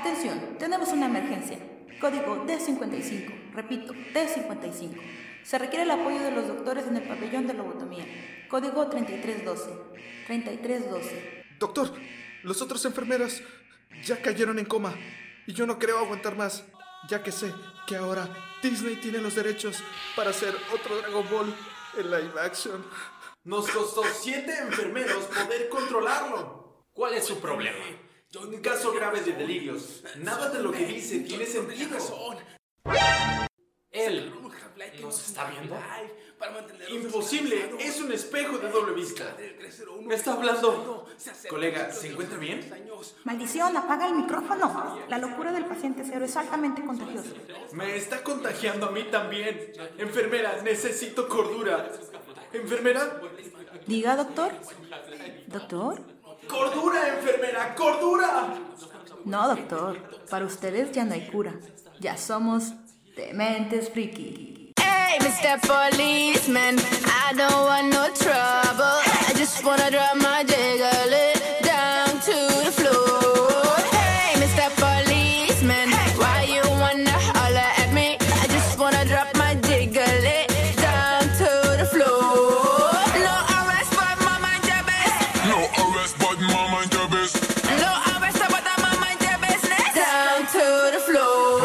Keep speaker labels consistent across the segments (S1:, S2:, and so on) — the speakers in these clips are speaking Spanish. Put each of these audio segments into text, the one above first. S1: Atención, tenemos una emergencia. Código D55. Repito, D55. Se requiere el apoyo de los doctores en el pabellón de lobotomía. Código 3312. 3312.
S2: Doctor, los otros enfermeros ya cayeron en coma y yo no creo aguantar más, ya que sé que ahora Disney tiene los derechos para hacer otro Dragon Ball en live action.
S3: Nos costó siete enfermeros poder controlarlo.
S4: ¿Cuál es su problema?
S3: Un caso grave de delirios. Nada de lo que dice tiene sentido.
S4: Él nos está viendo.
S3: Imposible, es un espejo de doble vista. Me está hablando. Colega, ¿se encuentra bien?
S1: Maldición, apaga el micrófono. La locura del paciente cero es altamente contagiosa.
S3: Me está contagiando a mí también. Enfermera, necesito cordura. Enfermera,
S1: Diga, doctor. ¿Doctor?
S3: cordura, enfermera, cordura.
S1: No, doctor. Para ustedes ya no hay cura. Ya somos dementes friki.
S5: Hey, Mr. Policeman, I don't want no trouble. I just wanna drop my jiggle down to the floor. Hey, Mr. Policeman, why you wanna holler at me? I just wanna drop my jiggle down to the floor. No arrest, but my mind your business.
S6: No arrest, but mama mind your business.
S5: No arrest, but my mind your business. Down to the floor.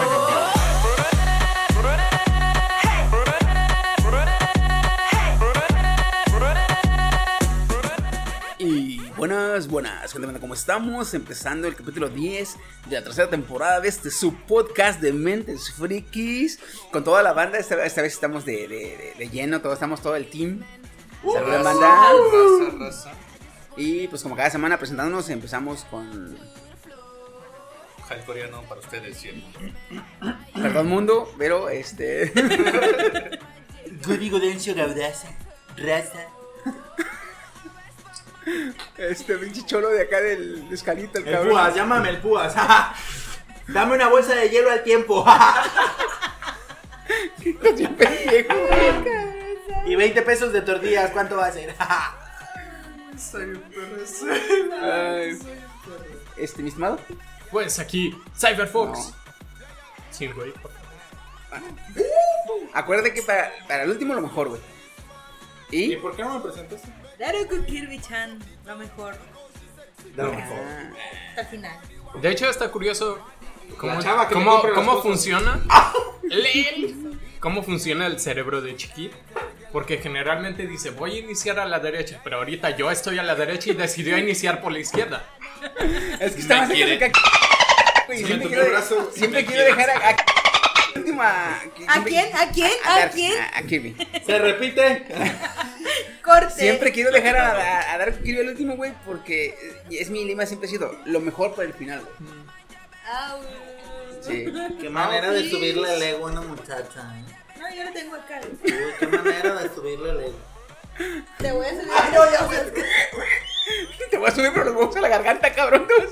S7: Y buenas, buenas, gente, banda, ¿cómo estamos? Empezando el capítulo 10 de la tercera temporada de este su podcast de Mentes Frikis. Con toda la banda, esta, esta vez estamos de, de- de- de lleno, todos estamos todo el team.
S8: Uh,
S7: Saludos, banda. Y pues como cada semana presentándonos, empezamos con...
S8: Hal coreano para ustedes siempre.
S7: Perdón mundo, pero este... este pinche cholo de acá del escalito, el
S3: El
S7: cabrón.
S3: púas, llámame el púas. Dame una bolsa de hielo al tiempo. y 20 pesos de tortillas, ¿cuánto va a ser?
S7: Ay. Este, mi estimado.
S8: Pues aquí, Cyberfox.
S7: No.
S8: Sí, güey.
S7: Acuérdate que para, para el último lo mejor, güey. Y...
S8: por qué no me presentaste?
S9: Daruku Kirby-chan, lo mejor,
S7: Ah.
S9: hasta el final.
S8: De hecho, está curioso cómo,
S3: La chava que
S8: cómo-
S3: le compra las
S8: cómo
S3: cosas.
S8: funciona. Lel. ¿Cómo funciona el cerebro de Chiqui? Porque generalmente dice, voy a iniciar a la derecha, pero ahorita yo estoy a la derecha y decidió iniciar por la izquierda.
S7: Es que está
S8: Me
S7: más cerca
S8: quiere.
S7: de acá. Güey, siempre
S8: tu
S7: quiero,
S8: brazo,
S7: siempre
S8: me
S7: quiero
S8: quiere.
S7: dejar a, a- última-
S9: ¿A
S7: siempre-
S9: quién? ¿A quién?
S7: a
S9: ¿A
S7: Dark-
S9: quién?
S7: a- a Kirby.
S3: ¿Se repite?
S9: Corte.
S5: Este,
S7: Siempre quiero dejar a, a, a Dark Kirby el último, güey, porque eh, es mi lema siempre ha sido lo mejor para el final, güey.
S9: Au.
S7: Sí.
S10: Qué manera de subirle el ego a una muchacha, ¿eh?
S9: No, yo lo tengo acá.
S10: Uy, Qué manera de subirle el ego.
S9: Te voy a salir.
S7: Te voy a subir por los huevos a la garganta, cabrón. te vas-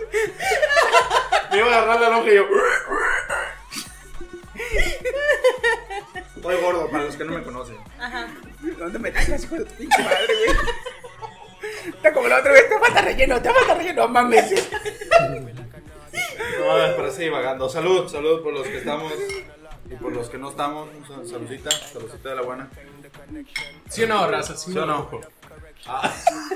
S3: Me iba a agarrar la lonja y yo. Estoy gordo, para los que no me conocen.
S9: Ajá.
S7: ¿Dónde me dejas, hijo de tu pinche madre, güey? Está como la otra vez, te falta relleno, te falta relleno, no mames.
S3: No, a ver, para seguir vagando. Salud, salud por los que estamos y por los que no estamos. Un sal- Saludcita, saludcita de la buena.
S8: ¿Sí o no, raza? ¿Sí,
S3: ¿Sí o
S8: o
S3: no?
S8: no?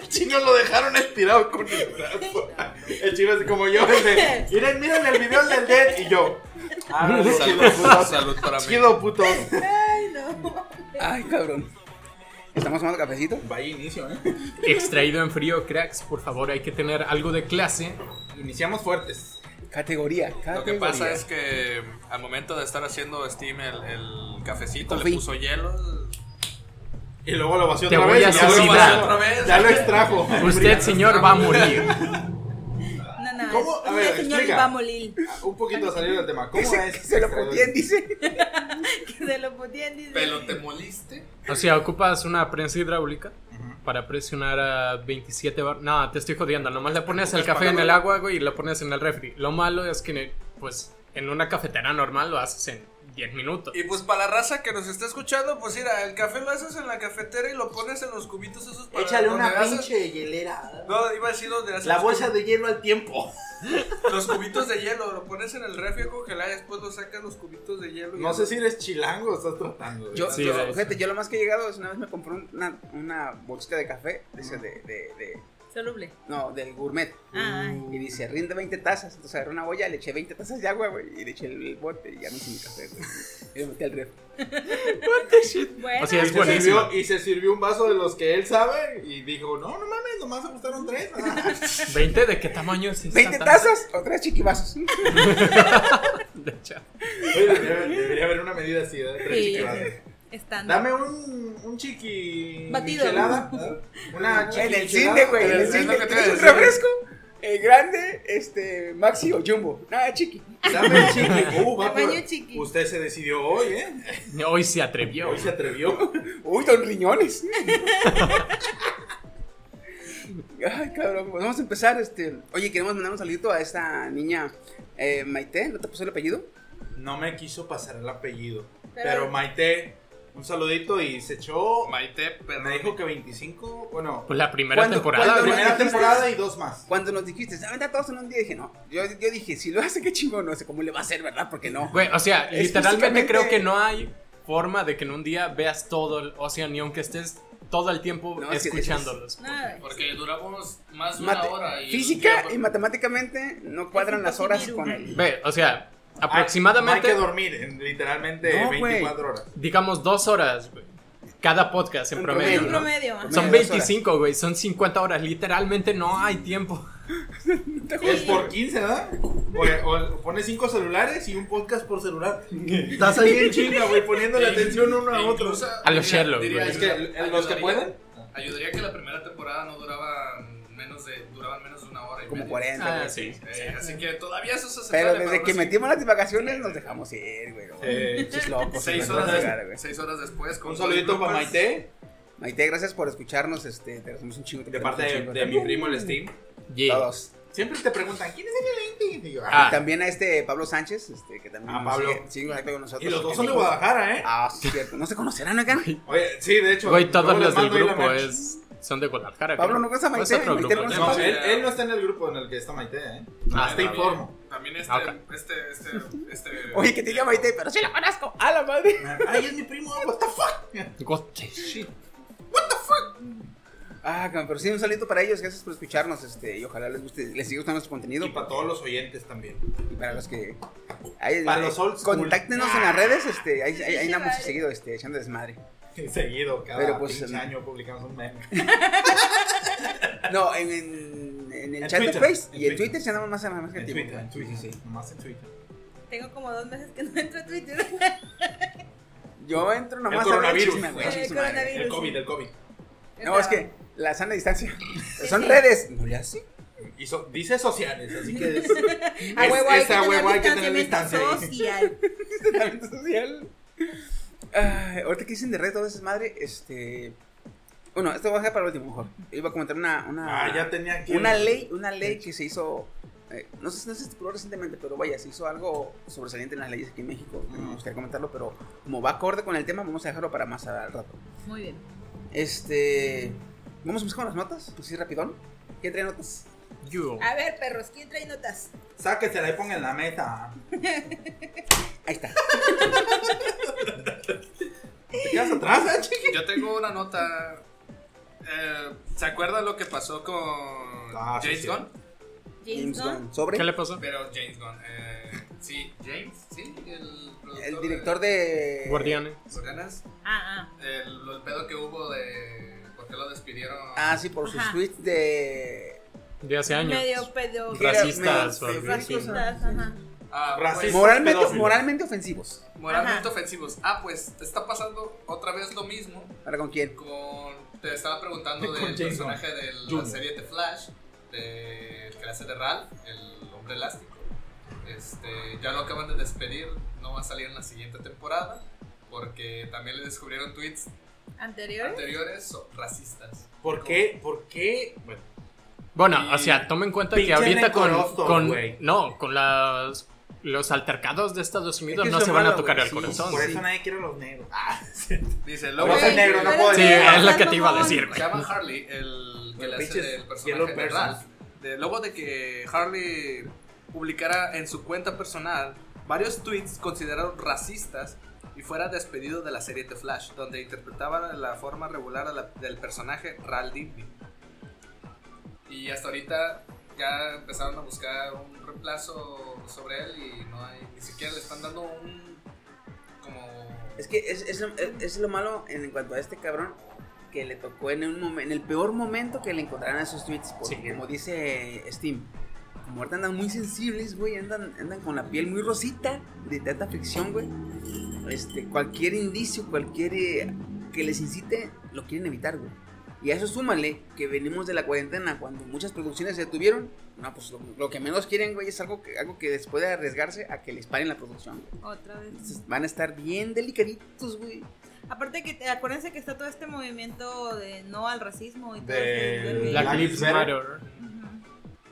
S3: El chino lo dejaron estirado con el brazo. El chino es como yo. el de, Miren, miren el video del Dead y yo. Ah, chido,
S8: Salud,
S3: putos.
S8: salud para mí.
S3: Chido, puto.
S9: Ay, no.
S7: Ay, cabrón. ¿Estamos tomando cafecito?
S3: Vaya inicio, ¿eh?
S8: Extraído en frío, cracks, por favor, hay que tener algo de clase.
S3: Iniciamos fuertes.
S7: Categoría, categoría.
S11: Lo que pasa es que mm, al momento de estar haciendo Steam el, el cafecito
S7: Confí.
S11: le puso hielo.
S3: Y luego lo vació
S8: Te
S3: otra
S8: voy
S3: vez.
S8: a
S3: y ya lo
S8: suicidar.
S3: vació
S11: otra vez.
S3: Ya lo extrajo.
S8: Usted, señor, va a morir.
S9: No, no.
S3: ¿Cómo? A
S9: este
S3: ver,
S9: señor
S3: explica.
S9: iba a morir.
S3: Un poquito a salir del tema. ¿Cómo
S7: Dice
S3: es?
S7: que se lo putían, dice.
S9: Que se lo podían dice.
S11: Pero te moliste.
S8: O sea, ocupas una prensa hidráulica para presionar a 27 bar. No, te estoy jodiendo. Nomás le pones el café en el agua, güey, y lo pones en el refri. Lo malo es que, pues, en una cafetera normal lo haces en 10 minutos.
S12: Y pues para la raza que nos está escuchando, pues mira, el café lo haces en la cafetera y lo pones en los cubitos esos para
S13: Échale una
S12: donde haces-
S13: pinche hielera.
S12: No, iba a decir donde haces
S13: La
S12: los
S13: bolsa
S12: cubitos.
S13: de hielo al tiempo.
S12: Los cubitos de hielo, lo pones en el refri a congelar y después lo sacas los cubitos de hielo. y
S4: No
S12: ya
S4: sé
S12: lo-
S4: si eres chilango o estás tratando.
S7: Yo,
S4: Sí,
S7: yo-
S4: de-
S7: fíjate, yo lo más que he llegado es una vez me compré una, una bolsita de café, de, esas de, de- de-
S5: Soluble.
S7: no, del gourmet.
S5: Ay.
S7: Y dice, rinde 20 tazas. Entonces agarré una olla, le eché 20 tazas de agua, güey, y le eché el bote y ya me hice mi café, güey. Y lo metí al refri.
S5: Bueno,
S8: Así
S4: Y
S8: es,
S4: se
S8: buenísimo.
S4: sirvió- y se sirvió un vaso de los que él sabe y dijo, no, no mames, nomás se gustaron tres. Ah,
S8: 20 de qué tamaño es esta
S7: 20
S8: taza?
S7: pues, tazas o tres chiquivasos.
S8: De hecho.
S4: oye, debería, debería haber una medida así, ¿eh? Tres
S5: Sí.
S4: chiquivasos.
S5: estándar.
S4: Dame un, un chiqui...
S5: Batido.
S4: michelada, ¿eh?
S12: Ah,
S4: Una chiqui
S7: en el
S4: michelada.
S7: cine, güey, en el
S12: es lo
S7: cine.
S12: que te
S7: ¿Tienes
S12: iba a
S7: un
S12: decir.
S7: refresco? El grande, este, maxi o jumbo. Nada, chiqui.
S4: Dame un chiqui. Uh, va
S5: Tamaño
S4: por-
S5: chiqui.
S4: Usted se decidió hoy, ¿eh?
S8: Hoy se atrevió.
S4: Hoy se atrevió.
S7: Uy, don riñones. Ay, cabrón. pues vamos a empezar. Este. Oye, queremos mandar un saludito a esta niña eh, Maite. ¿No te puso el apellido?
S4: No me quiso pasar el apellido.
S5: Pero-
S4: Pero, Maite, un saludito y se echó...
S12: Maite, pero
S4: Me dijo que 25, bueno...
S8: Pues la primera
S7: ¿Cuándo-
S8: temporada.
S4: la
S7: cuándo
S8: güey.
S7: no
S4: primera
S7: dijiste?
S4: temporada y dos más.
S7: Cuando nos dijiste, ¿saben a todos en un día? Dije, no. Yo, yo dije, si lo hace, qué chingón. No sé cómo le va a hacer, ¿verdad? Porque no.
S8: Güey, o sea,
S7: Es
S8: literalmente
S7: físicamente-
S8: creo que no hay forma de que en un día veas todo el Ocean ni aunque estés todo el tiempo
S7: No, es que-
S8: escuchándolos.
S5: Nada.
S3: Porque duramos más de una
S7: Mate-
S3: hora. Y pues,
S7: física y matemáticamente no cuadran las horas con el.
S8: Ve, o sea,
S4: Hay
S7: Ah,
S8: aproximadamente,
S4: que dormir, en literalmente
S7: No, güey.
S4: 24 horas.
S8: digamos, dos horas, güey. Cada podcast en
S7: En
S8: promedio,
S5: En
S8: ¿no?
S5: promedio, ajá.
S8: Son
S7: Promedio, dos
S8: 25, güey, son 50 horas. Literalmente no hay tiempo.
S4: Es por 15, ¿verdad? O, o pones 5 celulares y un podcast por celular. Estás ahí en chinga, güey, poniéndole atención uno a otro.
S8: A los Sherlock, güey.
S4: Es que el- los que pueden.
S3: Ayudaría que la primera temporada no duraba menos de, duraban menos de una hora y
S7: Como
S3: media.
S7: 40.
S8: Ah,
S7: güey.
S8: sí.
S3: Eh, así que todavía eso es
S7: Pero
S3: aceptable
S7: desde
S3: para
S7: que
S3: unos
S7: metimos las divagaciones nos dejamos ir, güey.
S4: Eh,
S7: Chis locos.
S3: Seis
S7: nos vamos a
S3: horas,
S7: llegar, güey.
S3: seis horas después. con
S4: Un saludito
S3: Bloopers.
S4: para Maite,
S7: Maite, gracias por escucharnos. Este, te agradecemos un chingo. te
S4: de
S7: queremos
S4: parte
S7: un
S4: de,
S7: chingo
S4: de mi
S7: también.
S4: primo el Steam.
S8: Yeah.
S7: Todos.
S4: Siempre te preguntan, ¿quién es el Steam? Y, yo,
S8: Ah.
S4: ah,
S7: Y también a este Pablo Sánchez, este, que también
S4: Ah, Pablo.
S7: sigue- sigue en contacto con nosotros.
S4: y los dos
S7: Que
S4: son de
S7: dijo-
S4: Guadalajara, ¿eh?
S7: Ah, sí, cierto. No se conocerán acá.
S4: Oye, sí, de hecho.
S8: Güey, todos
S4: luego les
S8: los del
S4: mando ahí la
S8: grupo
S4: merch.
S8: es, son de Guadalajara.
S7: Pablo,
S8: creo.
S7: ¿no conoces a
S8: ¿O es
S7: Maite?
S8: otro
S7: Maite,
S8: grupo?
S7: ¿no conoces
S4: No,
S7: Pablo?
S4: él, él no está en el grupo en el que está Maite, ¿eh?
S8: Ah,
S4: te
S8: está bien.
S4: informo.
S3: También este,
S8: Ah, ok.
S3: este, este, este.
S7: Oye, que te diga Maite, pero sí la conozco. A la madre.
S4: Ay, es mi primo, what the fuck.
S8: What the shit.
S7: Ah, cabrón, pero sí, un saludito para ellos. Gracias por escucharnos. Este, y ojalá les guste, les siga gustando nuestro contenido.
S4: Y para todos los oyentes también.
S7: Y para los que. ahí-
S4: Para los old school.
S7: Contáctenos en las redes. Este, ahí, ahí, ahí
S5: Sí,
S7: andamos
S5: vale.
S7: seguido, este, echando desmadre.
S4: Seguido, cada
S7: Pero, pues,
S4: pinche
S7: en-
S4: año publicamos un meme.
S7: No, en, en, en el
S4: En
S7: chat
S4: Twitter,
S7: de Face
S4: en
S7: y en
S4: Twitter.
S7: Twitter se andamos más, más que
S4: En
S7: tiempo.
S4: Twitter, en Twitter, sí, nomás en Twitter.
S5: Tengo como dos meses que no entro a Twitter.
S7: Yo entro nomás
S4: El
S7: a ver
S4: coronavirus.
S7: chisme, güey.
S5: El
S7: chisme, madre.
S5: coronavirus.
S4: El COVID, el COVID.
S7: No, es que la sana distancia. Son redes. No le hace.
S4: Y so- dice sociales, así que es,
S5: A
S4: es-
S5: huevo hay
S4: es a
S5: que
S4: huevo
S5: tener
S4: hay que tener distancia.
S5: distanciamiento
S4: ahí.
S5: social.
S7: Distanciamiento social. Ay, ahorita que dicen de redes, todo eso es madre. Este. Bueno, esto voy a dejar para el último mejor. Iba a comentar una. una
S4: Ah, ya tenía aquí.
S7: una ley, una ley que se hizo, eh, no sé si no se estipuló recientemente, pero vaya, se hizo algo sobresaliente en las leyes aquí en México. que Me gustaría comentarlo, pero como va acorde con el tema, vamos a dejarlo para más al rato.
S5: Muy bien.
S7: Este, vamos a empezar con las notas, así rapidón. ¿Quién trae notas?
S8: You.
S5: A ver, perros, ¿quién trae notas?
S4: Sáquesela y ponga en la meta.
S7: Ahí está.
S4: ¿Te quedas atrás, eh, chiqui?
S3: Yo tengo una nota. Eh, ¿Se acuerdan lo que pasó con
S4: Ah, sí,
S3: James
S4: sí.
S3: Gunn?
S5: James Gunn.
S7: Sobre
S8: ¿Qué le pasó?
S3: Pero James Gunn. Eh, sí, James, sí, el, productor
S7: el director de...
S8: Guardianes.
S3: de Guardianes.
S5: Ah,
S3: El, el pedo que hubo de. ¿Por qué lo despidieron?
S7: Ah, sí, por sus
S5: Ajá.
S7: tweets de...
S8: De hace
S5: ah.
S8: años.
S5: Medio pedo.
S7: Era
S8: Racistas
S7: medio
S8: o algo así.
S5: Racistas, ajá.
S3: Ah,
S4: Racista.
S3: pues,
S7: Moralmente,
S4: pedófilo.
S7: moralmente ofensivos.
S3: moralmente
S5: Ajá.
S3: ofensivos. Ah, pues está pasando otra vez lo mismo
S7: ¿Para con quién?
S3: con. Te estaba preguntando
S4: Con
S3: del
S4: James
S3: personaje de la
S4: Jr.
S3: serie de Flash, de, el que la hace de Ralph, el hombre elástico. Este, ya lo acaban de despedir, no va a salir en la siguiente temporada, porque también le descubrieron tweets
S5: ¿Anterior?
S3: anteriores so- racistas.
S4: ¿Por qué? ¿Por qué? Bueno,
S8: Bueno,
S4: Y-
S8: o sea, toma en cuenta que
S4: Pinche
S8: ahorita con,
S4: necroso,
S8: con
S4: güey.
S8: no, con las los altercados de Estados
S1: Es
S8: Unidos
S1: que
S8: no
S1: es
S8: se
S1: lo
S8: van a
S1: malo,
S8: tocar
S1: güey,
S8: el
S1: sí,
S8: corazón.
S1: Por eso nadie quiere a los negros.
S3: Dice,
S1: lo
S3: lo
S1: voy a negro, no puedo
S8: Sí,
S1: decir.
S8: es la que te iba a decir, güey.
S3: Llama Harley, el que le hace
S1: Pinches
S3: del
S1: yellow
S3: personaje de Ralph. De, luego de que Harley publicara en su cuenta personal varios tweets considerados racistas y fuera despedido de la serie The Flash, donde interpretaba la forma regular a la- del personaje Ral Digby. Y hasta ahorita ya empezaron a buscar un reemplazo sobre él y no hay, ni siquiera le están dando un como
S7: Es que es, es, lo- es lo malo en cuanto a este cabrón que le tocó en, un momen- en el peor momento que le encontraran a sus tweets. Porque, como dice Steam, como ahorita andan muy sensibles, güey, andan, andan con la piel muy rosita de tanta fricción, güey. Este, cualquier indicio, cualquier eh, que les incite, lo quieren evitar, güey. Y a eso súmale que venimos de la cuarentena, cuando muchas producciones se detuvieron. No, pues lo, lo que menos quieren, güey, es algo que, algo que les puede arriesgarse a que les paren la producción, güey.
S5: Otra vez.
S7: Entonces, van a estar bien delicaditos, güey.
S5: Aparte que te- acuérdense que está todo este movimiento de no al racismo y todo
S8: De-
S5: este- del-
S8: Black Lives
S7: Matter.
S8: Matter.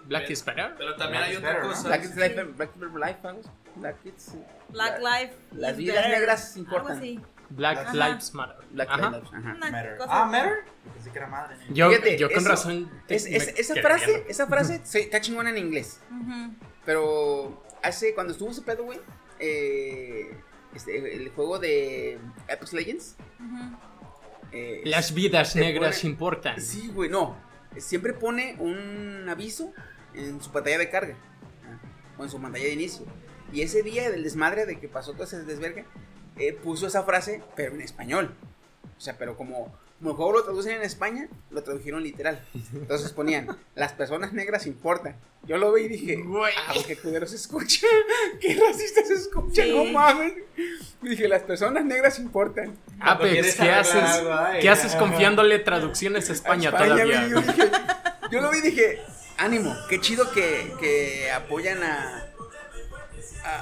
S8: Black is better.
S3: Pero
S7: también Black hay is otra better, ¿no? cosa. Black is life- Black Life, vamos. Black Kids.
S5: Black Life
S7: Las
S5: is
S7: vidas
S5: better.
S7: negras
S5: Algo
S7: importan.
S5: así.
S8: Black
S5: Ajá.
S8: Lives Matter.
S7: Black
S8: Ajá.
S7: Lives, ajá.
S5: Una
S1: Matter.
S5: cosa-
S1: Ah, Matter. Yo pensé que era madre.
S8: Yo,
S7: Fíjate,
S8: yo con
S7: eso-
S8: razón. te-
S7: es- es-
S8: me
S7: esa
S8: quedé
S7: frase,
S8: viendo.
S7: esa frase sí, está chingona en inglés.
S5: Ujú.
S7: Pero hace, cuando estuvo ese pedo, güey, eh, este, el juego de Apex Legends. eh,
S8: Las vidas
S7: te
S8: negras
S7: pone-
S8: importan.
S7: Sí, güey, no. Siempre pone un aviso en su pantalla de carga ¿ah? o en su pantalla de inicio. Y ese día del desmadre de que pasó todo ese desvergue, eh, puso esa frase, pero en español. O sea, pero como, como el juego lo traducen en España, lo tradujeron literal. Entonces ponían, las personas negras importan. Yo lo vi y dije, ah, pues qué culero se escucha, qué racista se escucha,
S5: Sí.
S7: no mames. Y dije, las personas negras importan.
S1: Cuando
S8: Apex,
S1: quieres
S8: ¿qué
S1: arreglar
S8: haces?
S1: algo, ay,
S8: ¿Qué haces
S1: ajá.
S8: confiándole traducciones a España
S7: España,
S8: todavía?
S7: güey, yo, dije- yo lo vi y dije, ánimo, qué chido que, que apoyan a...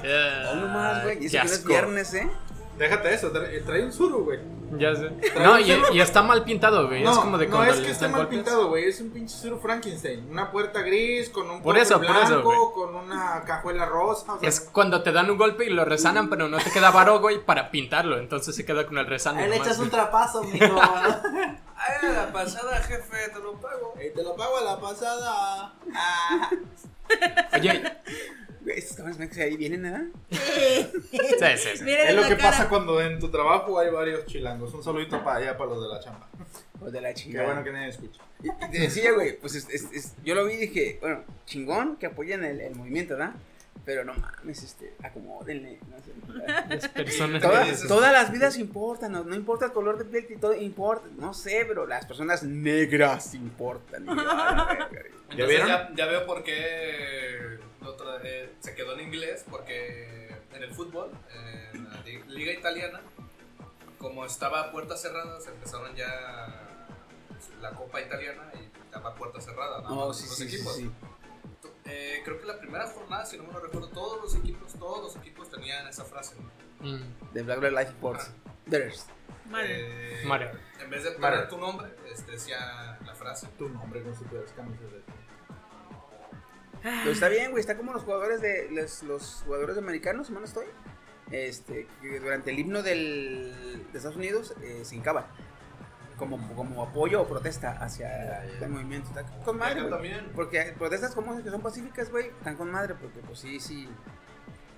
S8: Eh,
S7: a uno más, güey. Y eso que
S8: qué
S7: no es
S8: asco.
S7: viernes, ¿eh?
S14: Déjate eso, trae, trae un suru, güey.
S8: Ya sé. No, y, y está mal pintado, güey.
S14: No,
S8: es como de
S14: no
S8: cuando
S14: es
S8: le
S14: que esté
S8: dan
S14: mal
S8: golpes.
S14: pintado, güey. Es un pinche suru Frankenstein. Una puerta gris con un
S8: Por
S14: cofre
S8: eso, por
S14: blanco,
S8: eso,
S14: con una cajuela rosa. O sea,
S8: Es cuando te dan un golpe y lo resanan, pero no te queda varo, güey, para pintarlo. Entonces se queda con el resano.
S1: Ahí le
S8: nomás.
S1: echas un trapazo, mijo.
S15: Ay, a la pasada, jefe, te lo pago.
S14: "Ey, te lo pago a la pasada. Ah.
S8: Oye,
S7: Güey, Estos cabrones ven que ahí vienen, ¿eh? ¿verdad?
S8: sí, sí, sí.
S5: Miren
S14: Es lo
S5: la
S14: que
S5: cara.
S14: pasa cuando en tu trabajo hay varios chilangos. Un saludito para allá, para los de la chamba.
S7: Pues de la
S14: Qué bueno
S7: chingada.
S14: que nadie escucha.
S7: Y y te decía, güey, pues es- es- es- yo lo vi y dije, bueno, chingón que apoyen el, el movimiento, ¿verdad? Pero no mames, este, acomódenle. no sé.
S8: Las personas.
S7: Todas, todas las vidas importan, no, no importa el color de piel, y todo importa, no sé, pero las personas negras importan. Y yo, "A la verga".
S14: ¿Ya
S3: Entonces
S14: vieron?
S3: ¿Ya, ya veo por qué lo tra- eh, se quedó en inglés, porque en el fútbol, en la li- liga italiana, como estaba a puertas cerradas, empezaron ya la copa italiana y estaba a puerta cerrada, nada
S14: Oh,
S7: No,
S3: más
S7: sí,
S3: los
S7: sí, sí,
S3: equipos.
S7: sí.
S3: Eh, creo que la primera jornada, si no me lo recuerdo, todos los equipos, todos los equipos tenían esa frase. ¿no?
S8: Mm,
S7: De Black Lives Life Sports. There's.
S5: Madre.
S3: Eh,
S8: Mario.
S3: En vez de poner
S14: Mario.
S3: tu nombre, este, decía la frase. Eh,
S14: Tu nombre con super camisas de
S7: Pero está bien, güey, está como los jugadores de los, los jugadores americanos, hermano, estoy. Este, que durante el himno del, de Estados Unidos eh, se hincaban. Como, como apoyo o protesta hacia el movimiento. Está con madre,
S3: Acá
S7: güey.
S3: también.
S7: Porque protestas como esas que son pacíficas, güey, están con madre, porque pues sí, sí.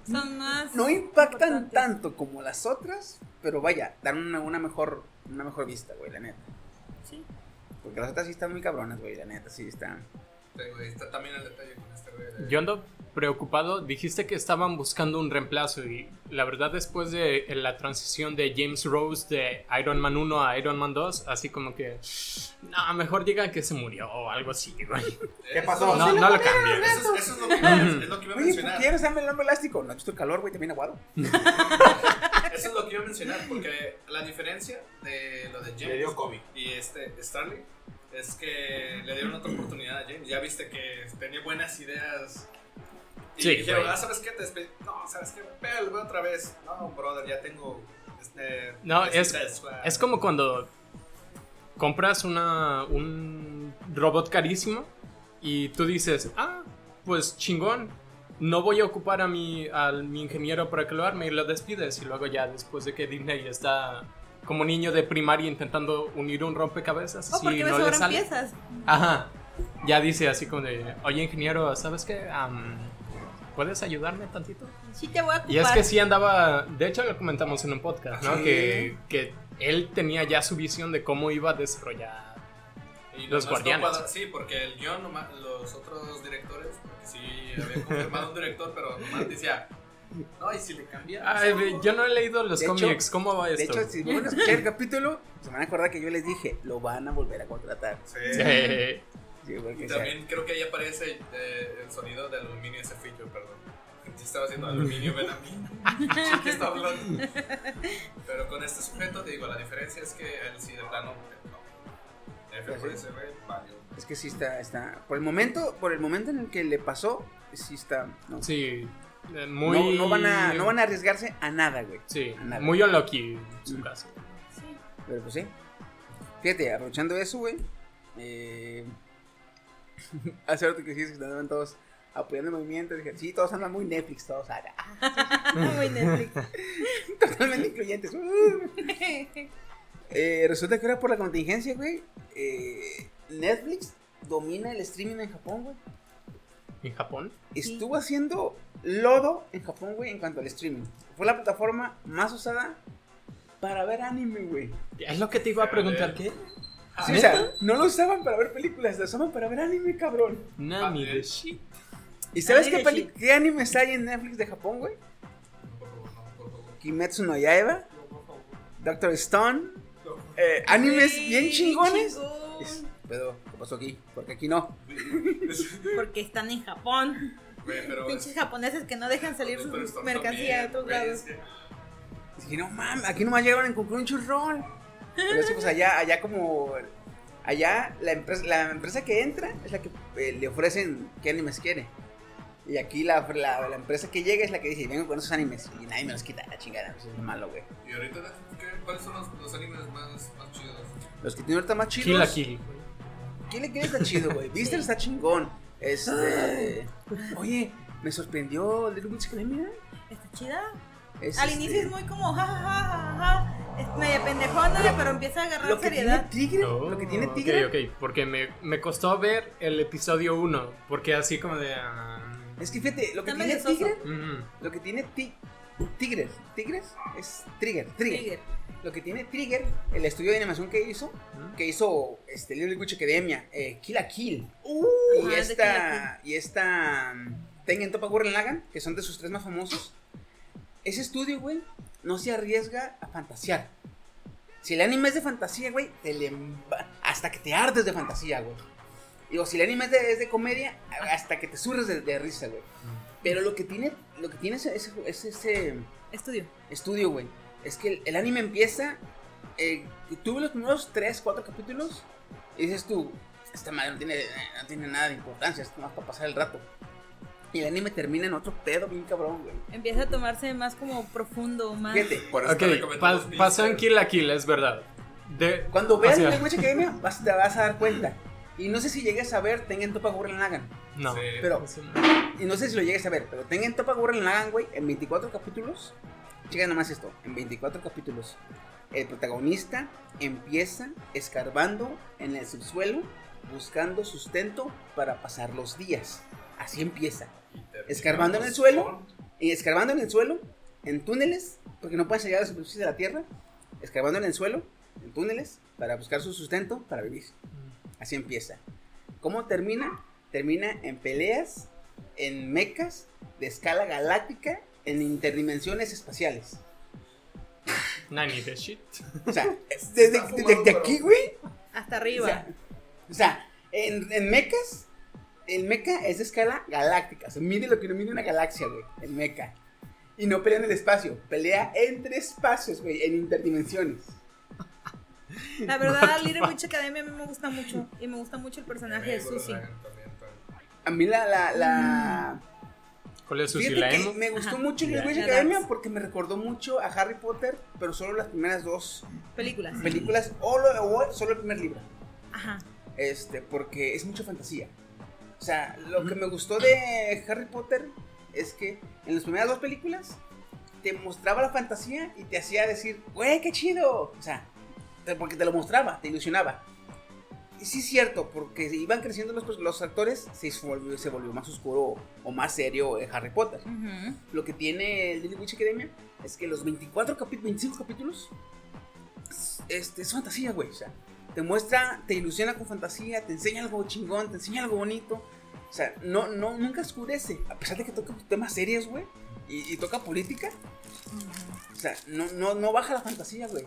S5: Son más.
S7: No impactan
S5: importantes.
S7: tanto como las otras, pero vaya, dan una, una mejor, una mejor vista, güey, la neta.
S5: Sí.
S7: Porque las otras sí están muy cabronas, güey, la neta, sí están.
S3: Te digo, ahí Está también el detalle con este güey. de-
S8: Yo ando preocupado. Dijiste que estaban buscando un reemplazo y la verdad después de eh, la transición de James Rose de Iron Man 1 a Iron Man 2, así como que... No, mejor digan que se murió o algo así, güey.
S14: ¿Qué pasó?
S8: No, no lo cambien.
S3: Eso, es- eso es lo que iba a, es lo que
S7: Oye, ¿por
S3: iba a mencionar.
S7: qué no saben el hombre elástico? No, esto el calor, güey, también aguado.
S3: Eso es lo que iba a mencionar, porque la diferencia de lo de James
S14: Le dio COVID.
S3: y este Starling es que le dieron otra oportunidad a James. Ya viste que tenía buenas ideas. Y
S8: Sí,
S3: dijeron,
S8: güey.
S3: ah, ¿sabes qué? Te despedí. No, ¿sabes qué? Pero voy otra vez. No, brother, ya tengo. Este,
S8: No,
S3: este
S8: es-
S3: Tesla.
S8: Es como cuando compras una, un robot carísimo y tú dices, ah, pues chingón. no voy a ocupar a mi, al mi ingeniero para que lo arme y lo despides. Y luego ya después de que Disney está como niño de primaria intentando unir un rompecabezas.
S5: Oh, porque
S8: y
S5: me
S8: no le
S5: sobran
S8: sale.
S5: piezas.
S8: Ajá. Ya dice así como de, oye ingeniero, ¿sabes qué? Am, ¿Puedes ayudarme tantito?
S5: Sí te voy a ocupar.
S8: Y es que sí andaba, de hecho lo comentamos en un podcast, ¿no?
S5: Sí.
S8: Que, que él tenía ya su visión de cómo iba a desarrollar los
S16: Nomás no
S8: guardianes.
S16: cuadra- sí, porque el guión, nomás- los otros directores, porque sí, había confirmado un director, pero nomás decía, no, y si le cambian.
S8: Ay, ve, yo no he leído los
S7: De hecho-
S8: cómics, ¿cómo va
S7: De
S8: esto?
S7: hecho, si vuelven a escuchar el capítulo, se van a acordar que yo les dije, lo van a volver a contratar. Sí.
S8: Sí.
S7: porque
S16: Y también creo que ahí aparece eh, el sonido de aluminio ese filtro, perdón. Yo estaba haciendo aluminio, ven a mí. ¿Qué está hablando? Pero con este sujeto, te digo, la diferencia es que él sí de plano. No. F por ese güey, valió.
S7: sea, es que sí está, está. Por el momento, por el momento en el que le pasó, sí está. No.
S8: Sí, eh, muy-
S7: No, no van a, no van a arriesgarse a nada, güey.
S8: Sí,
S7: a nada.
S8: muy unlucky en su caso.
S7: Pero pues sí. Fíjate, aprovechando eso, güey. Eh, hace rato que sí, que estaban todos apoyando el movimiento. Dije, sí, todos andan muy Netflix, todos. ah, ah,
S5: muy Netflix.
S7: Totalmente incluyentes. uh. Eh, resulta que ahora por la contingencia, güey. eh, Netflix domina el streaming en Japón, güey.
S8: ¿En Japón?
S7: Estuvo haciendo lodo en Japón, güey, en cuanto al streaming. Fue la plataforma más usada para ver anime, güey.
S8: Es lo que te iba a preguntar, ¿qué?
S7: Sí, o sea, no lo usaban para ver películas, lo usaban para ver anime, cabrón.
S8: Nami de shit.
S7: ¿Y sabes qué,
S8: Anime
S7: peli- qué animes hay en Netflix de Japón, güey? Kimetsu no Yaiba, Doctor Stone, eh, animes bien chingones. Es- Pero, ¿qué pasó aquí? Porque aquí no.
S5: Porque están en Japón.
S7: Güey, pero-
S5: Pinches japoneses que no dejan salir su mercancía a otros lados.
S7: Dije, no mames, aquí nomás llegaron con Crunchyroll. Pero sí, pues allá, allá como. Allá la empresa, la empresa que entra es la que eh, le ofrecen qué animes quiere. Y aquí la, la, la empresa que llega es la que dice, vengo con esos animes. Y nadie me los quita, la chingada. Eso es malo, güey.
S16: Y ahorita, ¿qué- ¿cuáles son los, los animes más, más chidos?
S7: Los que tienen ahorita más chidos.
S8: Kill la Kill.
S7: ¿Quién le quiere está chido, güey? Viste está chingón. Este. Oye, me sorprendió Little Witch Academia.
S5: ¿Está chida?
S7: Es,
S5: Al
S7: este,
S5: inicio es muy como ja, ja, ja, ja, ja, es media pendejona, pero empieza a agarrar
S7: lo que
S5: seriedad.
S7: tiene Tigre, lo que tiene
S8: Oh, Ok,
S7: Tigre.
S8: ok, porque me, me costó ver el episodio 1, porque así como de... ah,
S7: Es que fíjate, lo que
S5: Está
S7: tiene
S5: medio soso.
S7: Tigre.
S8: mm,
S7: Lo que tiene ti Tigres, Tigres es Trigger, Trigger.
S5: Trigger.
S7: Lo que tiene Trigger, el estudio de animación que hizo, que hizo este Little Witch Academia, eh, Kill a Kill.
S5: ah,
S7: y
S5: de Kill la
S7: esta y esta mm, Tengen Toppa Gurren Lagann, que son de sus tres más famosos. Ese estudio, güey, no se arriesga a fantasear. Si el anime es de fantasía, güey, te le emba- hasta que te ardes de fantasía, güey. Digo, si el anime es de, es de comedia, hasta que te surres de, de risa, güey. Pero lo que tiene, lo que tiene ese, ese, ese- ese
S5: Estudio.
S7: estudio, güey, es que el, el anime empieza. Eh, tuve los primeros 3, 4 capítulos y dices tú, esta madre no tiene, no tiene nada de importancia, esto más para pasar el rato. Y el anime termina en otro pedo bien cabrón, güey.
S5: Empieza a tomarse más como profundo, más.
S7: Fíjate,
S8: ok, pas- pasó en Kill la Kill, es verdad. De,
S7: Cuando veas
S8: o sea,
S7: Little Witch Academia, vas, te vas a dar cuenta. Y no sé si llegues a ver Tengen Topa Gurren Lagann.
S8: No. Pues,
S7: Pero, y no sé si lo llegues a ver, pero Tengen Topa Gurren Lagann, güey, en 24 capítulos. Checa nomás esto, en 24 capítulos. El protagonista empieza escarbando en el subsuelo, buscando sustento para pasar los días. Así empieza. Escarbando en el suelo, y escarbando en el suelo, en túneles, porque no puedes llegar a la superficie de la tierra, escarbando en el suelo, en túneles, para buscar su sustento, para vivir. Así empieza. ¿Cómo termina? Termina en peleas, en mecas, de escala galáctica, en interdimensiones espaciales.
S8: Nani de shit.
S7: O sea, es- desde, desde- desde aquí, güey.
S5: Hasta arriba.
S7: O sea, en, en mecas, el meca es de escala galáctica. O sea, mide lo que no mide una galaxia, güey. El meca. Y no pelea en el espacio, pelea entre espacios, güey, en interdimensiones.
S5: La verdad, Little Witch Academia a mí me gusta mucho. Y me gusta mucho el personaje de Susie.
S7: A mí la, la, la...
S8: ¿Cuál es su
S7: Fíjate que
S8: sileno?
S7: me gustó
S5: Ajá.
S7: mucho Little
S5: Ya.
S7: Witch
S5: Ya
S7: Academia
S5: das.
S7: porque me recordó mucho a Harry Potter, pero solo las primeras dos
S5: Películas.
S7: películas o, lo- o solo el primer libro.
S5: Ajá.
S7: Este, porque es mucha fantasía. O sea, lo que me gustó de Harry Potter es que en las primeras dos películas te mostraba la fantasía y te hacía decir, güey, qué chido. O sea, te- porque te lo mostraba, te ilusionaba. Y sí es cierto, porque se iban creciendo los, pers- los actores, se volvió, se volvió más oscuro o más serio eh, Harry Potter. Lo que tiene el Daily Witch Academia es que los 24 capítulos, 25 capítulos es, este, es fantasía, güey. O sea, te muestra, te ilusiona con fantasía, te enseña algo chingón, te enseña algo bonito. O sea, no, no, nunca oscurece. A pesar de que toca temas serios, güey, y, y toca política. O sea, no, no, no baja la fantasía, güey.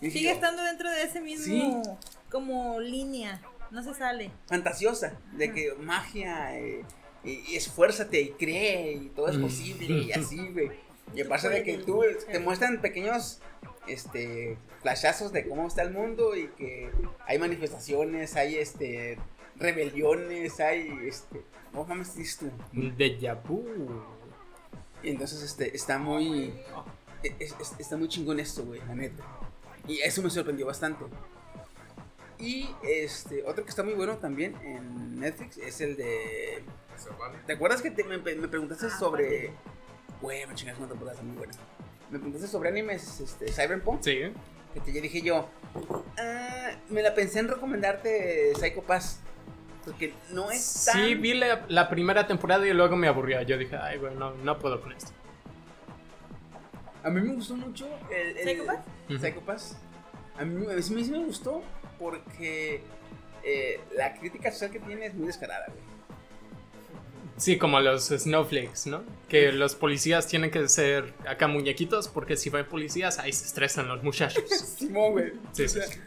S7: Dije
S5: Sigue
S7: yo,
S5: estando dentro de ese mismo
S7: Sí.
S5: como línea. No se sale.
S7: fantasiosa, de que magia, eh, y, y esfuérzate y cree, y todo es
S4: Mm.
S7: posible, y así, güey. Y pasa de que tú eh, te muestran pequeños este flashazos de cómo está el mundo y que hay manifestaciones, hay este rebeliones, hay este, no mames, dices tú.
S8: Un déjà vu.
S7: Y entonces este está muy e, es- es- está muy chingón esto, güey, la neta. Y eso me sorprendió bastante. Y este otro que está muy bueno también en Netflix es el de ¿Te acuerdas que te- me, me preguntaste sobre güey, me chingas una temporada está muy buena. Me preguntaste sobre animes este Cyberpunk?
S8: Sí.
S7: Que te, yo dije yo, "Ah, me la pensé en recomendarte Psycho Pass porque no es tan
S8: Sí, vi la, la primera temporada y luego me aburrió. Yo dije, ay, güey, no, no puedo con esto.
S7: A mí me gustó mucho el, el
S8: ¿Psycho Pass?
S7: Psycho Pass. A mí, a mí sí me gustó porque eh, la crítica social que tiene es muy descarada, güey.
S8: Sí, como los snowflakes, ¿no? Que los policías tienen que ser acá muñequitos porque si ven policías, ahí se estresan los muchachos.
S7: Simón, güey.
S8: Sí,
S7: O
S8: sí,
S7: sea,
S8: sí.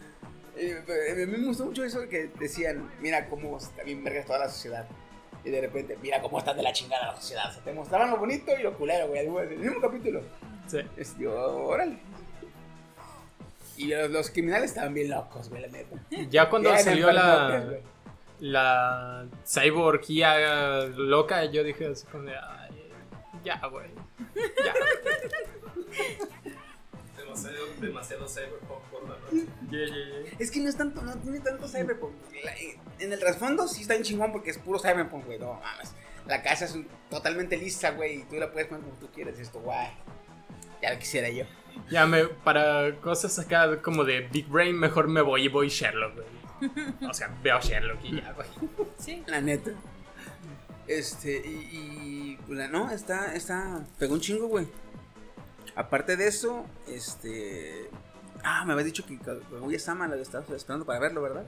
S7: eh, eh, a mí me gustó mucho eso que decían, mira cómo está bien verga toda la sociedad. Y de repente, mira cómo están de la chingada la sociedad. O sea, te mostraban lo bonito y lo culero, güey. En el mismo capítulo.
S8: Sí.
S7: Es, yo, órale. Y los, los criminales estaban bien locos, güey, la neta.
S8: Ya cuando
S7: Bien
S8: salió
S7: enfermotes,
S8: la,
S7: güey.
S8: la cyborgía loca, yo dije así como de, "Ay, ya, güey.
S3: Demasiado, demasiado cyberpunk por la noche.
S7: Es que no es tanto, no tiene tanto cyberpunk. La- en el trasfondo sí está en chingón porque es puro cyberpunk, güey. No mames. La casa es un- totalmente lisa, güey, y tú la puedes poner como tú quieres. Esto, guay. Ya lo quisiera yo.
S8: Ya me, para cosas acá como de Big Brain, mejor me voy y voy Sherlock, güey. O sea, veo Sherlock y ya, güey.
S5: Sí.
S7: La neta. Este, y. y pues, la- no, está, está. Pegó un chingo, güey. Aparte de eso, este. Ah, me habías dicho que Kaguya Sama la estabas esperando para verlo, ¿verdad?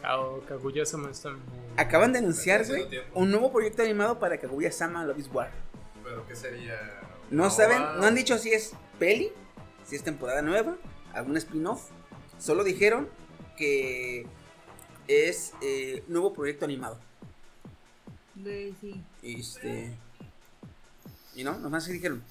S8: Kao- Kaguya Sama está muy-
S7: Acaban de anunciar,
S8: Haciendo
S7: güey,
S8: tiempo.
S7: un nuevo proyecto animado para Kaguya Sama Love is War.
S3: Pero ¿qué sería?
S7: No
S3: Una
S7: saben,
S3: ova?
S7: no han dicho si es peli, si es temporada nueva, algún spin-off. Solo dijeron que es eh, nuevo proyecto animado.
S5: Güey, sí.
S7: Este. Y no, nomás así dijeron.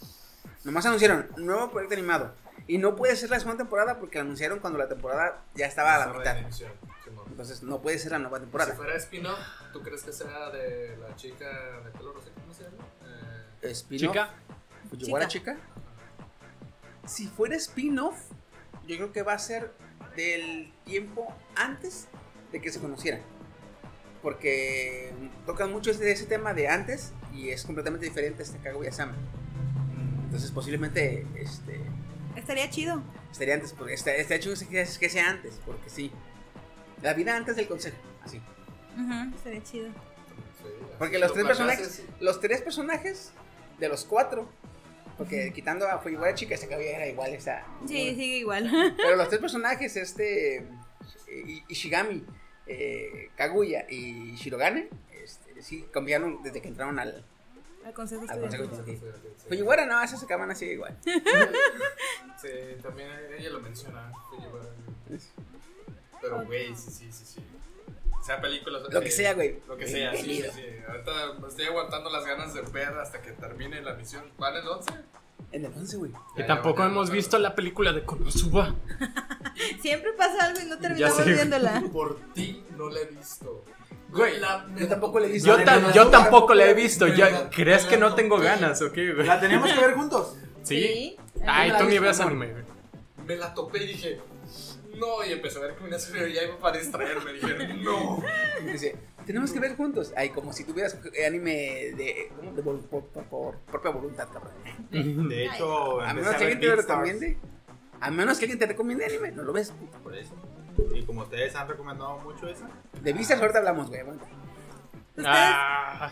S7: Nomás anunciaron, nuevo proyecto animado. Y no puede ser la segunda temporada porque la anunciaron cuando la temporada ya estaba a la
S3: Estaba en
S7: mitad.
S3: emisión, Simón.
S7: Entonces no puede ser la nueva
S3: Si
S7: temporada.
S3: fuera spin-off, ¿tú crees que sea de la chica de pelo rosé? ¿Cómo se llama? Eh,
S7: Spin-off.
S3: Chica.
S7: Fujiwara chica. Si fuera spin-off, yo creo que va a ser del tiempo antes de que se conocieran. Porque tocan mucho ese, ese tema de antes y es completamente diferente a este Kaguya-sama. Mm, Entonces posiblemente este,
S5: Estaría chido.
S7: estaría antes, porque está, está hecho que sea- que sea antes, porque sí. La vida antes del consejo, así.
S5: Ujú, Estaría chido.
S7: Porque los
S3: lo
S7: tres
S3: planeas,
S7: personajes, los tres personajes de los cuatro, porque quitando a Fujiwara chica, esa cabella era igual, esa.
S5: Sí, sigue igual.
S7: Pero los tres personajes, este eh, I- Ishigami, eh, Kaguya y Shirogane, este, sí cambiaron desde que entraron al,
S5: Al consejo
S7: al consejo.
S5: estudiantil.
S7: Fujiwara no, esas se acaban así igual.
S3: Sí, también ella lo menciona. Fujiwara. Pero, güey, sí, sí, sí, sí. Sea película,
S7: Lo que sea, güey.
S3: Lo que sea, sí, sí,
S7: Bienvenido.
S3: sí. Ahorita me estoy aguantando las ganas de ver hasta que termine la misión. ¿Cuál es el 11?
S7: En el 11, güey.
S8: Y tampoco hemos visto la película de Konosuba.
S5: Siempre pasa algo y no
S8: sé.
S5: terminamos viéndola.
S3: Por ti no la he visto.
S8: Güey,
S3: La-
S7: Yo tampoco le he visto.
S8: Yo,
S7: la
S8: tam-
S7: neta,
S8: yo
S7: no,
S8: tampoco la he
S7: vi.
S8: visto. Ya, ¿Crees que no tengo ganas o qué, güey?
S4: Pues La tenemos que ver juntos.
S8: Sí.
S4: Sí.
S8: Ay,
S4: Yo la he
S8: tú ni
S4: visto,
S8: ves
S4: amor.
S8: anime, güey.
S3: Me la topé y dije, no. Y empecé a ver que me iba para distraerme. Dije, no.
S7: Dice, Tenemos que ver juntos. Ay, como si tuvieras anime de, ¿cómo? de vol- por, por- por propia voluntad, cabrón.
S17: De hecho,
S7: a
S17: empecé
S7: menos
S17: a
S7: que
S17: ver
S7: alguien te lo
S17: Beastars.
S7: recomiende. A menos que alguien te recomiende anime, no lo ves. puto.
S17: Por eso. Y como ustedes han recomendado mucho esa.
S7: De Beastars ahorita hablamos, güey. aguanta.
S8: Ah,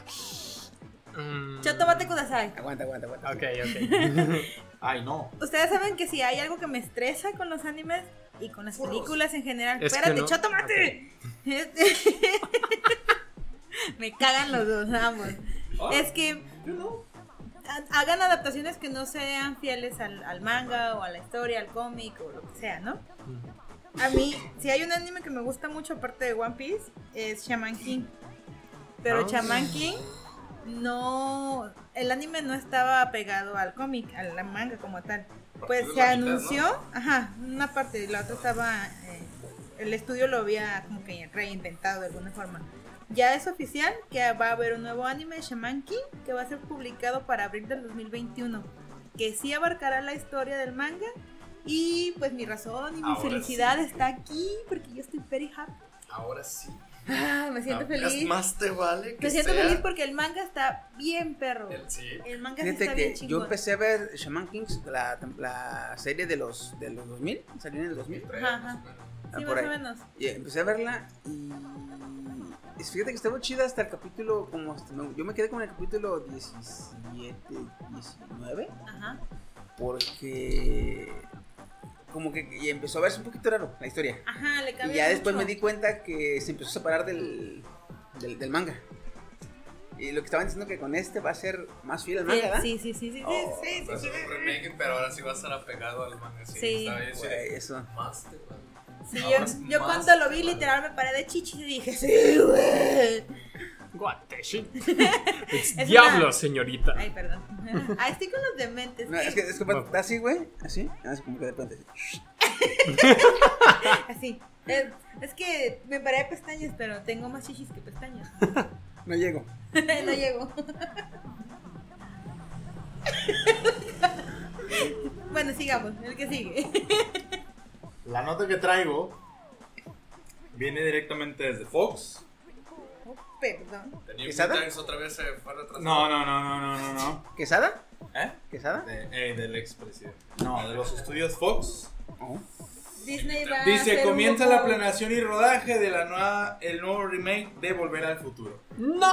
S5: Choto bate kudasai.
S7: Aguanta, aguanta, aguanta.
S8: mm, Ok, ok.
S17: Ay, no.
S5: Ustedes saben que si hay algo que me estresa con los animes y con las películas en general.
S8: Es que
S5: Espérate,
S8: no.
S5: choto mate. me cagan los dos, ambos. Es que ha- hagan adaptaciones que no sean fieles al, al manga o a la historia, al cómic o lo que sea, ¿no? A mí, si hay un anime que me gusta mucho aparte de One Piece, es Shaman King. Pero
S18: Ah.
S5: Shaman King no. El anime no estaba pegado al cómic, a la manga como tal. Pues
S18: de
S5: se
S18: la mitad,
S5: anunció, ajá, una parte, la otra estaba. eh, el estudio lo había como que reinventado de alguna forma. Ya es oficial que va a haber un nuevo anime de Shaman King que va a ser publicado para abril del 2021. Que sí abarcará la historia del manga. Y pues mi razón y mi
S4: Ahora
S5: felicidad
S4: sí.
S5: está aquí porque yo estoy very happy.
S4: Ahora sí.
S5: Ah, me siento
S4: Apenas
S5: feliz.
S4: Más te vale que
S5: Me siento
S4: sea
S5: feliz porque el manga está bien perro. El, manga sí
S7: Fíjate
S5: está bien
S7: que yo
S5: chingón.
S7: empecé a ver Shaman Kings, la, la serie de los, de los 2000, salió en el 2000.
S5: Ajá, ajá.
S7: Ah,
S5: Sí, más
S7: por
S5: o
S7: ahí.
S5: menos.
S7: Y empecé a verla y. y Fíjate que estaba chida hasta el capítulo. como hasta- me- Yo me quedé con el capítulo 17, 19.
S5: Ajá.
S7: Porque. Como que y empezó a verse un poquito raro la historia.
S5: Ajá, le cambia
S7: Y ya después
S5: mucho.
S7: me di cuenta que se empezó a separar del, del, del manga. Y lo que estaban diciendo que con este va a ser más fiel al manga, ¿verdad?
S5: Sí, sí, sí, sí, sí,
S7: Oh,
S5: sí, sí,
S4: pues Es
S5: sí.
S4: un remake, pero ahora sí va a estar apegado al manga. Sí.
S5: Sí.
S4: está bien, sí.
S7: Güey, eso.
S4: Más te vale.
S5: Sí,
S4: Ahora
S5: yo, yo
S4: más
S5: cuando lo vi literal me paré de chichis y dije, sí, güey.
S8: What the shit? It's
S5: Es
S8: diablo,
S5: una-
S8: señorita.
S5: Ay, perdón. Ah, estoy con los dementes.
S7: No, es que, es que está así, güey, así, así como que de repente. así.
S5: Así. Eh, Es que me paré de pestañas, pero tengo más chichis que pestañas.
S7: No llego.
S5: no llego. bueno, sigamos, el que sigue.
S3: La nota que traigo viene directamente desde Fox.
S5: Perdón.
S4: Tenía
S7: ¿Quesada?
S4: Times otra vez se fue retrasado.
S3: No, no, no, no, no, no, no.
S7: ¿Quesada?
S3: ¿Eh?
S7: ¿Quesada?
S3: De- eh, del expresidente. No, Oh. de los estudios Fox.
S5: Disney va a
S3: Dice,
S5: hacer un
S3: comienza
S5: nuevo-
S3: la planeación y rodaje de la nueva, el nuevo remake de Volver al Futuro.
S5: ¡No!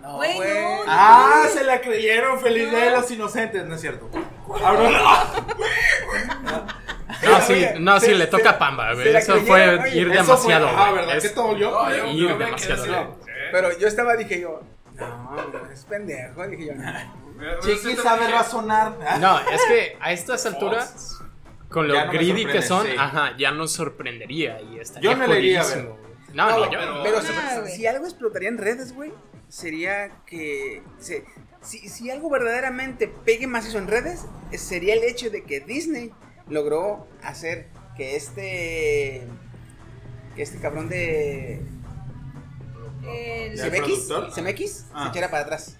S7: No,
S5: Güey, no, no.
S3: Ah, se la creyeron, feliz día de los inocentes, no es cierto. Ah, Ahora-
S8: No,
S3: Oye,
S8: sí, no,
S3: se-
S8: sí, le
S3: se-
S8: toca pamba, güey.
S3: se la
S8: Eso
S3: creyeron,
S8: fue
S3: oye,
S8: ir
S3: eso
S8: demasiado.
S3: fue- ah,
S8: güey.
S3: ¿verdad
S8: Es
S3: que todo yo?
S4: No, yo-
S8: ir
S4: yo me quedé
S8: demasiado.
S4: así,
S8: güey.
S7: Ah, Pero yo estaba, dije yo, no, güey, es pendejo, dije yo, no.
S3: Chiqui sabe razonar.
S8: No, es que a estas alturas, con lo
S3: Ya no me
S8: greedy que
S3: sorprende,
S8: son,
S3: sí.
S8: ajá, ya nos sorprendería y estaría
S3: Yo no le iría a ver.
S8: jodidísimo, güey. No,
S3: Ah,
S7: No,
S8: ni yo.
S7: pero, si, si algo explotaría en redes, güey, sería que. se- si, si algo verdaderamente pegue más eso en redes, eh, sería el hecho de que Disney logró hacer que este. que este cabrón de.
S5: El-
S7: ¿Semex?
S3: productor?
S7: ¿Semex? Se
S3: Ah.
S7: echara para atrás.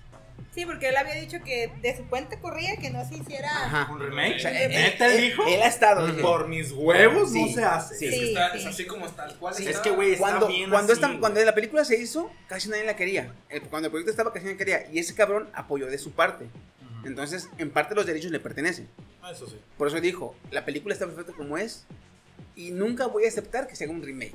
S5: Sí, porque él había dicho que de su cuenta corría que no se hiciera.
S7: Ajá.
S3: ¿Un remake?
S7: O sea, él-
S3: ¿Neta
S7: él-
S3: dijo?
S7: Él ha estado. dije.
S3: Por mis huevos no
S7: Sí,
S3: se hace.
S7: sí.
S5: Sí,
S4: Está-
S5: sí.
S4: Es así como está. ¿Cuál
S7: Sí,
S4: está?
S3: Es que, güey, está
S7: cuando,
S3: bien
S7: cuando,
S3: así,
S7: esta-
S3: güey.
S7: cuando la película se hizo, casi nadie la quería. El- Cuando el proyecto estaba, casi nadie la quería. Y ese cabrón apoyó de su parte. Entonces, en parte los derechos le pertenecen.
S3: Ah, Eso sí.
S7: Por eso dijo, la película está perfecta como es. Y nunca voy a aceptar que se haga un remake.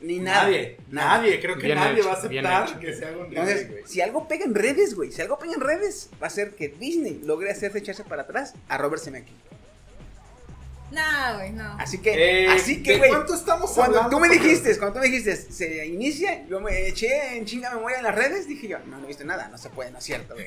S7: Ni nada.
S3: Nadie,
S7: Nada.
S3: nadie, creo que
S8: Bien
S3: nadie
S8: hecho,
S3: va a
S8: bien
S3: aceptar
S8: hecho.
S3: que se haga un remake, güey.
S7: Entonces, si algo pega en redes, güey, si algo pega en redes, va a ser que Disney logre hacerse echarse para atrás a Robert Zemeckis.
S5: No, güey, no.
S7: Así que,
S3: Eh,
S7: así que,
S3: ¿de
S7: güey,
S3: cuánto estamos
S7: cuando
S3: hablando?
S7: tú me dijiste, cuando tú me dijiste, se inicia, yo me eché en chinga memoria en las redes, dije yo, no, no he visto nada, no se puede, no es cierto, güey.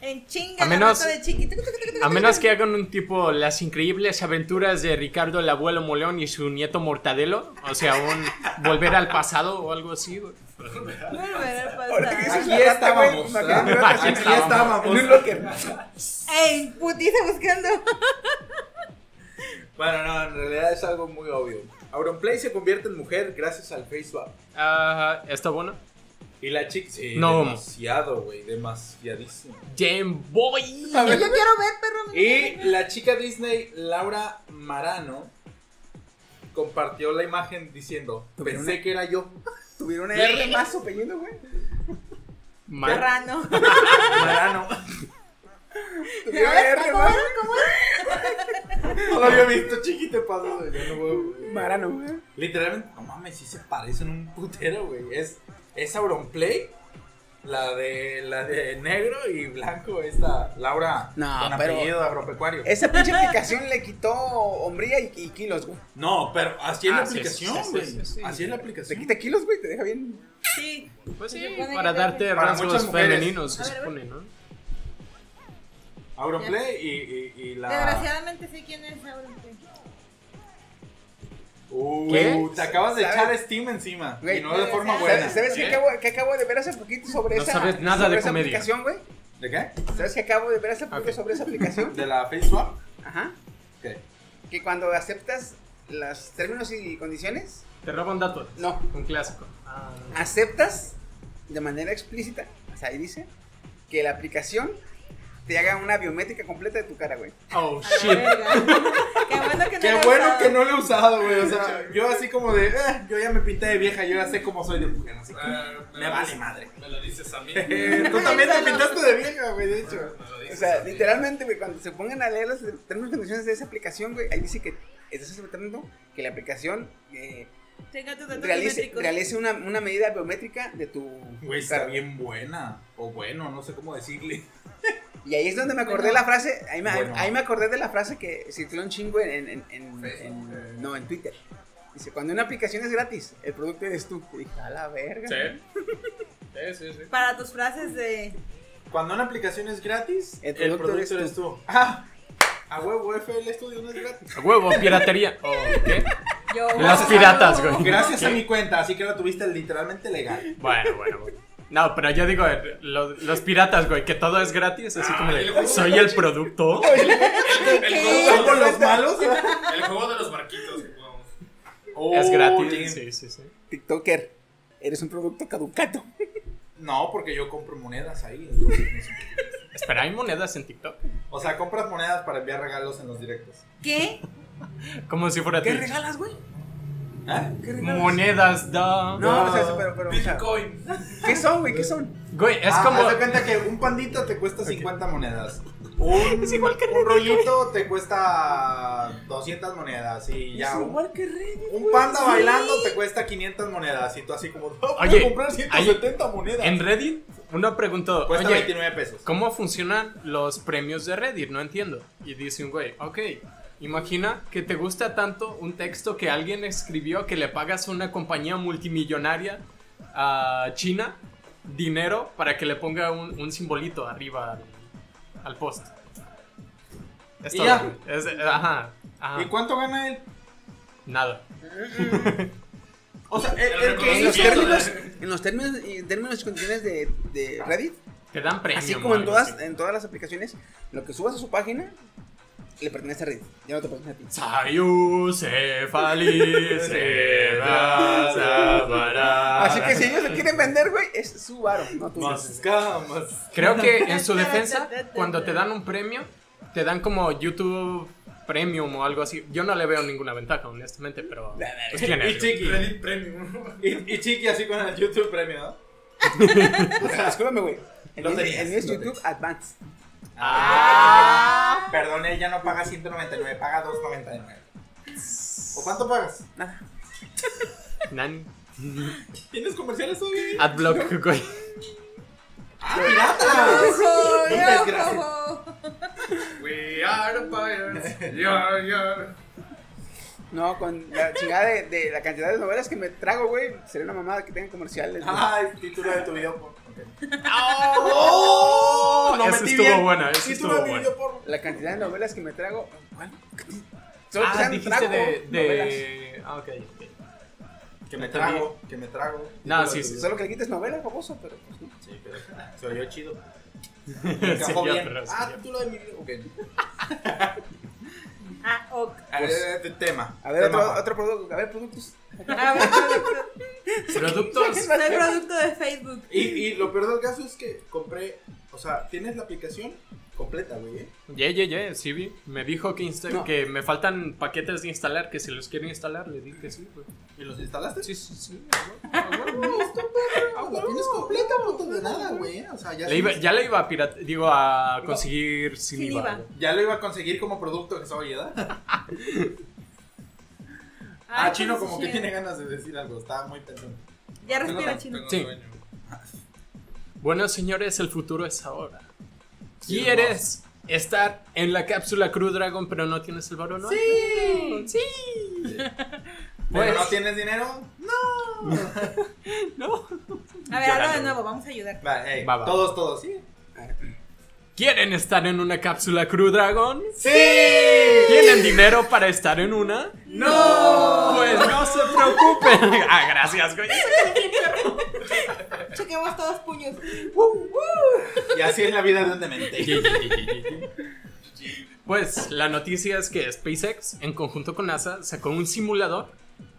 S5: En chinga,
S8: A
S5: la
S8: menos-
S5: rata de chiquito. tuc, tuc, tuc, tuc,
S8: A
S5: tuc,
S8: menos
S5: tuc.
S8: que hagan un tipo las increíbles aventuras de Ricardo el abuelo Moleón y su nieto Mortadelo, o sea, un volver al pasado o algo así. güey.
S5: Volver al
S7: Ahora
S5: pasado.
S7: que dices
S3: Aquí
S7: la rata, güey,
S3: estábamos,
S7: me acordé
S3: ¿verdad?
S7: de una rata
S3: Aquí
S7: sentada
S3: estábamos.
S7: en un locker.
S5: Ey, putiza buscando.
S3: Bueno, no, en realidad es algo muy obvio. Auronplay se convierte en mujer gracias al face swap.
S8: Ah, ¿Está bueno?
S3: Y la chica, sí,
S8: No.
S3: demasiado, güey, demasiadísimo.
S8: Game Boy.
S5: Yo lo quiero ver, perro.
S3: Y la chica Disney, Laura Marano, compartió la imagen diciendo,
S7: Tuvieron
S3: pensé
S7: una-
S3: que era yo.
S7: Tuvieron una R más su apellido, güey.
S3: "Ah,
S5: Marrano.
S7: Marano. Tuvieron una R
S5: ¿Cómo
S7: más.
S5: era? ¿Cómo
S19: No lo había visto, chiquito paso, güey. Yo no puedo, güey.
S7: Marano, güey.
S3: Literalmente, no mames, sí se parecen un putero, güey. Es, es Auronplay, la de, la de negro y blanco, esta Laura
S7: No,
S3: con
S7: pero-
S3: apellido agropecuario.
S7: Esa pinche aplicación le quitó hombría y, y kilos, güey.
S3: No, pero así es
S16: Ah,
S3: la
S16: sí,
S3: aplicación,
S16: sí, sí,
S3: güey.
S16: sí, sí.
S3: Así es la
S7: Te
S3: aplicación.
S7: quita kilos, güey, te deja bien.
S5: Sí.
S8: Pues sí,
S5: Se supone
S8: para
S5: que-
S8: darte
S3: Para muchas
S8: rasgos
S3: mujeres.
S8: femeninos, se
S5: A ver, a ver.
S8: supone, ¿no?
S3: Auronplay y, y, y la...
S5: Desgraciadamente sé quién es ahorita.
S3: Uh,
S8: ¿Qué?
S3: Te acabas de
S7: ¿Sabes?
S3: echar Steam encima.
S7: Güey,
S3: y no de forma
S5: ¿sabes?
S3: buena.
S7: ¿Sabes qué
S16: ¿Eh?
S7: acabo, qué acabo de ver hace poquito sobre
S8: No
S7: esa,
S8: sabes nada
S7: sobre
S8: de
S7: esa
S8: comedia.
S7: aplicación, güey?
S3: ¿De qué?
S7: ¿Sabes qué acabo de ver hace poquito
S3: Ok.
S7: sobre esa aplicación?
S3: ¿De la FaceSwap?
S7: Ajá.
S3: ¿Qué?
S7: Que cuando aceptas los términos y condiciones,
S8: Te roban datos.
S7: No.
S8: Un clásico. Ah,
S7: aceptas de manera explícita, o sea, ahí dice, que la aplicación te haga una biométrica completa de tu cara, güey.
S8: oh,
S5: A la
S8: shit.
S5: verga. Qué bueno que no
S3: Qué
S5: lo he
S3: bueno
S5: usado.
S3: que no lo he usado, güey. O sea, yo así como de, "Eh, yo ya me pinté de vieja, yo ya sé cómo soy de mujer, así que me vale madre.
S16: Me lo dices a mí.
S3: Eh, Tú también te pintaste de vieja, güey, de hecho.
S7: O sea, literalmente, güey, cuando se pongan a leer los términos y condiciones de esa aplicación, güey, ahí dice que estás aceptando que la aplicación eh,
S5: Checa tus datos
S7: realice,
S5: biométricos.
S7: realice una, una medida biométrica de tu
S3: Güey,
S7: cara.
S3: está bien buena. O bueno, no sé cómo decirle.
S7: Y ahí es donde me acordé la frase, ahí me,
S3: Bueno.
S7: ahí me acordé de la frase que circuló un chingo en, en, en- en-
S3: Facebook.
S7: en- no, en Twitter. Dice, cuando una aplicación es gratis, el producto eres tú. Y dije, a la verga.
S16: Sí. Sí, sí, sí.
S5: Para tus frases de.
S3: Cuando una aplicación es gratis,
S7: El
S3: el
S7: producto
S3: producto,
S7: eres
S3: eres tú. Ah, a huevo, FL Studio no es gratis.
S8: A Huevo, piratería. Oh, ¿qué?
S5: Yo,
S8: Las piratas, güey.
S3: Gracias a mi cuenta, así que la tuviste literalmente legal.
S8: Bueno, bueno, bueno. No, pero yo digo, eh, lo- los piratas, güey, que todo es gratis, así como
S3: Ah, el
S8: de,
S3: juego
S8: soy el producto.
S3: ¿Somos los malos?
S16: El juego de los barquitos que jugamos.
S8: Es
S3: Oye,
S8: gratis. Sí, sí, sí.
S7: TikToker, eres un producto caducato.
S3: No, porque yo compro monedas ahí. entonces no sé.
S8: Espera, ¿hay monedas en TikTok?
S3: O sea, compras monedas para enviar regalos en los directos.
S5: ¿Qué?
S8: Como si fuera
S7: ¿Qué
S8: Twitch.
S7: regalas, güey?
S3: ¿Ah?
S7: ¿Qué regalas?
S8: Monedas, da.
S7: No, o sea, eso, pero, pero, o sea,
S16: Bitcoin.
S7: ¿qué son, güey? ¿Qué son?
S8: Güey, es
S3: Ah,
S8: como.
S3: haz de cuenta que un pandito te cuesta 50 monedas. Un, un rollito te cuesta 200 monedas. Y ya.
S7: Es
S3: un-
S7: igual que Reyes.
S3: Un panda bailando te cuesta 500 monedas. Y tú así como, no, voy
S8: Oye,
S3: a comprar 170 monedas.
S8: En Reddit, uno preguntó,
S3: Cuesta
S8: oye,
S3: 29 pesos.
S8: ¿cómo funcionan los premios de Reddit? No entiendo. Y dice un güey, ok, imagina que te gusta tanto un texto que alguien escribió que le pagas a una compañía multimillonaria a China dinero para que le ponga un, un simbolito arriba al, al post. Es
S3: Y
S8: todo,
S3: ya.
S8: güey. Es- ajá, ajá.
S7: Ah.
S3: ¿Y cuánto gana él?
S8: Nada.
S3: O sea, el, el
S7: En los
S3: que.
S7: términos, en los términos, y términos y condiciones de, de Reddit,
S8: Te dan premio.
S7: así
S8: o
S7: como en
S8: algo
S7: todas, eh.
S8: así.
S7: en todas las aplicaciones, lo que subas a su página le pertenece a Reddit. Ya no te pertenece a ti.
S8: Sayucefali, seba, sabara.
S7: Así que si ellos lo quieren vender, güey, es su varo, no tú.
S3: Más camas.
S8: Creo que en su defensa, cuando te dan un premio, te dan como YouTube Premium o algo así. Yo no le veo ninguna ventaja, honestamente, pero. Pues, ¿quién
S3: Y
S8: es?
S3: chiqui.
S16: Premium.
S3: Y, y chiqui así con el YouTube Premio, ¿no?
S7: O sea, Discúlpame, güey. El mío
S3: Loterías,
S7: el mío es
S3: loterías.
S7: YouTube Advanced.
S3: Ah, perdón, él ya no paga 199, paga 299. ¿O cuánto pagas?
S8: Nani.
S3: ¿Tienes comerciales todavía?
S8: Adblock, güey.
S3: ¡Ah, piratas!
S5: Ojo,
S3: Un desgraciado.
S5: ojo.
S16: We are pirates. Yeah, yeah.
S7: No, con la chingada de, de la cantidad de novelas que me trago, güey, sería una mamada que tengan comerciales. güey.
S8: Ah.
S3: Ay, título de tu video porno.
S8: ¡Oh!
S3: Lo
S8: Ese
S3: metí
S8: estuvo
S3: bien.
S8: bueno, ese
S3: Título
S8: estuvo
S3: de mi
S8: bueno.
S3: video porno.
S7: La cantidad de novelas que me trago. Bueno, solo que
S8: Ah,
S7: sean
S8: dijiste
S7: trago,
S8: de.
S7: novelas.
S8: de... Ah, ok. ok.
S3: Que me trago, que me trago.
S8: No,
S3: Título
S8: sí,
S3: de tu
S8: sí.
S3: video.
S7: Solo que le quites novelas, famoso, pero pues no.
S3: Sí, pero se oyó chido. Me
S8: Sí,
S3: encajó
S8: ya,
S3: bien.
S8: pero sí,
S3: Ah,
S8: ya.
S3: título de mi video. Ok.
S5: Ah, ok.
S3: A ver, de tema.
S7: A ver,
S3: Tema,
S7: otro,
S3: Juan.
S7: otro producto. A ver, productos.
S5: Ah, bueno, producto-
S8: Productos.
S5: soy producto de Facebook.
S3: Y, y lo peor del caso es que compré, o sea, tienes la aplicación, completa, güey. ¿eh?
S8: Yeah, yeah, yeah, sí vi. Me dijo que, insta-
S3: No.
S8: que me faltan paquetes de instalar, que si los quiero instalar, le dije que sí, güey.
S3: ¿Y los instalaste?
S8: Sí, sí, sí.
S5: Ah,
S3: La tienes completa, puto, de nada, güey. O sea, ya
S8: Le iba-
S3: sí-
S8: ya la iba a pirata, digo, a conseguir sin,
S5: Sin
S8: IVA.
S5: IVA.
S8: güey.
S3: Ya lo iba a conseguir como producto en esa variedad. Ah,
S5: Ay,
S3: Chino
S5: pues,
S3: como
S5: sí, ya.
S3: que tiene ganas de decir algo. Estaba muy pensando.
S5: Ya respira, Chino.
S8: Sí.
S3: Pues-
S8: Bueno, señores, el futuro es ahora.
S3: Sí,
S8: ¿Quieres estar en la cápsula Crew Dragon pero no tienes el varón? Sí.
S3: Pero
S8: Pues-
S3: no tienes dinero.
S5: A ver, habla de
S8: Llorando.
S5: nuevo, vamos a ayudar.
S3: Va, hey,
S8: Va, va.
S3: Todos, todos, sí.
S8: ¿Quieren estar en una cápsula Crew Dragon?
S3: ¡Sí!
S8: ¿Tienen dinero para estar en una? ¡No! Pues no se preocupen. Ah, gracias, güey.
S5: Chequemos todos puños.
S3: Y así es la vida de un demente.
S8: Pues la noticia es que SpaceX, en conjunto con NASA, sacó un simulador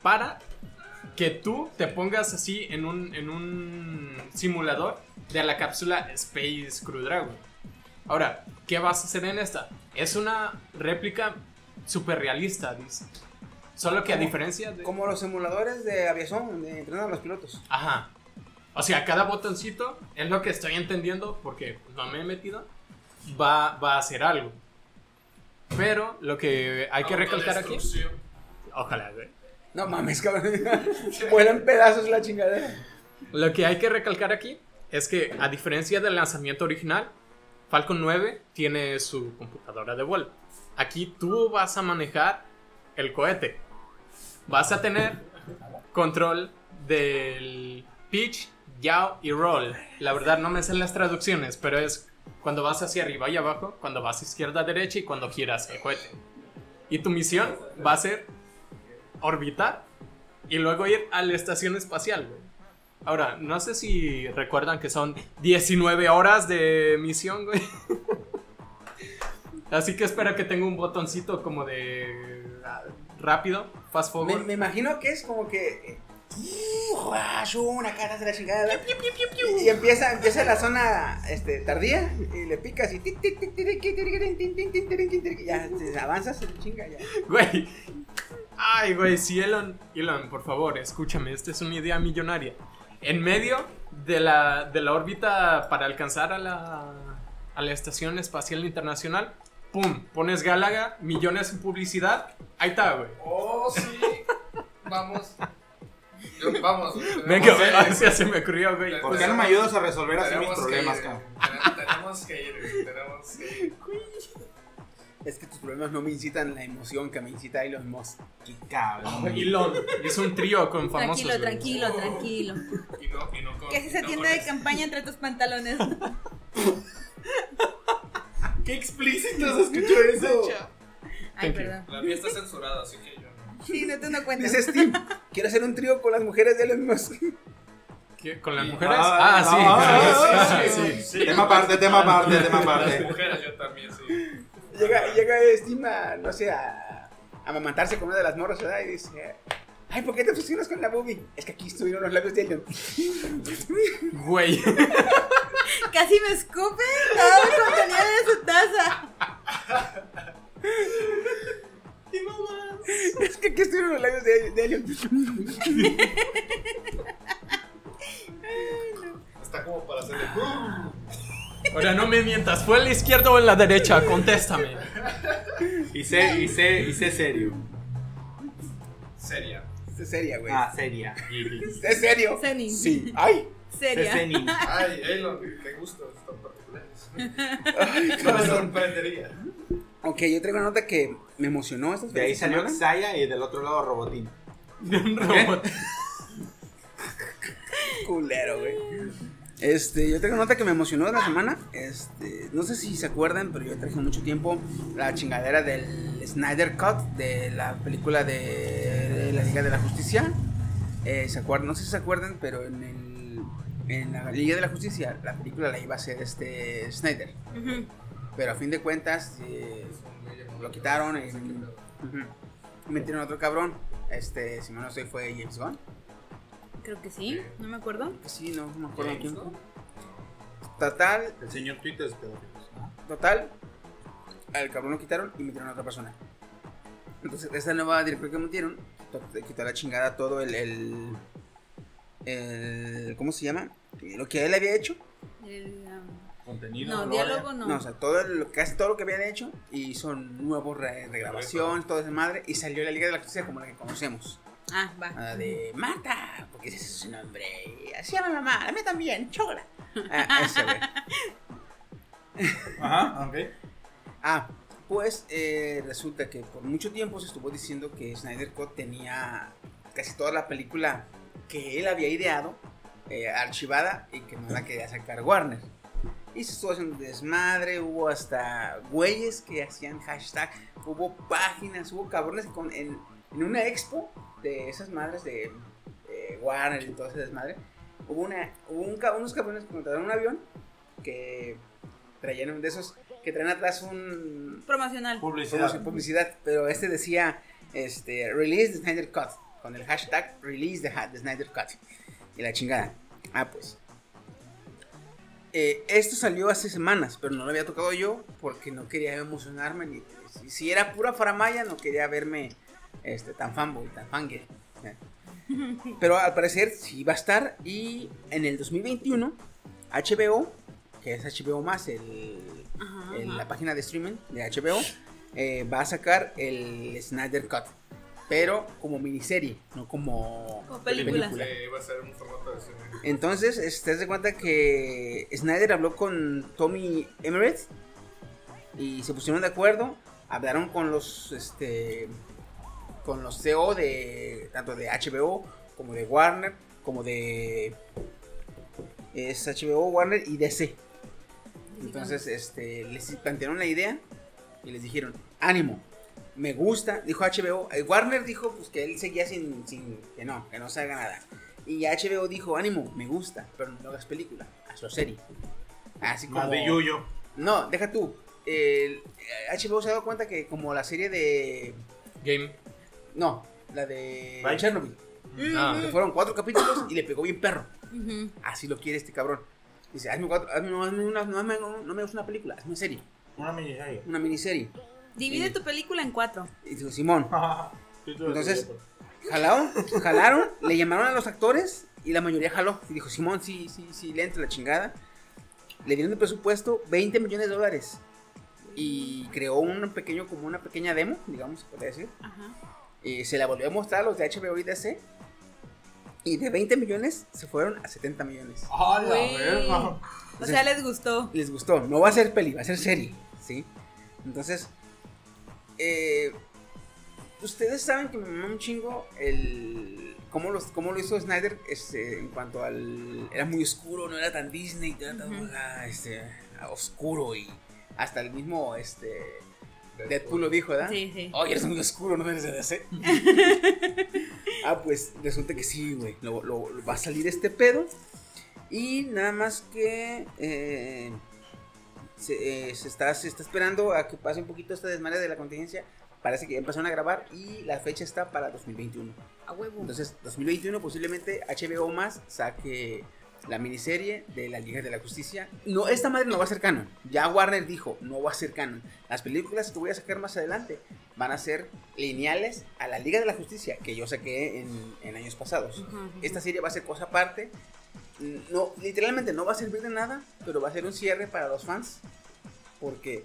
S8: para que tú te pongas así en un, en un simulador de la cápsula Space Crew Dragon. Ahora, ¿qué vas a hacer en esta? Es una réplica super realista, dice. Solo que a diferencia de...
S7: Como los simuladores de aviación, donde entrenan a los pilotos.
S8: Ajá. O sea, cada botoncito, es lo que estoy entendiendo, porque no me he metido, va, va a hacer algo. Pero lo que hay que recalcar aquí... Ojalá, güey.
S7: No mames, cabrón. Vuelan pedazos la chingadera.
S8: Lo que hay que recalcar aquí es que, a diferencia del lanzamiento original, Falcon 9 tiene su computadora de vuelo. Aquí tú vas a manejar el cohete. Vas a tener control del pitch, yaw y roll. La verdad no me sé las traducciones, pero es cuando vas hacia arriba y abajo, cuando vas izquierda a derecha y cuando giras el cohete. Y tu misión va a ser orbitar y luego ir a la estación espacial, güey. Ahora, no sé si recuerdan que son 19 horas de misión, güey. Así que espero que tenga un botoncito como de ah, rápido, fast
S7: Me,
S8: forward.
S7: me imagino que es como que. Una casa de la chingada. Y empieza, empieza la zona este, tardía y le picas y tic, tic, tic, tic, tic, tic, tic, tic, tic, tic, tic, tic, tic, ya te avanzas chinga ya.
S8: Güey. Ay, güey, si Elon, Elon, por favor, escúchame, esta es una idea millonaria. En medio de la, de la órbita para alcanzar a la, a la Estación Espacial Internacional, ¡pum! Pones Gálaga, millones en publicidad, ahí está, güey.
S16: Oh, sí. Vamos. Yo- vamos.
S8: Venga, güey,
S16: tenemos-
S8: así se me ocurrió, güey.
S3: ¿Por qué no me ayudas a resolver así mis
S16: tenemos que
S3: problemas,
S16: ir,
S3: cabrón?
S16: güey. Tenemos que ir, güey. Tenemos que ir.
S7: Es que tus problemas no me incitan la emoción que me incita Elon Musk.
S3: Qué cabrón.
S8: Elon hizo un trío con famosos.
S5: Tranquilo,
S8: güey.
S5: tranquilo, tranquilo.
S16: Y no, y no con-
S5: ¿Qué es
S16: y
S5: esa
S16: no
S5: tienda
S16: con
S5: de
S16: eso.
S5: campaña entre tus pantalones?
S3: Qué explícito se escuchó eso.
S5: Ay,
S8: Thank you.
S5: perdón.
S16: La mía está censurada, así que yo no.
S5: Sí, no te no cuentas.
S7: Dice Steve, quiero hacer un trío con las mujeres de Elon Musk.
S8: ¿Qué? ¿Con las mujeres?
S3: Ah,
S8: Ah, sí.
S3: ah,
S8: Sí,
S3: ah,
S8: sí, sí.
S3: Tema aparte, tema aparte, tema
S16: Las
S3: aparte.
S16: mujeres, yo también, sí.
S7: Llega, llega Steve a, no sé, a, a amamantarse con una de las morras, ¿verdad? Y dice, ay, ¿por qué te obsesionas con la boobie? Es que aquí estuvieron los labios de Elon.
S8: Güey.
S5: Casi me escupe todo el contenido de su taza.
S7: Es que aquí estuvieron los labios de, de Elon.
S4: Está como para hacerle.
S8: Ahora no me mientas, ¿fue en la izquierda o en la derecha? Contéstame.
S3: Y sé, y sé, y sé serio.
S16: Seria.
S7: Es seria, güey.
S3: Ah, seria.
S7: ¿Es serio?
S5: Seni.
S7: Sí. Ay,
S5: Seria.
S3: Seni.
S4: Ay, Elon, te gustan tan particulares. No me
S7: cabrón.
S4: sorprendería.
S7: Ok, yo traigo una nota que me emocionó. Estas
S3: De ahí salió
S7: semanas.
S3: Xaya y del otro lado Robotín.
S8: De un robot.
S7: culero, güey. Este, yo tengo nota que me emocionó de la semana. Este, no sé si se acuerdan, pero yo traje mucho tiempo la chingadera del Snyder Cut de la película de, de la Liga de la Justicia. Eh, se acuerdan, no sé si se acuerdan, pero en, el- en la Liga de la Justicia la película la iba a hacer este Snyder.
S5: Ujú.
S7: Pero a fin de cuentas eh, lo quitaron y ujú, metieron a otro cabrón. Este, si mal no estoy fue James Gunn.
S5: Creo que sí, no me acuerdo.
S7: Sí, Pues no, no me acuerdo
S16: James,
S7: quién
S16: ¿no?
S7: fue. Total,
S3: El señor Twitter es pedófilo.
S7: Total, al cabrón lo quitaron y metieron a otra persona. Entonces, esta nueva directora que metieron to- le quitó a la chingada todo el, el, el- ¿Cómo se llama? Lo que él había hecho.
S20: El, um,
S3: Contenido.
S20: No, diálogo no.
S7: No, o sea, todo lo, casi todo lo que habían hecho y son nuevos re- regrabaciones, todo ese madre. Y salió la Liga de la Justicia como la que conocemos.
S20: Ah, va.
S7: Ah, de Marta, porque ese es su nombre. y Así llama la mamá, a mí también, chocola. Ah, ese, güey.
S3: Ajá, ok.
S7: Ah, pues eh, resulta que por mucho tiempo se estuvo diciendo que Snyder Cut tenía casi toda la película que él había ideado eh, archivada y que no la quería sacar Warner. Y se estuvo haciendo desmadre, hubo hasta güeyes que hacían hashtag, hubo páginas, hubo cabrones con, en, en una expo de esas madres de eh, Warner y todo ese desmadre. Hubo, una, hubo un ca- unos cabrones que montaron un avión que traían un de esos que traen atrás un
S20: Promocional.
S7: publicidad, publicidad, pero este decía este release the Snyder Cut con el hashtag release the, ha- the Snyder Cut y la chingada. Ah, pues. Eh, esto salió hace semanas, pero no lo había tocado yo porque no quería emocionarme ni pues, si, si era pura faramaya no quería verme este tan fanboy, tan fangirl. Eh. Pero al parecer sí va a estar y en el 2021 HBO, que es HBO más el
S20: Ajá,
S7: en
S20: ajá.
S7: la página de streaming de HBO eh, va a sacar el Snyder Cut, pero como miniserie, no como
S20: Como
S7: película.
S4: Eh, va a ser un formato de cine.
S7: Entonces, este, te das de cuenta que Snyder habló con Tommy Emmerich y se pusieron de acuerdo, hablaron con los este con los CEO de tanto de HBO como de Warner, como de es HBO, Warner y DC. Entonces, este, les plantearon la idea y les dijeron, ánimo, me gusta, dijo HBO. Eh, Warner dijo pues que él seguía sin, sin que no, que no se haga nada. Y HBO dijo, ánimo, me gusta, pero no hagas película, hazlo serie. Así como...
S3: Más Ah, de Yuyo.
S7: No, deja tú. El- eh, HBO se ha dado cuenta que como la serie de...
S8: Game.
S7: No, la de...
S8: Bye.
S7: Chernobyl.
S5: Mm.
S8: Ah.
S7: Que fueron cuatro capítulos y le pegó bien perro.
S20: Ujú.
S7: Así lo quiere este cabrón. Dice, hazme cuatro, hazme- no, hazme una, no, hazme- no me gusta una película, hazme una serie.
S3: Una miniserie.
S7: Una miniserie.
S20: Divide
S7: Sí.
S20: tu película en cuatro.
S7: Y dijo, Simón. Entonces, jalaron, jalaron, le llamaron a los actores y la mayoría jaló. Y dijo, Simón, sí, sí, sí, le entra la chingada. Le dieron de presupuesto 20 millones de dólares. Y creó un pequeño, como una pequeña demo, digamos, se podría decir. Y se la volvió a mostrar a los de HBO y DC. Y de 20 millones se fueron a 70 millones.
S3: ¡A la
S20: Güey.
S3: verga!
S20: O sea, les gustó.
S7: Les gustó. No va a ser peli, va a ser serie. ¿Sí? Entonces, eh, ustedes saben que me mamó un chingo el. Cómo, los, cómo lo hizo Snyder este, en cuanto al. Era muy oscuro, no era tan Disney, no era tan ah, este, oscuro y hasta el mismo este, Deadpool. lo dijo, ¿verdad?
S20: Sí, sí.
S7: Oye, eres muy oscuro, no eres de DC. ah, pues resulta que sí, güey. Lo, lo- lo- va a salir este pedo. Y nada más que eh, se, eh, se está, se está esperando a que pase un poquito esta desmadre de la contingencia. Parece que ya empezaron a grabar y la fecha está para 2021.
S20: A huevo.
S7: Entonces, 2021 posiblemente HBO más saque la miniserie de la Liga de la Justicia. No, esta madre no va a ser canon. Ya Warner dijo, no va a ser canon. Las películas que voy a sacar más adelante van a ser lineales a la Liga de la Justicia que yo saqué en, en años pasados.
S20: Ujú, ujú.
S7: Esta serie va a ser cosa aparte. No, literalmente no va a servir de nada, pero va a ser un cierre para los fans. Porque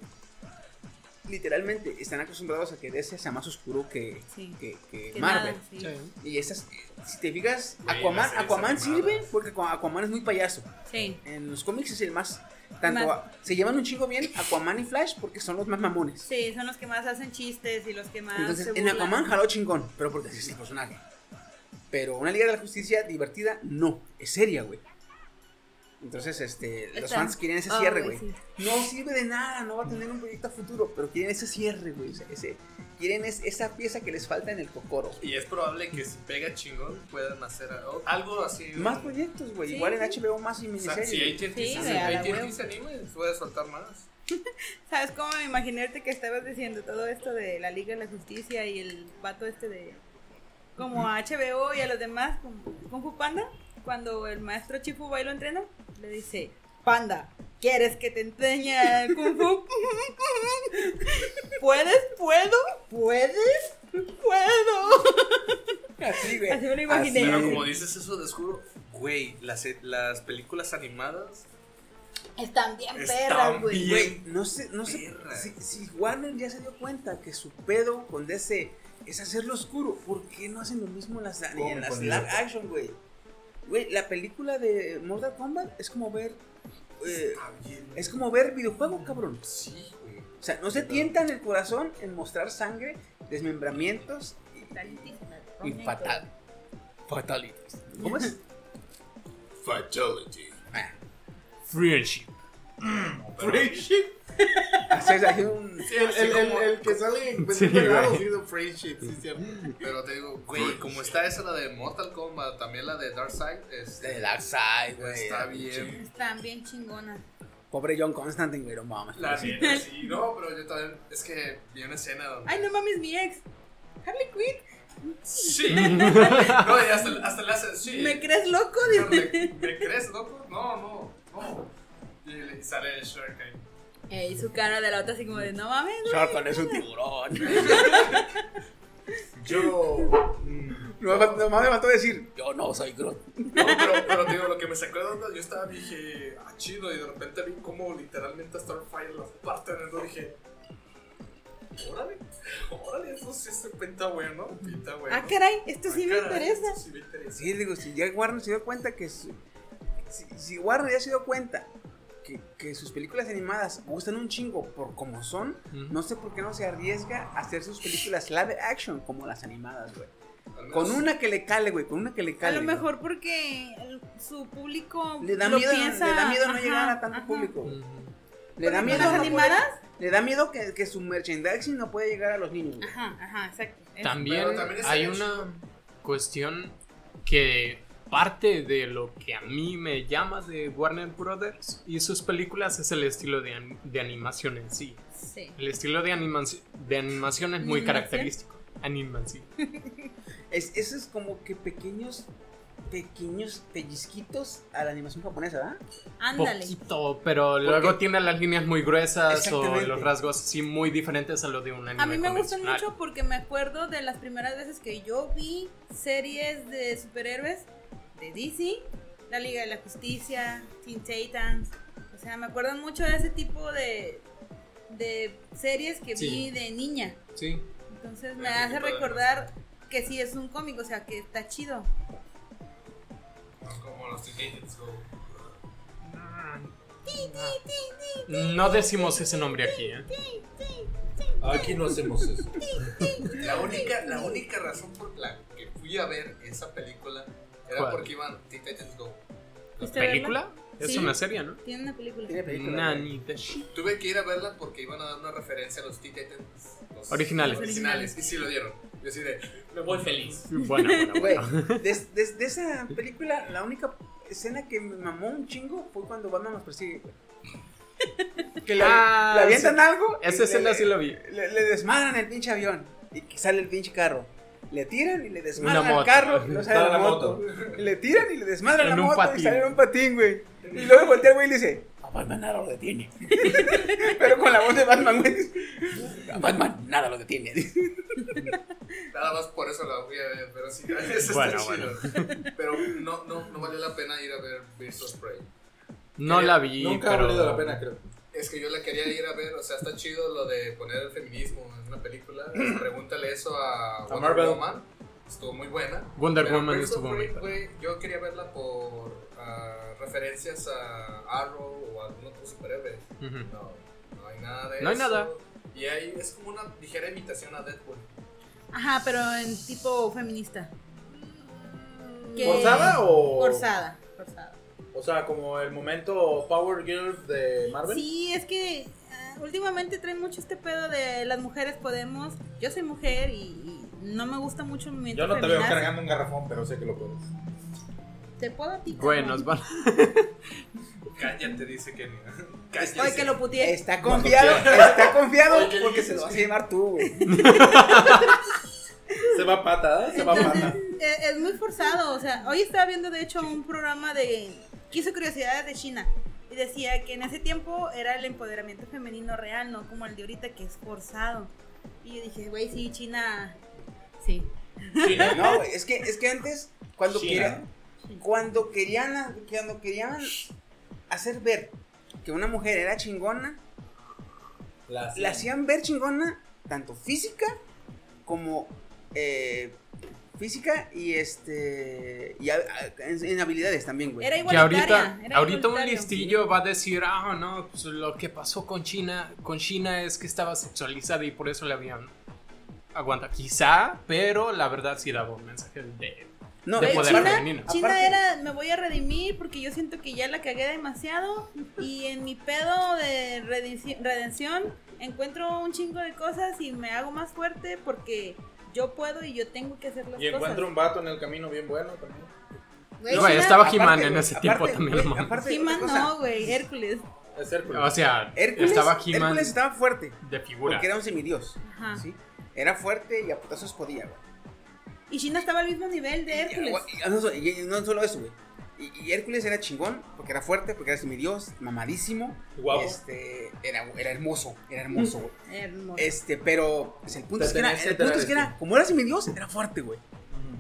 S7: literalmente están acostumbrados a que DC sea más oscuro que,
S20: Sí.
S7: que, que
S20: Que
S7: Marvel.
S20: nada, sí.
S7: Y esas, si te fijas,
S4: Güey, las
S7: Aquaman,
S4: series
S7: Aquaman
S4: animadas.
S7: sirve porque Aqua- Aquaman es muy payaso.
S20: Sí.
S7: En los cómics es el más. Tanto
S20: Más.
S7: a- se llevan un chingo bien Aquaman y Flash porque son los más mamones.
S20: Sí, ah, son los que más hacen chistes y los que más.
S7: Entonces,
S20: se
S7: en
S20: burlan.
S7: Aquaman jaló chingón, pero porque así es el personaje. Pero una Liga de la Justicia divertida, no, es seria, güey. Entonces, este, los
S20: Está.
S7: fans quieren ese
S20: Ah,
S7: cierre,
S20: güey,
S7: güey.
S20: sí.
S7: No sirve de nada, no va a tener un proyecto a futuro, pero quieren ese cierre, güey. o sea, ese- quieren es- esa pieza que les falta en el cocoro.
S16: Y es probable que si pega chingón puedan hacer algo- algo así.
S7: Más proyectos, güey.
S20: Sí,
S7: Igual en
S20: sí.
S7: HBO más y
S16: O sea,
S7: miniseries.
S16: si
S7: güey.
S16: AT&T
S20: Sí,
S16: se-
S20: de a la
S16: AT&T
S20: huevo.
S16: se anima, puede soltar más.
S5: ¿Sabes cómo me imaginarte que estabas diciendo todo esto de la Liga de la Justicia y el vato este de. como a HBO y a los demás, con Fu Panda? Cuando el maestro Chifu va y lo entrena, le dice: Panda, ¿Quieres que te enseñe el Kung Fu? ¿Puedes? ¿Puedo? ¿Puedes? ¡Puedo!
S7: Así, güey.
S5: Así me lo imaginé.
S16: Pero como dices eso, descubro, güey, las, las películas animadas
S5: Están bien
S16: Están
S5: perras, güey.
S7: Güey, no sé, no sé. Si, si Warner ya se dio cuenta que su pedo con DC es hacerlo oscuro, ¿por qué no hacen lo mismo en las,
S3: ¿Cómo
S7: en las
S3: con
S7: live
S3: eso?
S7: action, güey? Güey, la película de Mortal Kombat es como ver. eh, es como ver videojuego, cabrón. Sí, güey. O sea, no se tientan el corazón en mostrar sangre, desmembramientos y fatal. Fatalities. ¿Cómo es?
S19: Fatality.
S8: Friendship.
S19: Friendship. El, el- el- el que sale en
S8: Sí,
S19: pelado
S8: güey.
S19: sí, de Friendship, sí, sí.
S16: Pero te digo, güey, como está esa, la de Mortal Kombat, también la de Darkseid. Este,
S7: De Darkseid,
S3: Eh,
S7: güey,
S16: Está
S7: la
S16: bien.
S5: Están bien chingonas.
S7: Pobre John Constantine, güey, no mames.
S16: La neta, sí, no, pero yo también. Es que vi una escena donde.
S5: Ay, no mames, mi ex. Harley Quinn.
S16: Sí. no, y hasta, hasta le hace. Sí.
S5: ¿Me crees loco?
S16: ¿Me, me crees, loco? No, no, no. Y, le- y sale Shark ahí.
S5: Y su cara de la otra así como de, no mames, güey.
S7: Sharkon es un tiburón.
S19: Yo.
S7: No, me- no, me faltó decir, yo no soy Groot.
S16: No, pero, pero te digo, lo que me sacó de onda, yo estaba, dije, ah, chido, y de repente vi cómo literalmente a Starfire la parte en el dije, órale, órale, eso sí se pinta bueno, pinta bueno.
S5: Ah, caray, esto sí
S16: Ah,
S5: me
S16: caray,
S5: interesa.
S16: Sí me interesa.
S7: Sí, digo, si ya Warner se dio cuenta que. su- si, si Warner ya se dio cuenta que, que sus películas animadas gustan un chingo por como son, no sé por qué no se arriesga a hacer sus películas live action como las animadas, güey. Con una que le cale, güey, con una que le
S5: A
S7: cale.
S5: lo
S7: güey.
S5: mejor porque el- su público
S7: Le da
S5: lo
S7: miedo,
S5: piensa,
S7: le da miedo no
S5: ajá,
S7: llegar a tanto
S5: ajá.
S7: público. güey. Le
S5: Por
S7: da
S5: ejemplo, las
S7: miedo. no poder-
S5: animadas.
S7: le da miedo que, que su merchandising no puede llegar a los niños, güey.
S5: Ajá, ajá, exacto. Es-
S8: También,
S16: Pero también es
S8: hay
S16: el hecho.
S8: una cuestión que parte de lo que a mí me llama de Warner Brothers y sus películas es el estilo de, an- de animación en sí.
S5: Sí.
S8: El estilo de, animaci- de animación es muy
S5: ¿Animación?
S8: característico. Animación.
S7: Es, eso es como que pequeños, pequeños pellizquitos a la animación japonesa, ¿verdad?
S5: Ándale.
S8: Poquito, pero luego tiene las líneas muy gruesas o
S7: Exactamente.
S8: los rasgos así muy diferentes a los de un anime.
S5: A mí me gustan
S8: convencional.
S5: mucho porque me acuerdo de las primeras veces que yo vi series de superhéroes de DC, La Liga de la Justicia, Teen Titans. O sea, me acuerdo mucho de ese tipo de, de series que
S8: Sí.
S5: vi de niña.
S8: Sí.
S5: Entonces me hace recordar que sí es un cómic, o sea, que está chido.
S16: Como los Teenagers Go.
S8: No decimos ese nombre aquí, ¿eh?
S3: Aquí no hacemos eso.
S16: La única, la única razón por la que fui a ver esa película era
S8: ¿Cuál?
S16: porque iban Teen Titans Go.
S5: ¿Fuiste a verla?
S8: ¿Película? Es
S5: Sí.
S8: una serie, ¿no?
S5: Tiene una película.
S8: Nanita.
S16: Tuve que ir a verla porque iban a dar una referencia a los Teen Titans los
S8: Originales.
S16: originales. Y sí lo dieron. Yo sí de, me voy feliz.
S8: Bueno, bueno,
S7: Güey,
S8: bueno.
S7: des- des- de esa película, la única escena que me mamó un chingo fue cuando Batman nos persigue, güey. Que le,
S8: Ah,
S7: le avientan
S8: sí.
S7: algo. y
S8: Esa
S7: le-
S8: escena
S7: le-
S8: sí la vi.
S7: Le, le desmadran el pinche avión y que sale el pinche carro. Le tiran y le desmadran
S8: Una
S7: el
S8: moto.
S7: carro. y No sale
S3: Sale
S7: la
S3: la
S7: moto. Y Le tiran y le desmadran
S8: En
S7: la
S8: un
S7: moto y
S8: patín.
S7: sale en un patín, güey. Y luego voltea el güey y le dice: A Batman nada lo detiene. Pero con la voz de Batman, güey. A Batman nada lo detiene.
S16: Nada más por eso la fui a ver, pero sí, eso
S8: Bueno,
S16: está chido. Pero no, no, no valió la pena ir a ver Birds of Prey.
S8: No la vi,
S3: Eh, Nunca
S8: pero...
S3: ha valido la pena, creo.
S16: Es que yo la quería ir a ver, o sea, está chido lo de poner el feminismo en una película. Pregúntale eso a, Wonder
S3: Marvel.
S16: Woman, estuvo muy buena.
S8: Wonder
S16: Pero
S8: Woman
S3: pues,
S16: Birds of
S8: estuvo
S16: Prey,
S8: muy
S16: güey, Yo quería verla por ah, referencias a Arrow o a algún otro superhéroe.
S8: Ujú.
S16: No, no hay nada de
S8: No hay
S16: eso.
S8: nada.
S16: Y ahí es como una ligera imitación a Deadpool.
S5: Ajá, pero en tipo feminista.
S7: Mm,
S5: Que-
S3: ¿Forzada o.?
S5: Eh, Forzada, forzada.
S3: O sea, como el momento Power Girl de Marvel.
S5: Sí, es que ah, últimamente traen mucho este pedo de las mujeres podemos. Yo soy mujer y, y no me gusta mucho el movimiento
S3: Yo no te veo
S5: feminazi.
S3: cargando un garrafón, pero sé que lo puedes.
S5: Te puedo a ti.
S8: Bueno, nos van-
S16: Cállate, dice Kenia. Cállate.
S5: Ay, que lo puteé.
S7: Está confiado, está confiado porque se lo vas a llevar tú, güey.
S3: Se va a pata, ¿eh? Se va a
S5: Entonces,
S3: pata.
S5: eh, es muy forzado. O sea, hoy estaba viendo de hecho un programa de. Quiso curiosidades de China. Y y decía que en ese tiempo era el empoderamiento femenino real, no como el de ahorita que es forzado. Y yo dije, güey, sí, China, sí.
S7: China. No, güey, es que, es que antes, cuando querían, cuando querían, cuando querían hacer ver que una mujer era chingona,
S3: La
S7: la hacían ver chingona, tanto física como eh, física y este y a- a- en, en habilidades también, güey.
S5: Era
S8: Que ahorita,
S5: era
S8: ahorita un
S5: igualitario.
S8: listillo va a decir, ah, no, pues lo que pasó con China, con China es que estaba sexualizada y por eso la habían aguanta. Quizá, pero la verdad sí daba un mensaje de,
S7: No,
S8: de
S7: eh,
S8: poder
S7: China-
S8: femenino.
S5: China era, me voy a redimir porque yo siento que ya la cagué demasiado y en mi pedo de redici- redención encuentro un chingo de cosas y me hago más fuerte porque yo puedo y yo tengo que hacer las
S4: Y
S5: cosas.
S4: encuentro un vato en el camino bien bueno también.
S5: Güey,
S8: Güey,
S5: China-
S8: estaba He-Man
S7: Aparte,
S8: en ese
S7: güey,
S8: tiempo
S7: aparte,
S8: también,
S7: güey,
S8: mamá.
S7: aparte,
S5: He-Man
S7: otra cosa,
S5: no, güey, Hércules.
S4: Es Hércules.
S8: O sea,
S7: Hércules,
S8: estaba He-Man
S7: Hércules estaba fuerte.
S8: de figura.
S7: Porque era un semidios.
S5: Ajá.
S7: ¿sí? Era fuerte y a putazos podía, güey.
S5: Y China estaba al mismo nivel de Hércules.
S7: Y- y- No, so- y- y no solo eso, güey. Y, y Hércules era chingón, porque era fuerte, porque era semidios, mamadísimo.
S4: Guapo.
S7: Este, era, era hermoso, era hermoso, güey.
S5: Hermoso.
S7: Este, pero pues, el punto,
S4: Te
S7: es que, era,
S4: tenías que
S7: el punto
S4: enterar
S7: es que
S4: de
S7: era, como era semidios, era fuerte, güey.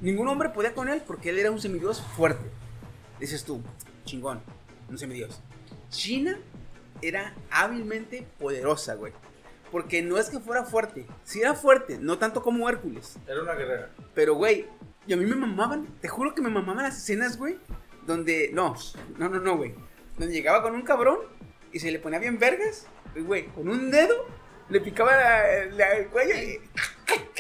S7: Ningún hombre podía con él porque él era un semidios fuerte. Dices tú, chingón, un semidios. China era hábilmente poderosa, güey. Porque no es que fuera fuerte, sí era fuerte, no tanto como Hércules.
S4: Era una guerrera.
S7: Pero, güey, y a mí me mamaban, te juro que me mamaban las escenas, güey, donde, no, no, no, no, güey, donde llegaba con un cabrón y se le ponía bien vergas, y, güey, con un dedo le picaba la- la- el cuello y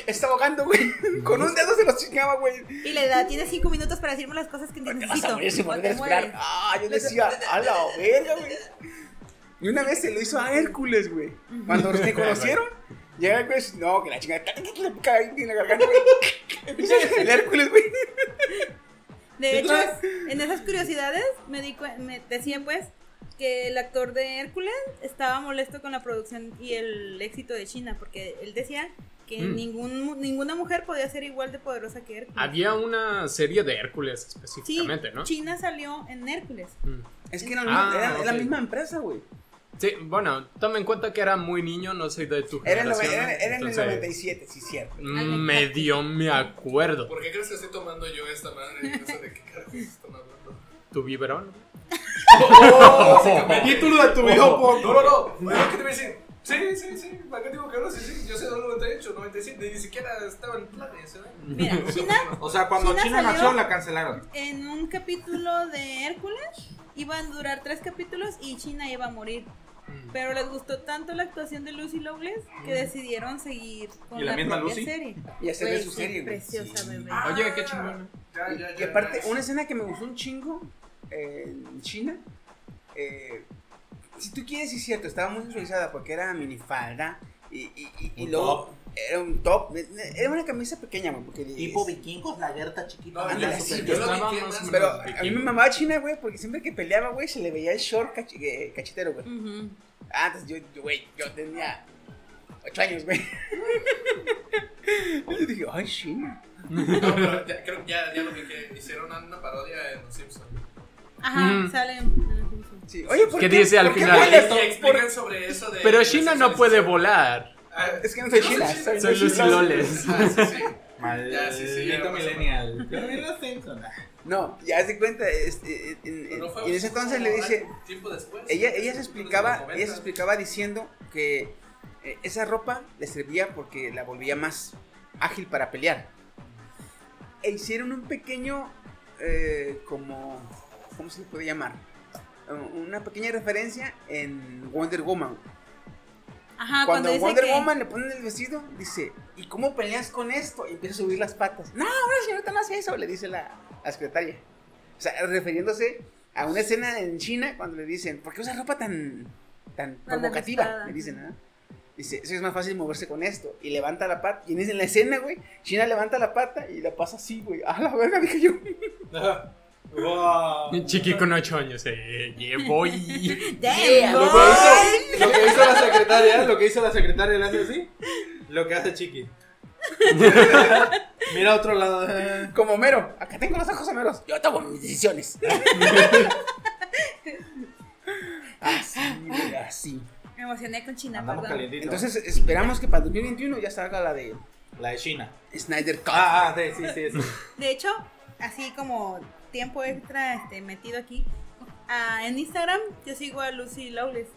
S7: estaba ahogando, güey, con un dedo se lo chingaba, güey.
S5: Y la edad tiene cinco minutos para decirme las cosas que
S7: Vas
S5: necesito.
S7: a morir sin
S5: O
S7: poder
S5: te
S7: respirar.
S5: mueres.
S7: Ah, yo decía, a la verga, güey. Y una vez se lo hizo a Hércules, güey. Cuando se conocieron, llega el güey, no, que la chingada, le pica ahí en la garganta, güey. El Hércules, güey.
S5: De hecho,
S7: Entonces-
S5: en esas curiosidades me, di cuen- me decía pues que el actor de Hércules estaba molesto con la producción y el éxito de China, porque él decía que
S8: Mm.
S5: ningún, mu- ninguna mujer podía ser igual de poderosa que Hércules.
S8: Había una serie de Hércules
S5: Sí,
S8: específicamente, ¿no?
S5: China salió en Hércules.
S8: Mm.
S7: Es que era,
S8: Ah,
S7: era- era la
S8: ok.
S7: misma empresa, güey.
S8: Sí, bueno, toma en cuenta que era muy niño, no soy de tu
S7: Era, en lo-
S8: generación.
S7: era- era en el
S8: entonces,
S7: 97, sí, cierto.
S8: mm, Medio me acuerdo.
S4: ¿Por qué crees que estoy tomando yo esta madre? No sé de qué carajos Oh, están hablando.
S8: ¿Tu biberón?
S4: Título de tu hijo, por
S19: No, no, no. Yo que te voy a decir. Sí, sí, sí. ¿Para qué digo que no? Sí, sí. Yo sé del 98, 97. Ni siquiera estaba en planes, ¿eh?
S5: Mira, China
S3: O sea, cuando
S5: China
S3: China,
S5: salió-
S3: nació la cancelaron.
S5: en un capítulo de Hércules iban a durar tres capítulos y China iba a morir.
S3: Mm.
S5: Pero les gustó tanto la actuación de Lucy Lawless que decidieron seguir con
S3: ¿Y la misma
S5: propia
S3: Lucy?
S5: serie.
S7: Y hacerle
S5: Güey,
S7: su
S5: sí,
S7: serie, güey.
S5: Preciosa, bebé.
S8: Oye, qué chingón.
S19: Ya,
S7: Y-
S19: ya,
S7: y,
S19: ya.
S7: aparte,
S19: ya.
S7: una escena que me gustó un chingo eh, en China. eh, si tú quieres, sí es cierto, estaba muy sensualizada porque era minifalda y, y, y, y
S3: Un
S7: luego era un top. Era una camisa pequeña, güey. Porque es-
S3: vikingos, lagarta chiquita.
S19: No,
S7: Ándale,
S19: yo,
S7: sí,
S19: yo lo vi
S8: Estaba
S19: que
S8: más o
S19: más-
S8: menos
S7: Pero a mí
S8: pequeño.
S7: me mamaba China, güey, porque siempre que peleaba, güey, se le veía el short cach- eh, cachetero, güey.
S5: Ujú.
S7: Ah, entonces yo, yo, güey, yo tenía ocho años, güey. Y dije, ay, China.
S4: No, pero ya, creo que ya, ya lo vi que hicieron una parodia en Los Simpsons.
S5: Ajá,
S8: Mm.
S5: sale. en-
S7: Sí, Oye, ¿por
S8: ¿Qué
S7: qué?
S8: dice al
S7: por qué
S8: final?
S7: huele esto?
S4: Y explican sobre eso de.
S8: Ah, Pero
S4: de
S8: China no
S4: sexualización.
S8: puede volar.
S4: Ah,
S7: Es que no soy
S4: no
S7: China,
S4: soy
S7: soy
S4: China,
S8: Soy
S7: Lucy
S8: Lucy
S7: Lawless.
S8: Loles.
S4: Ah, sí, sí.
S3: Ya, sí, sí.
S4: ya lo pasó.
S3: millennial. Yo vi los Simpsons. ah.
S7: No, ya se cuenta, este, en- en,
S4: Pero fue
S7: en ese
S4: como
S7: entonces le dice,
S4: Tiempo después.
S7: ella, ella se
S4: Los
S7: explicaba,
S4: 90.
S7: ella se explicaba diciendo que eh, esa ropa le servía porque la volvía más ágil para pelear. E hicieron un pequeño, eh, como, ¿cómo se le puede llamar? Eh, Una pequeña referencia en Wonder Woman.
S5: Ajá, cuando,
S7: Cuando
S5: dice
S7: Wonder
S5: que...
S7: Woman le ponen el vestido, dice, ¿y cómo peleas con esto? Y empieza a subir las patas. No, una señorita no hace eso, le dice la, la secretaria. O sea, refiriéndose a una escena en China cuando le dicen, ¿por qué usa ropa tan, tan
S5: Tan
S7: provocativa?
S5: ajustada.
S7: Le dicen, ¿ah? Dice, eso es más fácil moverse con esto. Y levanta la pata. Y en esa- en la escena, güey, China levanta la pata y la pasa así, güey. A la verga, dije yo.
S4: Ajá. Wow.
S8: Un Chiqui con ocho años. Eh, yeah, boy.
S5: Damn,
S3: Lo
S5: boy.
S3: que, hizo, lo que hizo la secretaria, lo que hizo la secretaria le hace así. Lo que hace Chiqui. Mira a otro lado.
S7: Como mero, acá tengo los ojos someros. Yo tomo mis decisiones. Así, güey, así.
S20: Me emocioné con China,
S3: Andamos
S20: perdón.
S3: calientitos.
S7: Entonces esperamos que para 2021 ya salga la de
S3: La de China.
S7: Snyder Cut.
S3: Ah, sí, sí, sí. sí.
S5: De hecho, así como tiempo extra este, metido aquí, ah, en Instagram yo sigo a Lucy Lawless.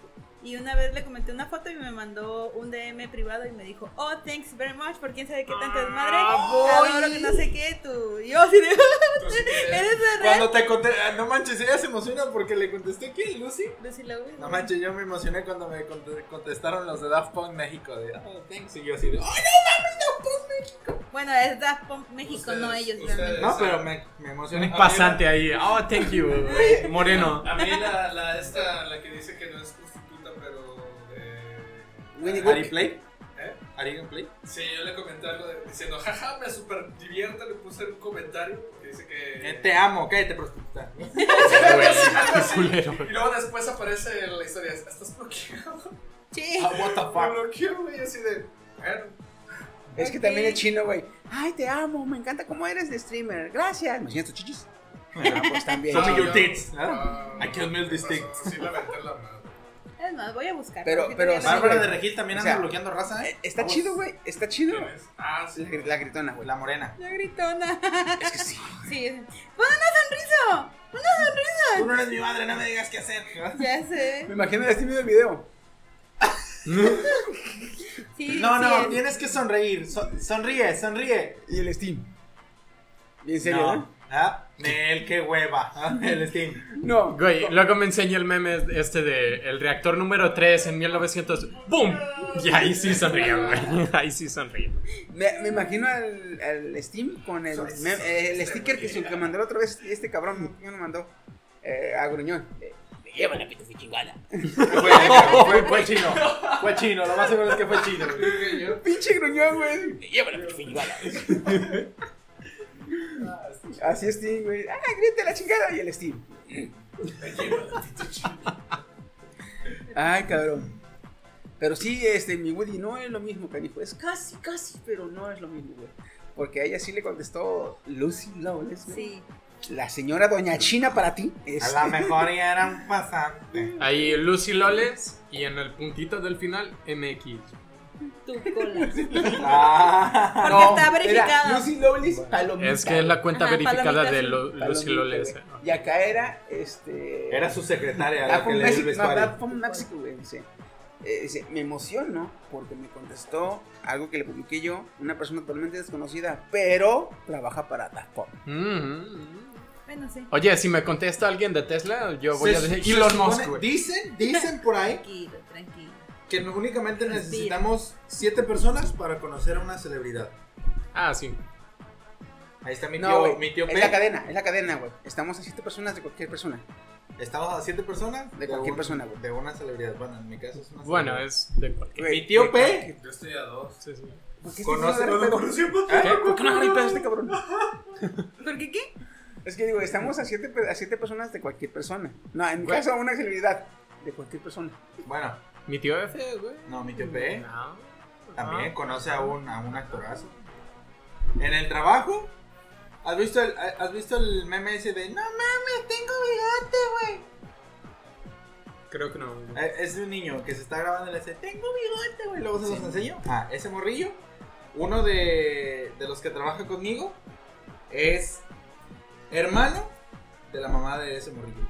S5: Y una vez le comenté una foto y me mandó un DM privado y me dijo, oh, thanks very much por quién sabe qué tanto es madre.
S3: voy.
S5: Adoro que no sé qué, tú. Y yo así de, eres la real.
S3: Cuando te conté, ah, no manches, ella se emociona porque le contesté quién, Lucy.
S5: Lucy Lawless.
S3: No manches, yo me emocioné cuando me conte- contestaron los de Daft Punk México. De, oh, thanks. Y yo así de, "Ay,
S5: Bueno, es Daft Punk México, no ellos realmente.
S3: no! No, pero me, me emocioné.
S8: Un pasante ahí. Oh, thank you, Moreno.
S4: A mí la, la esta, la que dice que no es prostituta, pero eh,
S7: Winnie
S3: ¿Ari Play?
S4: ¿eh?
S3: ¿Ari Play?
S4: Sí, yo le comenté algo de- diciendo, jaja, me super divierte, le puse un comentario que dice que...
S3: Eh, Te amo, cállate, prostituta.
S4: Algo así.
S8: culero.
S4: Y luego después aparece la historia, estás bloqueado.
S5: Sí.
S3: Ah, what the
S4: Me
S3: fuck.
S4: bloqueó, güey, así de... Bueno,
S7: Es que también el chino, güey. Ay, te amo, me encanta cómo eres de streamer. Gracias. Me enseñas tus chichis. Ah, pues también.
S3: Show me
S7: chido.
S3: your tits.
S4: ah,
S3: I can't milk this thing.
S4: Sí, le aventé la mano.
S5: Es más, voy a buscar.
S7: Pero-
S5: porque
S7: pero-
S5: todavía no-
S3: Bárbara
S7: güey.
S3: de Regil también
S7: O
S3: anda
S7: sea,
S3: bloqueando raza, ¿eh?
S7: Está chido, güey. Está chido.
S4: ¿Quién es? Ah, sí.
S7: La gri- La gritona, güey.
S3: La morena.
S5: La gritona.
S7: Es que sí.
S5: Sí. ¡Pon una sonrisa! ¡Una
S3: Tú
S5: sonrisa!
S3: no eres mi madre, no me digas qué hacer.
S5: Ya sé.
S7: Me imagino el streaming del video.
S5: Sí,
S3: No,
S5: sí
S3: no,
S5: es.
S3: tienes que sonreír. Son- sonríe, sonríe.
S7: Y el Steam. ¿Y en serio, ¿eh?
S3: No. ¿Ah? Nel, qué hueva. Ah, El Steam.
S7: no? No.
S8: Güey, luego me enseñó el meme este de el reactor número 3 en 1900. ¡Bum! Y ahí sí sonríe, güey. Ahí sí sonríe.
S7: Me, me imagino al, al Steam con el, me- eh, el sticker que, su- que mandó la otra vez este cabrón. ¿Quién lo mandó? Eh, a Gruñón. Eh, Me lleva la pitufi chingada.
S3: Fue, fue- fue chino. Fue chino, lo más seguro es que fue chino.
S7: Pinche Gruñón, güey. Me lleva la pitufi chingada. Así es, Steam, güey. Ah, grita la chingada. Y el Steam. Ay, cabrón. Pero sí, este, mi Woody no es lo mismo, canijo. Es casi, casi, pero no es lo mismo, güey. Porque a ella sí le contestó Lucy Lawless, güey.
S5: Sí.
S7: La señora Doña China para ti.
S3: A
S7: Este,
S3: lo mejor ya era un pasante.
S8: Ahí Lucy Loles y en el puntito del final MX.
S5: Tu cola.
S3: Ah,
S5: Porque
S3: no.
S5: está
S7: era
S5: verificado.
S7: Lucy Lawless, palomita.
S8: Es que es la cuenta
S5: Ajá,
S8: verificada
S5: palomita,
S8: de
S5: sí.
S8: Lu-
S7: Palomita,
S8: Lucy Loles.
S7: güey. Y acá era, este...
S3: Era su secretaria
S7: la
S3: la que
S7: fue
S3: le dio el vestuario.
S7: un México, güey. Dice, eh, dice, me emociono porque me contestó algo que le publiqué yo, una persona totalmente desconocida, pero trabaja para Daft Punk.
S8: Mm.
S5: Bueno, sí.
S8: Oye, si me contesta alguien de Tesla, yo voy
S3: Se
S8: a decir
S3: su-
S8: Elon
S3: se supone-
S8: Musk, güey.
S3: Dicen, dicen por ahí
S5: Tranquilo, tranquilo.
S3: que únicamente necesitamos siete personas para conocer a una celebridad.
S8: Ah, sí.
S3: Ahí está mi tío,
S7: No, güey,
S3: mi tío
S7: es
S3: P.
S7: la cadena, es la cadena, güey. Estamos a siete personas de cualquier persona.
S3: Estamos a siete personas.
S7: De cualquier
S3: un-
S7: persona, güey.
S3: De una celebridad. Bueno, en mi caso es una
S8: Bueno,
S3: celebridad.
S8: es de cualquier.
S7: Güey,
S3: Mi tío P.
S4: Yo estoy a dos.
S8: Sí, sí.
S7: ¿Por qué este
S3: Conoce-
S7: tío no agarra pedo?
S8: ¿Qué?
S7: ¿Por qué no agarra pedo este cabrón?
S5: ¿Por qué qué?
S7: Es que digo, estamos a siete, pe- a siete personas de cualquier persona. No, en mi
S8: Güey.
S7: caso, una celebridad de cualquier persona.
S3: Bueno,
S8: Mi tío F, güey.
S3: no, mi tío P.
S8: Mm, No. Ah,
S3: También conoce a un, a un actorazo. En el trabajo, ¿has visto el, has visto el meme ese de no mames, tengo bigote,
S8: Creo que no. güey.
S3: güey? Eh, Es de un niño que se está grabando y le dice, tengo bigote, güey. Luego se los enseño. Ah, ese morrillo, uno de, de los que trabaja conmigo, es hermano de la mamá de ese morrillo.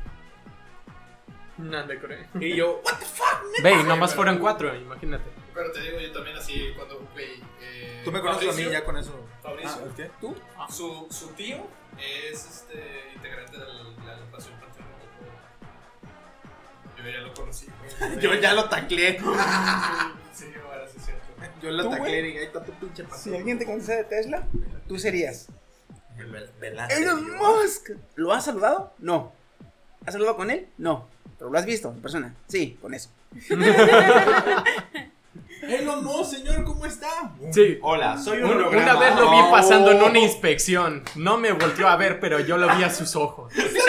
S8: No, de Corea.
S3: Y yo, ¿what the fuck?
S8: Ve, y nomás fueron cuatro, imagínate.
S4: Pero te digo, yo también así cuando güey, eh,
S3: Tú me conoces a mí
S4: Fabricio-
S3: ya con eso.
S4: Fabricio.
S3: Ah, ¿qué? ¿Tú?
S4: Su, su tío es este integrante de la, la agrupación Panteón Rococó. Yo ya lo conocí. güey.
S3: Yo ya lo tacleé.
S4: Sí, ahora sí es cierto.
S3: Yo lo
S7: ¿Tú, güey?
S3: tacleé y ahí está tu pinche pato.
S7: Si alguien te contesta de Tesla, tú serías.
S3: Velázquez,
S7: Elon
S3: yo.
S7: Musk. ¿Lo has saludado? No. ¿Has saludado con él? No. ¿Pero lo has visto en persona? Sí, con eso.
S3: Elon Musk, señor, ¿cómo está?
S8: Sí.
S3: Hola, soy un
S8: Un-
S3: holograma.
S8: una vez lo vi
S3: No.
S8: pasando en una inspección. No me volteó a ver, pero yo lo vi a sus ojos.
S7: Este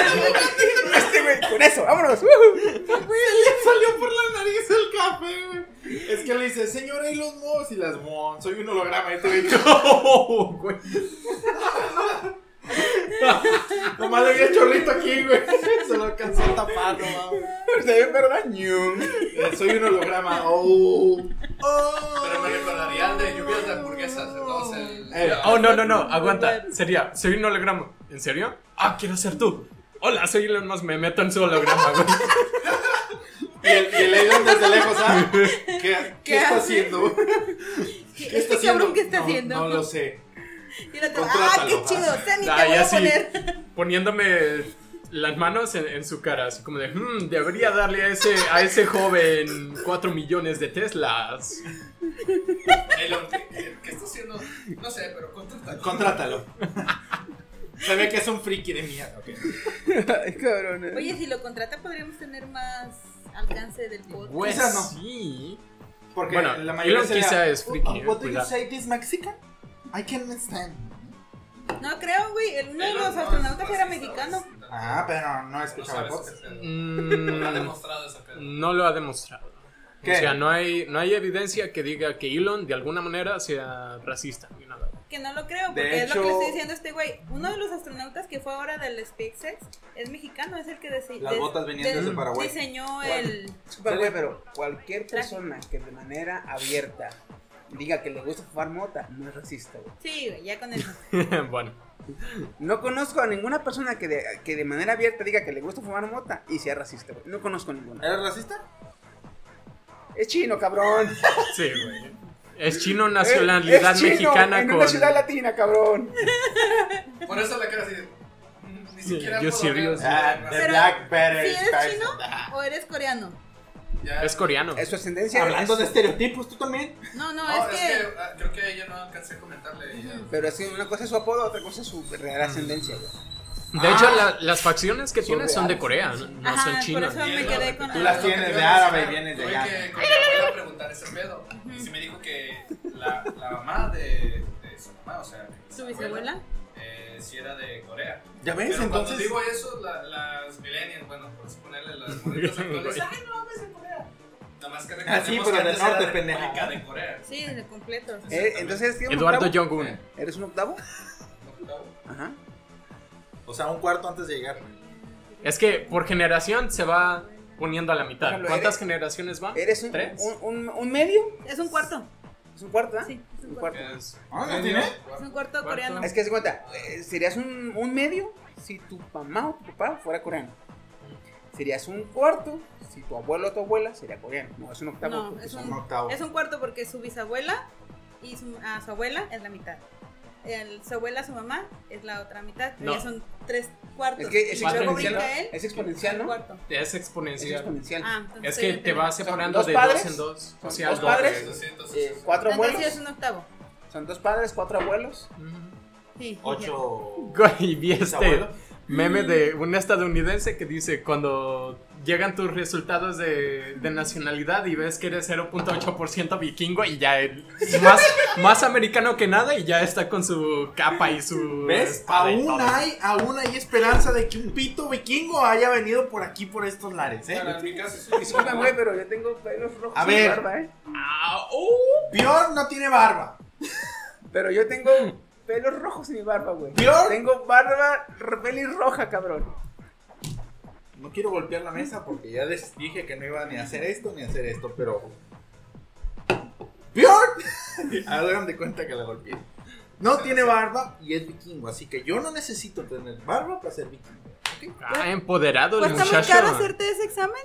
S7: güey, con eso, vámonos. Ujú.
S3: Güey, le salió por la nariz el café, güey. Es que le dice, señor Elon Musk, y las mon, soy un holograma. Y te digo,
S8: No, güey.
S19: Nomás le vi el chorrito aquí, güey. Se lo alcanzó a tapar, no mames. Se ve verdad, Soy un holograma. Oh.
S4: Pero me recordaría al de lluvias de hamburguesas, entonces.
S8: Oh, no, no, no, aguanta. Sería, soy un holograma. ¿En serio? Ah, quiero ser tú. Hola, soy Elon Musk, me meto en su holograma, güey.
S19: Y el, y el Elon desde lejos, ¿ah? ¿Qué, qué,
S5: ¿Qué
S19: está
S5: hace?
S19: haciendo? ¿Qué
S5: Este cabrón, ¿qué está
S19: No,
S5: haciendo?
S19: No lo sé.
S5: Y el otro, ¡ah, qué
S8: Contrátalo,
S5: chido!
S8: ah.
S5: Sé ni
S8: Ah,
S5: te voy
S8: ya
S5: a
S8: sí.
S5: poner.
S8: Poniéndome las manos en, en su cara, así como de, "Hmm, debería darle a ese, a ese joven 4 millones de Teslas.
S4: Elon, ¿qué, qué está haciendo? No sé, pero contrátalo.
S19: Contrátalo. Se ve que es un friki de mierda. ok.
S7: Ay, cabrón. eh.
S5: Oye, si lo contrata, podríamos tener más alcance del podcast.
S8: Pues
S19: Quizás no.
S8: sí.
S19: Porque
S8: Bueno,
S19: la mayoría
S8: Elon
S19: sería,
S8: quizá es
S19: "Oh,
S8: friki, eh,
S19: oh, What do you
S8: cuidado".
S19: say this Mexican? I can't understand.
S5: No creo, güey. El uno de los astronautas era mexicano.
S19: Ah, pero no escuchaba el podcast.
S8: Mm, No lo ha demostrado.
S19: ¿Qué?
S8: O sea, no hay, no hay evidencia que diga que Elon de alguna manera sea racista. ni nada.
S5: Que no lo creo,
S8: De
S5: porque es lo que
S8: hecho-
S5: le estoy diciendo a este güey. Uno de los astronautas que fue ahora del SpaceX es mexicano, es el que dise-
S3: Las
S5: des-
S3: botas venían
S5: des-
S3: desde Paraguay.
S5: Diseñó
S3: Guay.
S5: el.
S7: Disculpa, güey, pero cualquier persona que de manera abierta diga que le gusta fumar mota no es racista, güey.
S5: Sí, güey, ya con eso.
S8: bueno.
S7: No conozco a ninguna persona que de, que de manera abierta diga que le gusta fumar mota y sea racista, güey. No conozco ninguna.
S3: ¿Eres racista?
S7: Es chino, cabrón.
S8: Sí, güey. Es chino
S5: Eh,
S7: Es-
S8: nacionalidad
S7: es chino
S8: mexicana
S7: en
S8: con.
S7: una ciudad latina, cabrón.
S4: Por eso la cara así. de, mm, Ni siquiera
S8: yo
S4: puedo
S8: sí
S4: ver.
S8: río.
S19: Ah, the
S5: Pero,
S19: black better
S5: ¿Si eres
S19: spice.
S5: chino o eres coreano?
S8: Es coreano.
S7: Es su ascendencia.
S3: Hablando
S7: es-
S3: de estereotipos, tú también.
S5: No, no,
S4: No,
S5: es,
S4: es
S5: que.
S4: que ah, creo que ella no alcancé a comentarle. ella.
S7: Pero es que una cosa es su apodo, otra cosa es su real ascendencia, güey.
S8: De hecho, la- las facciones que tiene son de
S7: reales,
S8: Corea,
S7: sí,
S8: no,
S7: sí.
S8: no
S5: Ah. Ajá,
S8: son
S5: por
S8: chinas.
S5: eso me quedé con
S3: Tú
S5: la-
S3: las tienes de árabe y vienes de
S4: Tuve
S3: allá.
S4: que con mi abuela a preguntar ese pedo. Y sí me dijo que la, la mamá de, de su mamá, o sea, de
S5: ¿Su bisabuela?
S4: eh, sí era de Corea.
S3: ¿Ya ves?
S4: Pero
S3: Entonces- ah,
S4: Cuando digo eso, la- las millennials, bueno, por así ponerle las morritas actuales, ay, no, ves de Corea. Nada más que recordemos
S3: sí, pero
S4: que
S3: del
S4: antes era
S3: norte,
S4: República
S3: pendeja.
S4: de Corea.
S5: Sí, de completo.
S7: Eh, Entonces, ¿qué, un
S8: Eduardo
S7: octavo?
S8: Jong-un.
S7: ¿Eres un octavo? Ajá.
S3: O sea, un cuarto antes de llegar.
S8: Es que por generación se va poniendo a la mitad.
S7: Ejemplo,
S8: ¿Cuántas
S7: eres-
S8: generaciones van?
S7: ¿Eres un,
S8: ¿Tres?
S7: un, un- un medio?
S5: Es un cuarto.
S7: ¿Es un cuarto, ah?
S5: Sí, es un
S7: Un
S5: cuarto.
S7: cuarto.
S8: Es-
S3: Ah, ¿no tiene?
S5: Es un cuarto coreano.
S7: Es que se cuenta, eh, serías un, un medio si tu mamá o tu papá fuera coreano. Serías un cuarto si tu abuelo o tu abuela sería coreano. No, es un octavo.
S5: No,
S7: porque
S5: es
S7: son-
S3: Un octavo.
S5: Es un cuarto porque su bisabuela y su, ah, su abuela es la mitad. El- su abuela, su mamá es la otra mitad.
S8: No.
S5: Ya son tres cuartos.
S7: Es que es
S5: Y luego
S8: exponencial,
S5: brinca él,
S7: Es exponencial,
S5: un
S7: ¿no?
S5: cuarto.
S8: Es
S7: Es
S8: exponencial.
S7: exponencial.
S5: Ah, entonces
S8: Es que
S5: yo
S8: te
S5: tenía-
S8: vas separando
S7: dos
S8: de
S7: padres,
S8: dos en dos. O
S7: son
S8: sea,
S7: dos
S8: doble.
S7: padres.
S4: Sí, entonces,
S7: eh, cuatro
S5: Entonces sí
S7: abuelos.
S5: es un octavo.
S7: Son dos padres, cuatro abuelos.
S5: Sí, sí,
S3: Ocho.
S8: Güey, vi este
S3: abuelo?
S8: meme de
S7: Mm.
S8: un estadounidense que dice cuando llegan tus resultados de, de nacionalidad y ves que eres 0.8% vikingo y ya es más, más americano que nada y ya está con su capa y su...
S3: ¿Ves?
S8: espada y
S3: Aún
S8: todo.
S3: hay, aún hay esperanza de que un pito vikingo haya venido por aquí, por estos lares, ¿eh?
S4: Para mi caso, sí.
S7: Disculpa, güey, pero yo tengo pelos rojos
S3: A
S7: y
S3: ver.
S7: barba, ¿eh?
S8: Ah, oh.
S3: Pior no tiene barba.
S7: Pero yo tengo pelos rojos en mi barba, güey.
S3: ¿Pior?
S7: Tengo barba r- pelirroja, cabrón.
S3: No quiero golpear la mesa porque ya les dije que no iba ni a hacer esto ni a hacer esto, pero. ¡Bjorn! Hagan de cuenta que la golpeé. No tiene barba y es vikingo, así que yo no necesito tener barba para ser vikingo. ¿ok?
S8: Ah, empoderado el
S5: ¿Cuesta Pues muy
S8: muchacho.
S5: caro hacerte ese examen?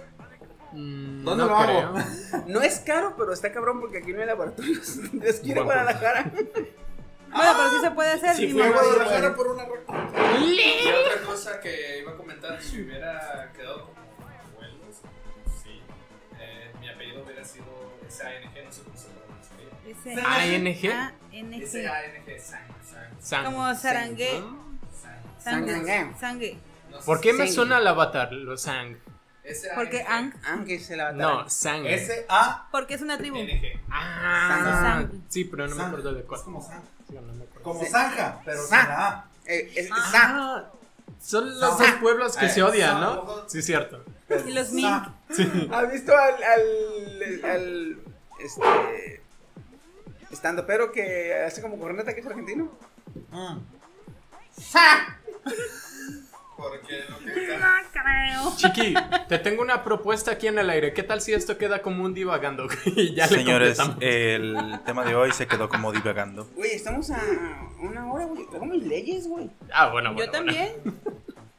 S8: Mm,
S3: ¿Dónde
S8: no
S3: lo hago?
S8: creo.
S7: No es caro, pero está cabrón porque aquí no hay laboratorios. Les quiero
S8: Buen punto.
S7: Guadalajara.
S5: Bueno, pero sí se puede hacer.
S3: Si
S5: mi
S3: fui a
S5: mamá-
S3: Guadalajara por una roca.
S4: Y otra cosa que iba a comentar, si hubiera quedado como abuelos, sí, eh, mi apellido hubiera sido SANG, no sé cómo se pronuncia.
S5: Ese-
S8: ANG.
S5: ANG.
S4: S-A-N-G, sang, sang,
S8: San-
S5: Ah, Como
S21: Ah,
S5: zarangue.
S4: sang.
S5: Sangue.
S7: Sangue.
S5: Sangue.
S4: No sé
S8: ¿Por qué me
S7: Sang.
S8: suena el avatar, lo Sang?
S4: S-A-N-G.
S5: Porque Ang.
S7: Ah, que se la
S8: No, Sang.
S3: S-A.
S5: Porque es una tribu.
S4: NG.
S8: Ah,
S5: Sang.
S8: sí, pero no me
S3: Sang.
S8: acuerdo de cuál.
S3: Es como zanja.
S8: Sí, no me acuerdo.
S3: Como zanja,
S7: Sa.
S3: pero sin la A.
S7: Eh, es, sa.
S8: Ah, son los
S3: Sa-
S8: dos pueblos que
S3: Eh,
S8: se odian,
S3: sa-
S8: ¿no? Sí, cierto.
S5: Y los Ming.
S3: Sa.
S7: ¿Has visto al. al. al. este.
S4: Mm.
S7: estando pero que hace como corneta que es argentino?
S3: Mm.
S4: Porque lo que
S20: creo.
S8: Chiqui, te tengo una propuesta aquí en el aire. ¿Qué tal si esto queda como un divagando? Y ya le
S6: Señores,
S8: completamos.
S6: el tema de hoy se quedó como divagando.
S7: Güey, estamos a una hora, güey. Traigo mis leyes, güey.
S8: Ah, bueno, bueno.
S20: Yo también.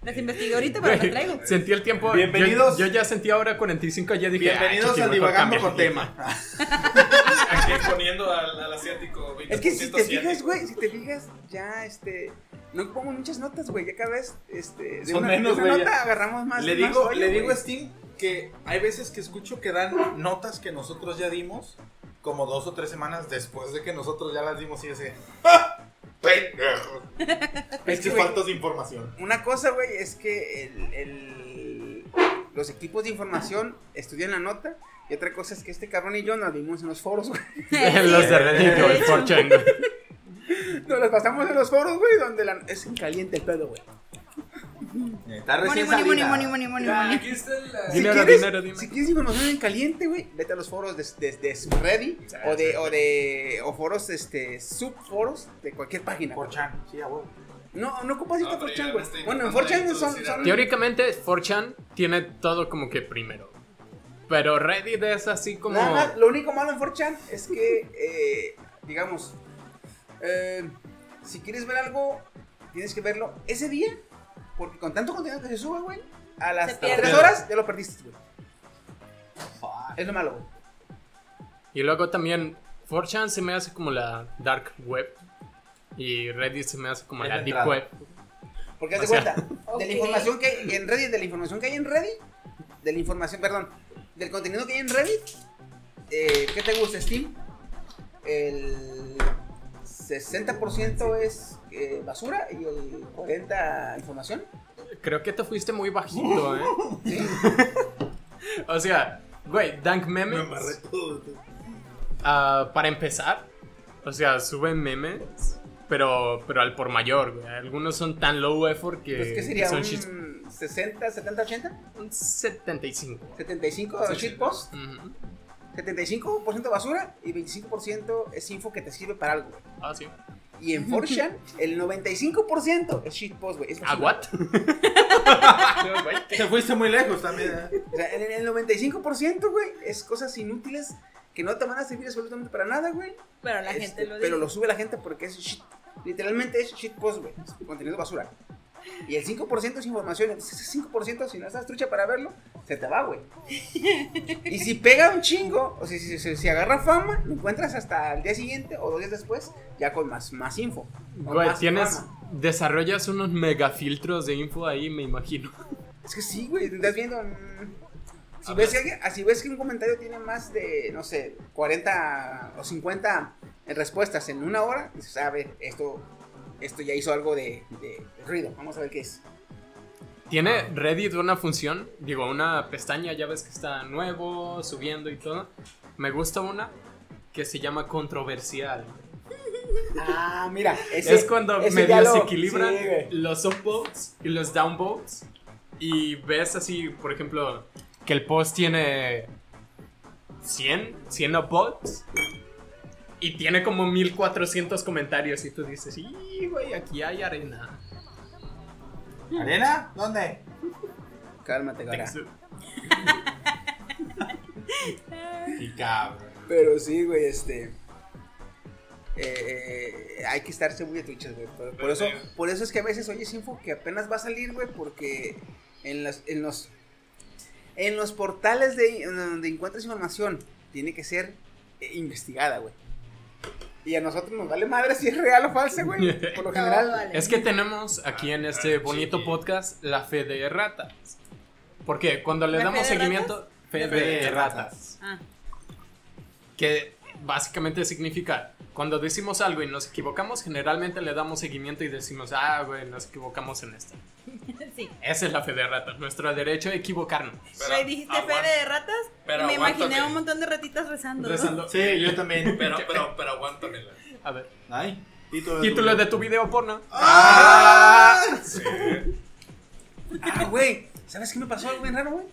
S20: Las investigué ahorita, pero las traigo.
S8: Sentí el tiempo.
S19: Bienvenidos.
S8: Yo, yo ya sentí ahora 45, ya dije. "Ah,
S19: Bienvenidos a Divagando con
S8: tema.
S4: Aquí poniendo al, al asiático 20%
S7: Es que si te
S4: asiático.
S7: fijas, güey, si te fijas, ya este. No pongo muchas notas, güey. Ya cada vez, este. De
S3: Son
S7: una, de
S3: menos,
S7: una
S3: güey,
S7: nota
S3: ya.
S7: agarramos más.
S3: Le
S7: más
S3: digo,
S7: rollo,
S3: le
S7: güey.
S3: digo a Steam que hay veces que escucho que dan notas que nosotros ya dimos, como dos o tres semanas después de que nosotros ya las dimos y ese. ¡Ah! ¡Pendejo! es que
S7: güey,
S3: faltas de información.
S7: Una cosa, güey, es que el- el- los equipos de información estudian la nota. Y otra cosa es que este cabrón y yo nos vimos en los foros, güey.
S8: Los de Reddit o el 4chan, güey.
S7: Nos las pasamos en los foros, güey, donde la... es en caliente el pedo, güey.
S3: eh, Está
S20: Money,
S7: recién
S20: money, money,
S7: salida.
S20: money, money, money, money.
S4: Aquí está el.
S7: Si
S8: Dinero,
S7: quieres,
S8: dinero, dime.
S7: si quieres información en caliente, güey, vete a los foros de, de, de subreddit o de, o de o foros, este, subforos de cualquier página.
S3: Forchan, sí, a huevo.
S7: No, no ocupas irte a Forchan, güey.
S4: estoy
S7: Bueno, en
S4: tratando de
S7: Forchan son,
S4: introducir a
S7: son-
S8: Teóricamente, 4chan tiene todo como que primero. Pero Reddit es así como.
S7: Nada más, lo único malo en Forchan es que, eh, digamos, eh, si quieres ver algo, tienes que verlo ese día, porque con tanto contenido que se sube, güey, a las
S20: pierde.
S7: 3 horas ya lo perdiste, güey. Es lo malo, güey.
S8: Y luego también, 4chan se me hace como la dark web. Y Reddit se me hace como
S3: Es
S8: la
S3: la
S8: deep
S3: entrada.
S8: web.
S7: Porque haz de
S8: O sea,
S7: cuenta, de la información que hay en Reddit, de la información que hay en Reddit, de la información, perdón, del contenido que hay en Reddit, eh, ¿qué te gusta, Steam? El 60% es eh, basura y el 40% información.
S8: Creo que te fuiste muy bajito, ¿eh? o sea, güey, Dank Memes. ah, para empezar, o sea, suben memes, pero, pero al por mayor, güey. Algunos son tan low effort que,
S7: Pues, ¿Qué
S8: que
S7: sería?
S8: son
S7: ¿Un
S8: shit-
S7: 60, 70, 80?
S8: un 75.
S7: 75
S8: Sí,
S7: shitpost,
S8: Ujú.
S7: 75% basura y 25% es info que te sirve para algo. güey.
S8: Ah, sí.
S7: Y en 4chan, el 95% es shitpost, güey. es
S8: ¿A
S7: basura.
S8: what?
S3: Te fuiste muy lejos también, ¿eh?
S7: O sea, en en el 95%, güey, es cosas inútiles que no te van a servir absolutamente para nada, güey.
S20: Pero la
S7: Este,
S20: gente lo dice.
S7: pero lo sube la gente porque es shit. Literalmente es shit post, güey. es Contenido basura. Y el 5% es información. Entonces ese 5%, si no estás trucha para verlo, se te va, güey. Y si pega un chingo, o si, si, si- si agarra fama, lo encuentras hasta el día siguiente o dos días después, ya con más, más info. o
S8: Güey,
S7: más
S8: tienes.
S7: fama.
S8: Desarrollas unos megafiltros de info ahí, me imagino.
S7: Es que sí, güey, estás viendo. mm, Si
S8: A
S7: ves,
S8: ver.
S7: que, alguien- ah, si ves que un comentario tiene más de, no sé, 40 o 50 respuestas en una hora, dices, "Ah, a ver, esto, esto ya hizo algo de, de ruido, vamos a ver qué es.
S8: Tiene Reddit una función, digo, una pestaña, ya ves que está nuevo, subiendo y todo. Me gusta una que se llama controversial.
S7: Ah, mira, ese-
S8: es cuando
S7: ese ya
S8: medio
S7: lo-
S8: se equilibran
S7: sí, güey.
S8: los upvotes y los downvotes. Y ves así, por ejemplo, que el post tiene 100, 100 upvotes. Y tiene como 1400 comentarios y tú dices, y güey, aquí hay arena.
S3: ¿Arena? ¿Dónde?
S7: Cálmate, cara.
S3: Y cabrón.
S7: Pero sí, güey, este. eh, eh, hay que estarse muy atuchas, güey. Por, por eso, por eso es que a veces oyes info que apenas va a salir, güey, porque en, las, en los. En los portales de, en donde encuentras información, tiene que ser eh, investigada, güey. Y a nosotros nos vale madre si es real o falsa, güey. Por lo general.
S20: Todo vale.
S8: Es que tenemos aquí en este bonito podcast la fe de ratas. Porque cuando le
S20: ¿La
S8: damos
S20: fe de
S8: seguimiento, fe de ratas.
S20: Ah,
S8: Que básicamente significa, cuando decimos algo y nos equivocamos, generalmente le damos seguimiento y decimos, ah, güey, nos equivocamos en esto.
S20: sí.
S8: Esa es la fe de ratas, nuestro derecho a equivocarnos.
S20: Güey,
S21: ah,
S20: dijiste
S4: aguanta.
S20: fe de ratas.
S4: Pero
S20: y me
S4: aguántate.
S20: imaginé a un montón de ratitas rezando. ¿no?
S3: Sí, yo también.
S4: Pero, pero, pero aguántamela.
S8: A ver,
S3: Ay, título de-
S8: título de tu video porno.
S7: Ah, güey, ¿sabes qué me pasó algo bien raro, güey?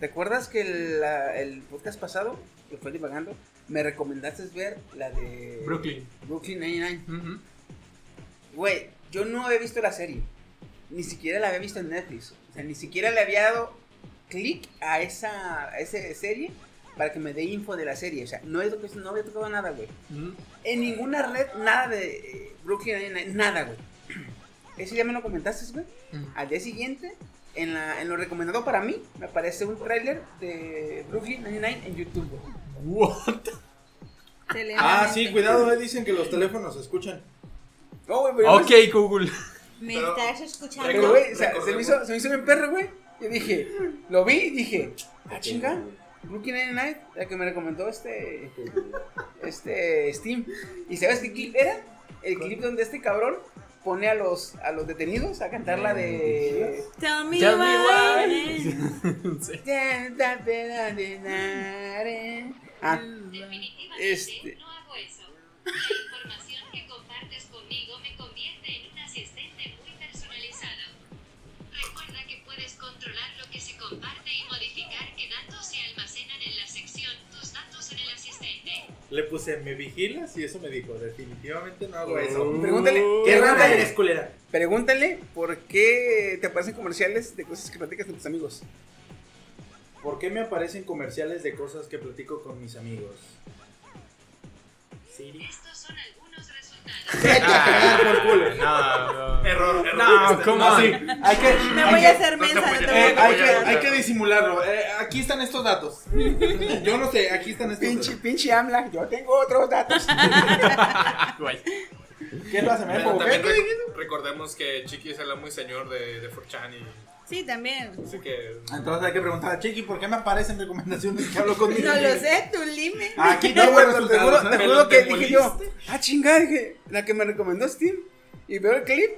S7: ¿Te acuerdas que el, la- el podcast pasado, que fue divagando, me recomendaste ver la de
S8: Brooklyn.
S7: Brooklyn 99?
S8: Ujú.
S7: Güey, yo no había visto la serie. ni siquiera la había visto en Netflix. O sea, ni siquiera le había dado clic a esa, a esa serie para que me dé info de la serie. O sea, no, he tocado- no había tocado nada, güey. En ninguna red, nada de eh, Brooklyn, Nine-Nine, nada, güey. Ese ya me lo comentaste, güey. Al día siguiente, en, la, en lo recomendado para mí, me aparece un tráiler de Brooklyn Nine-Nine en YouTube, güey.
S3: Ah, sí, cuidado, eh, dicen que los teléfonos se escuchan.
S7: No, güey, pero yo me-
S8: Google.
S20: Me estás escuchando.
S7: Pero, güey, o sea, se me hizo, se me hizo bien perro, güey. Yo dije, lo vi y dije, ah, chinga, Brooklyn Nine-Nine, la que me recomendó este, este Steam. ¿Y sabes qué clip era? El clip donde este cabrón pone a los, a los detenidos a cantar la de...
S20: Tell me
S7: Tell me
S5: eh,
S20: why.
S7: Ah, este...
S21: No hago eso. La información que compartes conmigo me convierte en un asistente muy personalizado. Recuerda que puedes controlar lo que se comparte y modificar qué datos se almacenan en la sección Tus datos en el asistente.
S3: Le puse, ¿me vigilas? Y eso me dijo, definitivamente no hago eso.
S7: Pregúntale,
S3: ¿qué rata
S7: pregúntale,
S3: eres, culera?
S7: Pregúntale por qué te aparecen comerciales de cosas que platicas con tus amigos.
S3: ¿Por qué me aparecen comerciales de cosas que platico con mis amigos? Siri.
S21: Estos son algunos
S3: Vete a cagar
S21: resultados.
S3: por culo.
S8: No,
S3: error, error.
S8: No, ¿cómo
S3: No,
S8: así?
S3: sí, Hay que,
S5: Me
S3: hay
S5: voy
S3: que-
S5: a hacer mensa, no te voy a
S3: Eh, hay, que,
S5: apoyar.
S3: hay que disimularlo. Eh, aquí están estos datos. Yo no sé, aquí están estos
S7: Pinche, pinche AMLA, yo tengo otros datos. Ah,
S8: Guay.
S3: ¿Qué pasa? ¿Me
S4: Pero
S3: equivoqué?
S4: también
S3: ¿Qué
S4: re-
S3: dijiste?
S4: recordemos que Chiqui es el muy señor de, de 4chan y
S5: Sí, también.
S4: así que
S3: Entonces hay que preguntar a Chiqui, ¿por qué me aparecen recomendaciones que hablo conmigo?
S5: No lo sé, tú dime.
S3: Aquí
S7: No,
S3: tengo
S7: güey,
S3: los
S7: pero te
S3: resultados,
S7: juro,
S3: ¿eh?
S7: te
S3: Pero
S7: juro que
S3: te
S7: dije yo, ah, chingada, dije, la que me recomendó Steam. Y veo el clip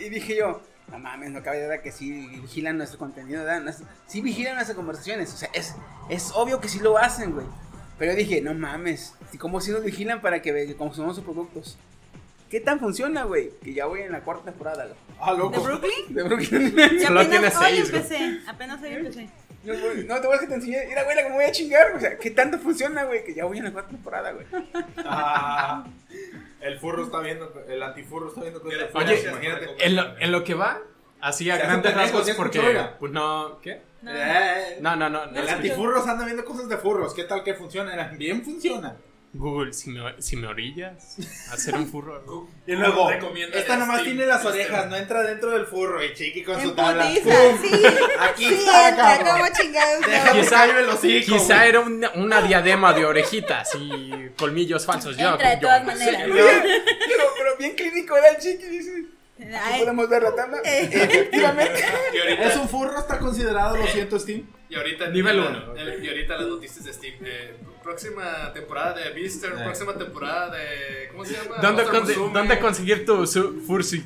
S7: y dije yo, no mames, no cabe duda que sí vigilan nuestro contenido, ¿verdad? Nuestro- sí vigilan nuestras conversaciones, o sea, es, es obvio que sí lo hacen, güey. Pero dije, no mames, ¿y ¿cómo sí nos vigilan para que, ve- que consumamos sus productos? ¿Qué tan funciona, güey? Que ya voy en la cuarta temporada, güey.
S3: Ah, loco.
S5: ¿De Brooklyn?
S7: De Brooklyn.
S5: Ya apenas hoy empecé. Apenas hoy empecé.
S7: No, güey, no, te voy a que te enseñé. Mira, güey, la que me voy a chingar. O sea, ¿qué tanto funciona, güey? Que ya voy en la cuarta temporada, güey.
S3: Ah, el furro está viendo, el antifurro está viendo cosas.
S8: Oye,
S3: imagínate.
S8: en lo, en lo que va, así a
S3: Se hace
S8: grandes
S3: pendejo,
S8: rasgos,
S3: ¿sí escuchó,
S8: porque.
S3: oiga?
S8: Pues no, ¿qué?
S3: No.
S8: No, no, no. no
S3: El
S8: escuché.
S3: antifurros anda viendo cosas de furros. ¿Qué tal que funciona? Bien funciona.
S8: Google, si me, si me orillas a hacer un furro.
S3: Y luego,
S4: Recomiéndale
S3: esta
S4: a
S3: nomás
S4: Steam,
S3: tiene las
S4: Steam.
S3: orejas, no entra dentro del furro. Y chiqui con su
S5: En
S3: tabla.
S5: putiza,
S3: ¡pum!
S5: sí.
S3: Aquí
S5: Sí,
S3: está,
S5: entra,
S3: cabrón.
S5: ¿cómo chingados no?
S3: Deja que
S8: Quizá,
S3: caiga el hocico,
S8: quizá
S3: güey.
S8: era una, una diadema de orejitas y colmillos falsos. Yo,
S20: Entra de
S8: yo-
S20: todas maneras.
S8: Sí,
S7: Pero, pero bien clínico era el chiqui, dice. Aquí podemos ver la tabla. Efectivamente.
S4: y ahorita
S3: Es un furro, está considerado, lo siento, Steam.
S4: y ahorita
S8: Nivel
S4: y-
S8: uno.
S4: eh, y ahorita las noticias de Steam eh, próxima temporada de Beaster, próxima temporada de ¿cómo se llama?
S8: ¿Dónde,
S4: Monster
S8: conse-
S4: Musume.
S8: dónde conseguir tu su- fursuit?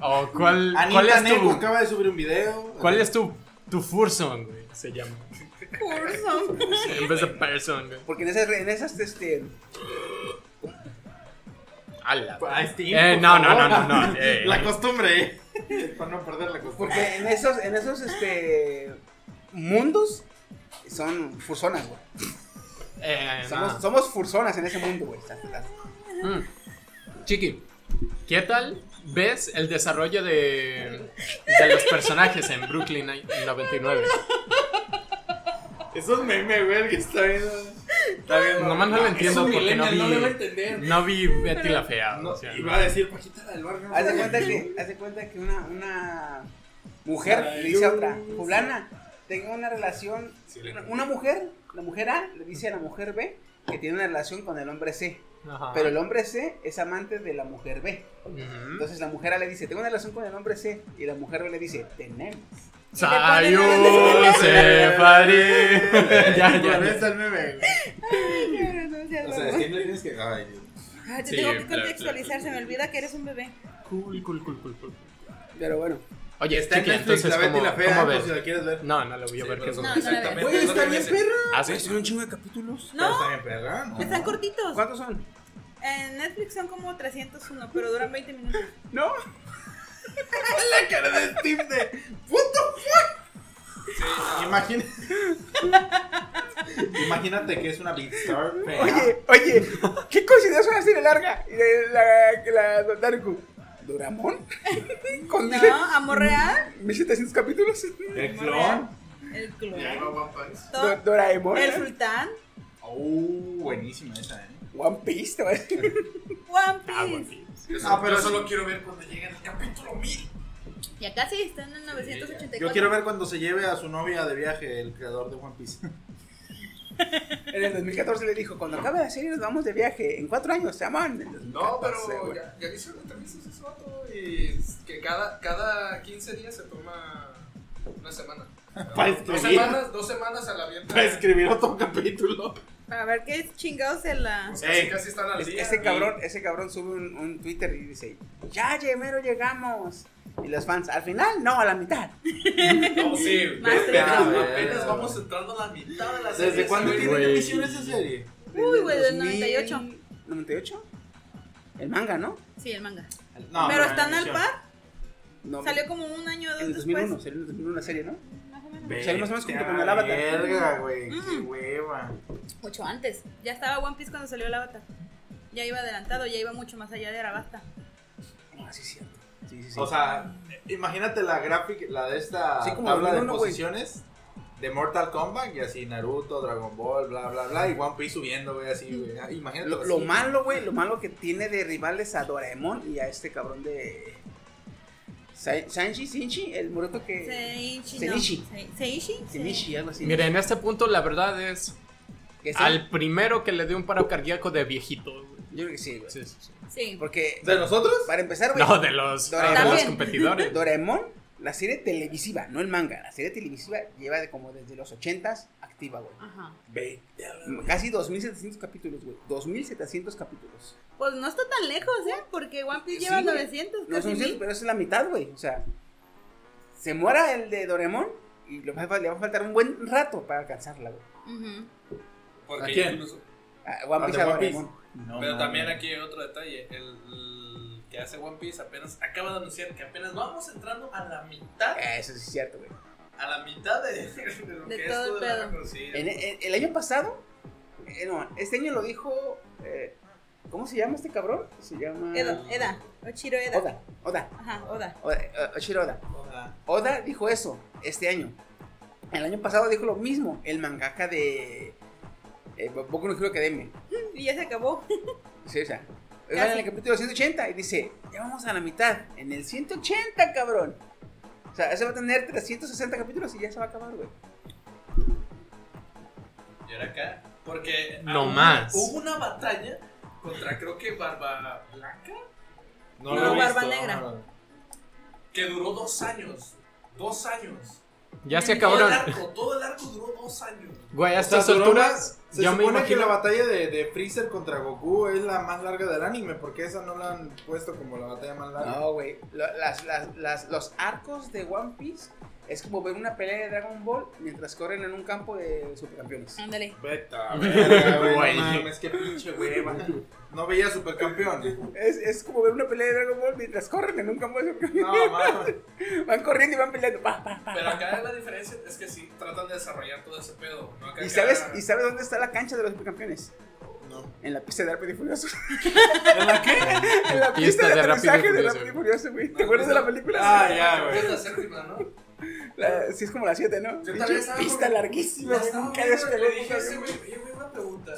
S8: ¿O cuál,
S3: Anita
S8: cuál es
S3: Neko
S8: tu,
S3: acaba de subir un video.
S8: cuál es tu, tu furson, güey? Se llama.
S5: Curso.
S8: En vez de person, güey.
S7: Porque en esas, en esas, este.
S8: Ala.
S3: Ah, Steam,
S8: Eh,
S3: por
S8: no, no,
S3: favor.
S8: no, no, no, eh.
S3: La costumbre, eh. Para no perder la costumbre.
S7: Porque en esos, en esos, este. Mundos son fursonas, güey.
S8: Eh,
S7: Somos,
S8: no.
S7: somos fursonas en ese mundo, güey. Las- las-
S8: Mm. Chiqui, ¿qué tal ves el desarrollo de, de los personajes en Brooklyn 99?
S3: Eso es meme, güey, el que está viendo. Está viendo.
S8: Nomás no lo
S3: Ah,
S8: entiendo
S3: es un
S8: porque no
S3: millennial,
S8: vi-
S3: lo va a entender.
S8: No vi Betty la Fea. o
S3: No,
S8: sea,
S3: iba a decir Paquita la del barrio.
S7: Haz de cuenta que, haz de cuenta que una, una mujer le dice a otra, fulana, tengo una relación, una mujer, la mujer A le dice a la mujer B que tiene una relación con el hombre C,
S8: Ajá.
S7: pero el hombre C es amante de la mujer B.
S8: Ujú.
S7: Entonces la mujer A le dice, tengo una relación con el hombre C, y la mujer B le dice, tenemos.
S8: Sayu se pare. Ya, ya.
S3: Por
S8: ya.
S3: eso el meme. güey.
S5: No seas
S3: O sea,
S5: mamón.
S3: Steam le tienes que. Ay, Dios.
S5: Ah, te
S8: Sí,
S5: tengo que
S8: claro,
S5: contextualizar,
S8: claro.
S5: se me olvida que eres un bebé.
S8: Cool, cool, cool, cool, cool.
S7: Pero bueno,
S8: Oye,
S3: Está en
S8: Chiqui,
S3: Netflix,
S8: entonces,
S3: la Betty
S8: ¿cómo,
S3: la Fea,
S8: cómo
S3: por
S8: ves?
S3: si la quieres ver.
S8: Ah, pues, No, no la voy a ver. ¿qué es
S4: no, no
S8: eso?
S4: la veo.
S3: Güey, está bien perra.
S8: ¿Ah, sí?
S7: son un chingo de capítulos.
S3: Pero
S5: No,
S3: Está bien perra, ¿no?
S5: están cortitos.
S7: ¿Cuántos son?
S5: En Netflix son como 301, pero duran 20 minutos.
S7: No.
S3: La cara de Steam de. ¿What the fuck? Imagina- Imagínate que es una Big Star fea.
S7: Oye, oye, ¿qué coincidencia una serie larga? Y La, la, la Darku. ¿Doramón? ¿Con
S5: No, amor real.
S7: 1700 capítulos. El
S5: clon. El club.
S7: Do- Doraemon. ¿eh?
S5: El sultán.
S3: Uh, buenísima esa, eh.
S7: One Piece, te voy a decir.
S5: Ah, One Piece.
S3: Yo
S19: solo- yo
S3: solo
S19: quiero ver cuando lleguen al capítulo 1000.
S5: Ya casi están en 984.
S3: Yo quiero ver cuando se lleve a su novia de viaje el creador de One Piece.
S7: En el 2014 le dijo, cuando acabe la serie nos vamos de viaje. En cuatro años, se aman.
S4: No, pero ya, ya le hicieron entrevistas a ese vato y que cada, cada 15 días se toma una semana.
S3: Para
S4: Dos
S3: escribir.
S4: semanas, dos semanas a la abierta.
S3: Para escribir otro capítulo.
S5: A ver qué chingados se la.
S7: Es- Ese cabrón, ese cabrón sube un, un Twitter y dice, ya, mero llegamos. Y los fans, al final, no, a la mitad.
S4: No, sí,
S7: Más
S4: apenas,
S7: temprano.
S4: apenas vamos entrando a la mitad de la serie.
S3: ¿Desde cuándo
S4: güey.
S3: tiene emisión esa serie?
S5: Uy, güey, del
S7: 2000.
S5: 98.
S7: ¿98? El manga, ¿no?
S5: Sí, el manga.
S7: No,
S5: pero
S7: no,
S5: están al
S7: edición.
S5: par.
S7: No,
S5: Salió como un año o
S7: Ah, en el
S5: dos
S7: 2001,
S5: después.
S7: salió en el 2001 una serie, ¿no?
S3: Vete
S7: Salió más o menos junto
S3: a
S7: con
S3: la
S7: el Avatar.
S3: verga, güey, qué
S5: Mm.
S3: hueva.
S5: Mucho antes. Ya estaba One Piece cuando salió el avatar. Ya iba adelantado, ya iba mucho más allá de Arabasta.
S7: Ah, sí, cierto. Sí, sí, sí.
S3: O sea, imagínate la gráfica, la de esta
S7: Sí, como
S3: tabla de
S7: 2001, güey.
S3: posiciones de Mortal Kombat y así Naruto, Dragon Ball, bla, bla, bla, y One Piece subiendo, güey, así, güey. Ah, Imagínate.
S7: Lo,
S3: así.
S7: lo malo, güey, lo malo que tiene de rivales a Doraemon y a este cabrón de... Sa- Sanji, Sinchi, el moroto que...
S5: Seishi. no.
S7: Senichi.
S5: Se- Seishi.
S7: Senichi, algo así.
S8: Mira, en este punto la verdad es
S7: Que sí.
S8: al primero que le dio un paro cardíaco de viejito. güey.
S7: Yo creo que sí, güey.
S8: Sí, sí, sí.
S5: Sí.
S7: Porque...
S3: ¿De nosotros?
S7: Para empezar, güey.
S8: No, de los,
S7: Ah, Doraemon.
S8: de los
S7: También.
S8: competidores.
S7: Doraemon, la serie televisiva, no el manga, la serie televisiva lleva de como desde los 80s activa, güey.
S5: Ajá.
S7: Vete a la- Casi 2700 capítulos, güey. 2700 capítulos.
S5: Pues no está tan lejos, ¿eh? Porque One Piece
S7: Sí,
S5: lleva
S7: güey.
S5: 900.
S7: No
S5: casi
S7: son
S5: mil.
S7: 100, pero esa es la mitad, güey. O sea, se muera el de Doraemon y le va, a- le va a faltar un buen rato para alcanzarla, güey.
S5: Ujú.
S4: Porque
S7: ¿A quién?
S4: incluso-
S7: Ah, One Piece
S4: Ah,
S7: a
S4: de One Piece.
S7: Doraemon. No,
S4: Pero
S7: no,
S4: también
S7: no.
S4: aquí hay otro detalle. El, el que hace One Piece apenas acaba de anunciar que apenas vamos entrando a la mitad.
S7: Ah, Eso sí es cierto, güey.
S4: A la mitad de, de lo
S5: De
S4: que
S5: todo
S4: es
S5: el
S4: de la
S5: pedo.
S4: conocida.
S7: En- e- en- el año pasado, eh, no, este año lo dijo. eh, ¿Cómo se llama este cabrón? Se llama.
S5: Eda, Eda. Ochiro Eda.
S7: Oda. Oda.
S5: Ajá, Oda.
S7: Oda, eh, Oshiro Oda. Oda dijo eso este año. El año pasado dijo lo mismo. El mangaka de. Eh, Boku no Hero Academia.
S5: Y ya se acabó.
S7: Sí, o sea.
S5: Casi.
S7: va en el capítulo 180 y dice: Ya vamos a la mitad. En el 180, cabrón. O sea, ese va a tener 360 capítulos y ya se va a acabar, güey.
S4: Y ahora acá. Porque
S8: No
S4: hubo-
S8: más.
S4: hubo una batalla contra creo que Barba Blanca.
S5: No lo No, he visto, Barba Negra.
S4: Que duró dos años. Dos años.
S8: Ya se
S4: Todo
S8: acabaron.
S4: el arco, todo el arco duró dos años.
S8: Güey, a
S3: O sea,
S8: estas
S3: duró
S8: alturas,
S3: más- se
S8: yo me
S3: supone que
S8: imagino-
S3: la batalla de, de Freezer contra Goku es la más larga del anime, porque esa no la han puesto como la batalla más larga.
S7: No, güey. Lo- las- las- las- los arcos de One Piece es como ver una pelea de Dragon Ball mientras corren en un campo de supercampeones.
S5: Ándale.
S3: Vete a verga, güey, no mames, qué pinche hueva. No veía Supercampeón.
S7: Es, es como ver una pelea de Dragon Ball mientras corren en un campo de supercampeones.
S3: No, mames.
S7: Van corriendo y van peleando. pa, pa, pa,
S4: Pero
S7: pa,
S4: acá
S7: pa.
S4: la diferencia es que sí tratan de desarrollar todo ese pedo. ¿no? Acá
S7: ¿Y
S4: cada-
S7: sabes, ¿Y sabes dónde está la cancha de los supercampeones?
S3: No.
S7: En la pista de Rápido y Furioso.
S3: ¿En la qué?
S7: en la pista de aterrizaje de Rápido y Furioso, güey. ¿Te acuerdas de la película?
S3: Ah, ya,
S4: Creo que es
S3: güey.
S4: la séptima, ¿no?
S7: La- sí, es como la 7, ¿no?
S4: Yo
S7: Pinche
S4: también estaba
S7: pista
S4: con-
S7: larguísima.
S4: La estaba
S7: Nunca
S4: viendo
S7: habías
S4: y
S7: peleado
S4: le dije
S7: nunca
S4: a ese
S7: habíamos-
S4: güey, oye, güey, una pregunta.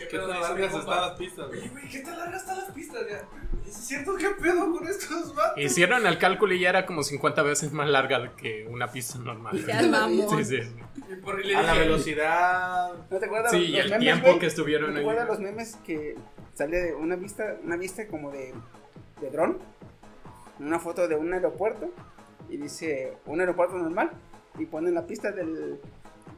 S4: ¿Qué,
S3: ¿Qué
S4: pedo
S3: tan
S4: dice mi
S3: largas
S4: compa?
S3: están las pistas,
S4: Oye,
S3: güey?
S4: güey, ¿qué tan largas están las pistas? Ya? Es cierto, ¿qué pedo con estos vatos?
S8: Hicieron el cálculo y ya era como 50 veces más larga que una pista normal.
S5: Seas mamón.
S8: Sí, sí, sí.
S4: Y por- y le
S3: A la
S4: dije,
S3: velocidad.
S7: ¿No te acuerdas
S8: Sí,
S7: los-
S8: y
S7: los
S8: el
S7: memes,
S8: tiempo
S7: güey?
S8: que estuvieron
S7: ¿No te
S8: ahí?
S7: acuerdas los memes que sale de una vista, una vista como de, de dron? Una foto de un aeropuerto y dice un aeropuerto normal y ponen la pista del,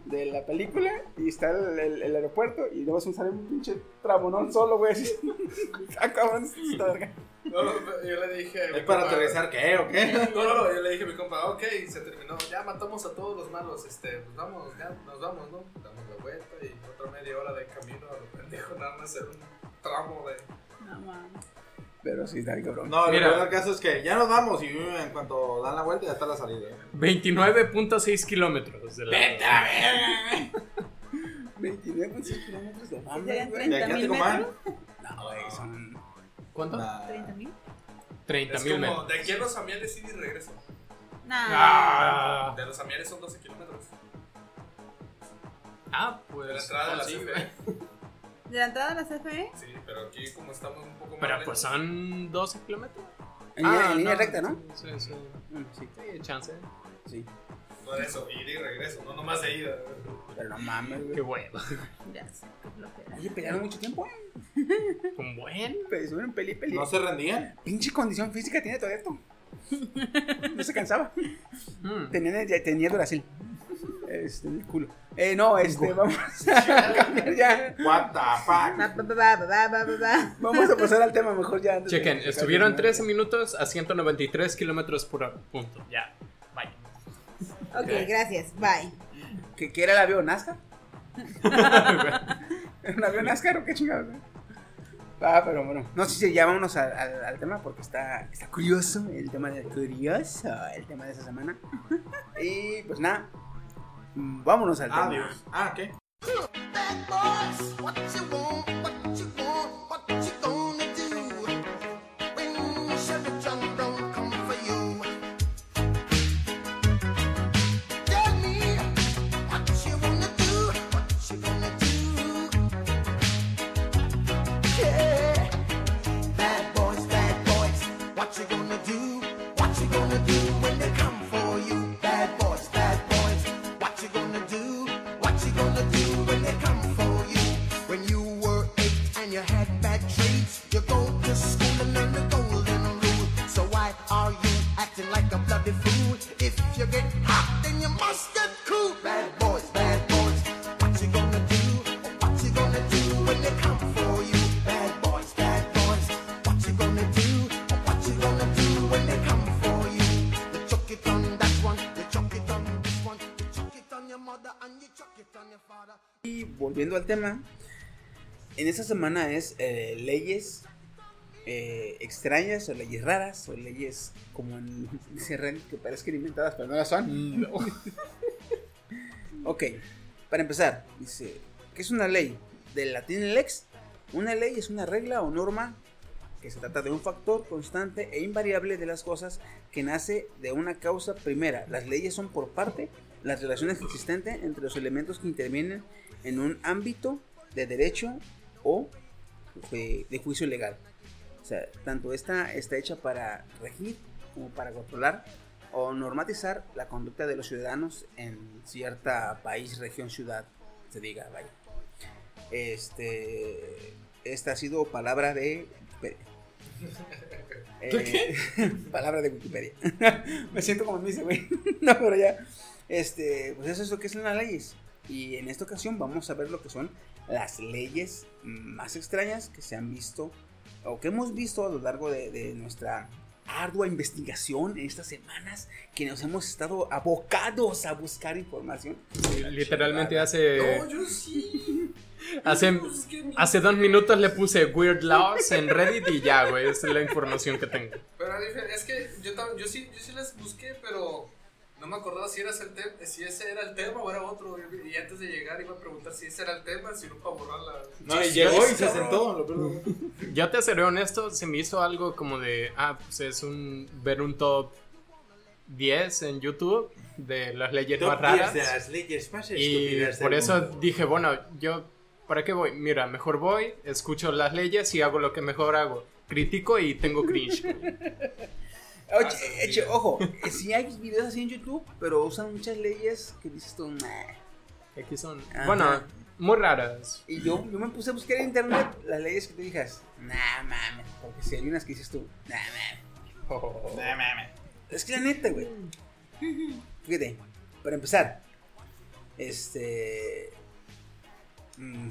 S7: de la película y está el, el- el aeropuerto y luego sale un pinche trabonón solo, güey. así. Ah, cabrón, está verga.
S4: No, no, yo le dije. a mi
S3: ¿Es para
S4: compa,
S3: aterrizar qué o qué?
S4: No, no, no, yo le dije a mi compa, ok, se terminó, ya matamos a todos los malos, este, pues vamos, ya, nos vamos, ¿no? Damos la vuelta y otra media hora de camino a lo pendejo, nada más hacer un tramo de.
S5: No mames.
S7: Pero sí, está bien, cabrón.
S3: No,
S8: Mira.
S3: el caso es que ya nos vamos y uh, en cuanto dan la vuelta ya está la salida. ¿eh?
S8: 29.6 kilómetros de la.
S7: 29.6 kilómetros de banda,
S5: Serían
S7: güey.
S3: De aquí a
S5: 30.000
S3: Tecomán.
S5: metros.
S7: No, güey, son...
S8: ¿Cuánto?
S3: Nah.
S5: ¿30.000?
S8: 30
S4: Es
S8: mil
S4: como,
S8: metros.
S4: de aquí a los Amiales sí y regreso.
S8: Ah.
S4: De los Amiales son 12 kilómetros.
S8: Ah,
S4: pues. De la entrada de la
S8: sí,
S4: CFE.
S5: ¿De la entrada a la E, CFE?
S4: Sí, pero aquí como estamos un poco más.
S8: Pero
S4: lejos,
S8: pues son 12 kilómetros. Ah,
S4: En línea- en línea
S7: recta, Ah, ¿no?
S8: Sí, sí.
S7: Sí,
S8: chance.
S7: Sí.
S4: Por eso, ir y regreso, no nomás de ida.
S7: Pero no mames, güey.
S8: Qué hueva.
S5: Ya sé, qué flojera.
S7: Oye, pelearon mucho tiempo,
S8: Un buen.
S7: Estuvieron peli, peli.
S3: ¿No se rendían?
S7: Pinche condición física tiene todo esto. No se cansaba.
S8: Mm.
S7: Tenía, ya tenía Duracil. Este, en el culo. Eh, no, este, vamos a cambiar ya.
S3: What the
S5: Ba, ba, ba, ba, ba, ba, ba, ba.
S7: Vamos a pasar al tema mejor ya. antes de-
S8: Chequen,
S7: de-
S8: estuvieron
S7: de-
S8: 13 minutos a 193 kilómetros por hora. Punto. Ya. Bye.
S5: Ok, gracias, bye.
S7: ¿Que, que era el avión Nazca? ¿Era un avión Nazca o qué chingados? eh? Ah, pero bueno. No sé si ya vámonos al, al- al tema porque está, está curioso el tema de curioso el tema de esa semana. Y pues nada. mm, Vámonos al tema.
S3: Adiós. Ah, ¿qué?
S22: Bad boys, what you want, what you want, what you gonna do? When Sheriff John Brown come for you. Tell me what you wanna do, what you gonna do? Yeah. Bad boys, bad boys, what you gonna do? What you gonna do when they come for you? Bad boys, bad boys, what you gonna do? What you gonna do when they come for you? When you were eight and you had bad traits, you go to school and learn the golden rule. So why are you acting like a bloody fool? If you get hot, then you must get cool. Bad boys, bad boys, what you gonna do? What you gonna do when they come for you? Bad boys, bad boys, what you gonna do? What you gonna do when they come for you? You chuck it on that one, you chuck it on this one, you chuck it on your mother and you chuck it on your father.
S7: Y volviendo al tema, en esta semana es eh, leyes eh, extrañas o leyes raras o leyes como en, dice Ren, que parezcan inventadas, pero no las son. ok, para empezar, dice, ¿qué es una ley? Del latín lex, una ley es una regla o norma que se trata de un factor constante e invariable de las cosas que nace de una causa primera. Las leyes son por parte las relaciones existentes entre los elementos que intervienen en un ámbito de derecho o de, de juicio legal. O sea, tanto esta está hecha para regir como para controlar o normatizar la conducta de los ciudadanos en cierta país, región, ciudad, se diga, vaya. Este, esta ha sido palabra de Wikipedia.
S3: ¿De
S7: Eh, palabra de Wikipedia. Me siento como me dice, güey. No, pero ya. Este, pues eso es lo que son las leyes. Y en esta ocasión vamos a ver lo que son las leyes más extrañas que se han visto o que hemos visto a lo largo de, de nuestra ardua investigación en estas semanas que nos hemos estado abocados a buscar información.
S8: Literalmente hace.
S7: No,
S4: yo sí.
S8: Hace, hace dos minutos le puse Weird Laws en Reddit y ya, güey. Esa es la información que tengo.
S4: Pero a difer- es que yo, tam- yo, sí, yo sí las busqué, pero no me acordaba si, era ese el tem- si ese era el tema o era otro. Y antes de llegar iba a preguntar si ese era el tema, si no para borrarla.
S3: No, y
S4: Sí,
S3: llegó y
S4: sí,
S3: se
S4: cabrón.
S3: sentó. Lo peor.
S8: Yo te seré honesto, se me hizo algo como de. Ah, pues es un. Ver un top 10 en YouTube de las leyes
S3: Top
S8: más raras.
S3: 10 de las leyes más
S8: Y
S3: estúpidas
S8: por
S3: del
S8: eso
S3: mundo.
S8: dije, bueno, yo, ¿para qué voy? Mira, mejor voy, escucho las leyes y hago lo que mejor hago. Critico y tengo cringe.
S7: Oye,
S8: Ah,
S7: eche, ojo, si hay videos así en YouTube, pero usan muchas leyes que dices tú, "Nah".
S8: Aquí son,
S7: Ajá.
S8: bueno, muy raras.
S7: Y yo, yo me puse a buscar en internet las leyes que tú digas, nah mames, porque si hay unas que dices tú, nah mames.
S8: Nah,
S7: mames. Es que la neta, güey. Fíjate, para empezar, este. mm,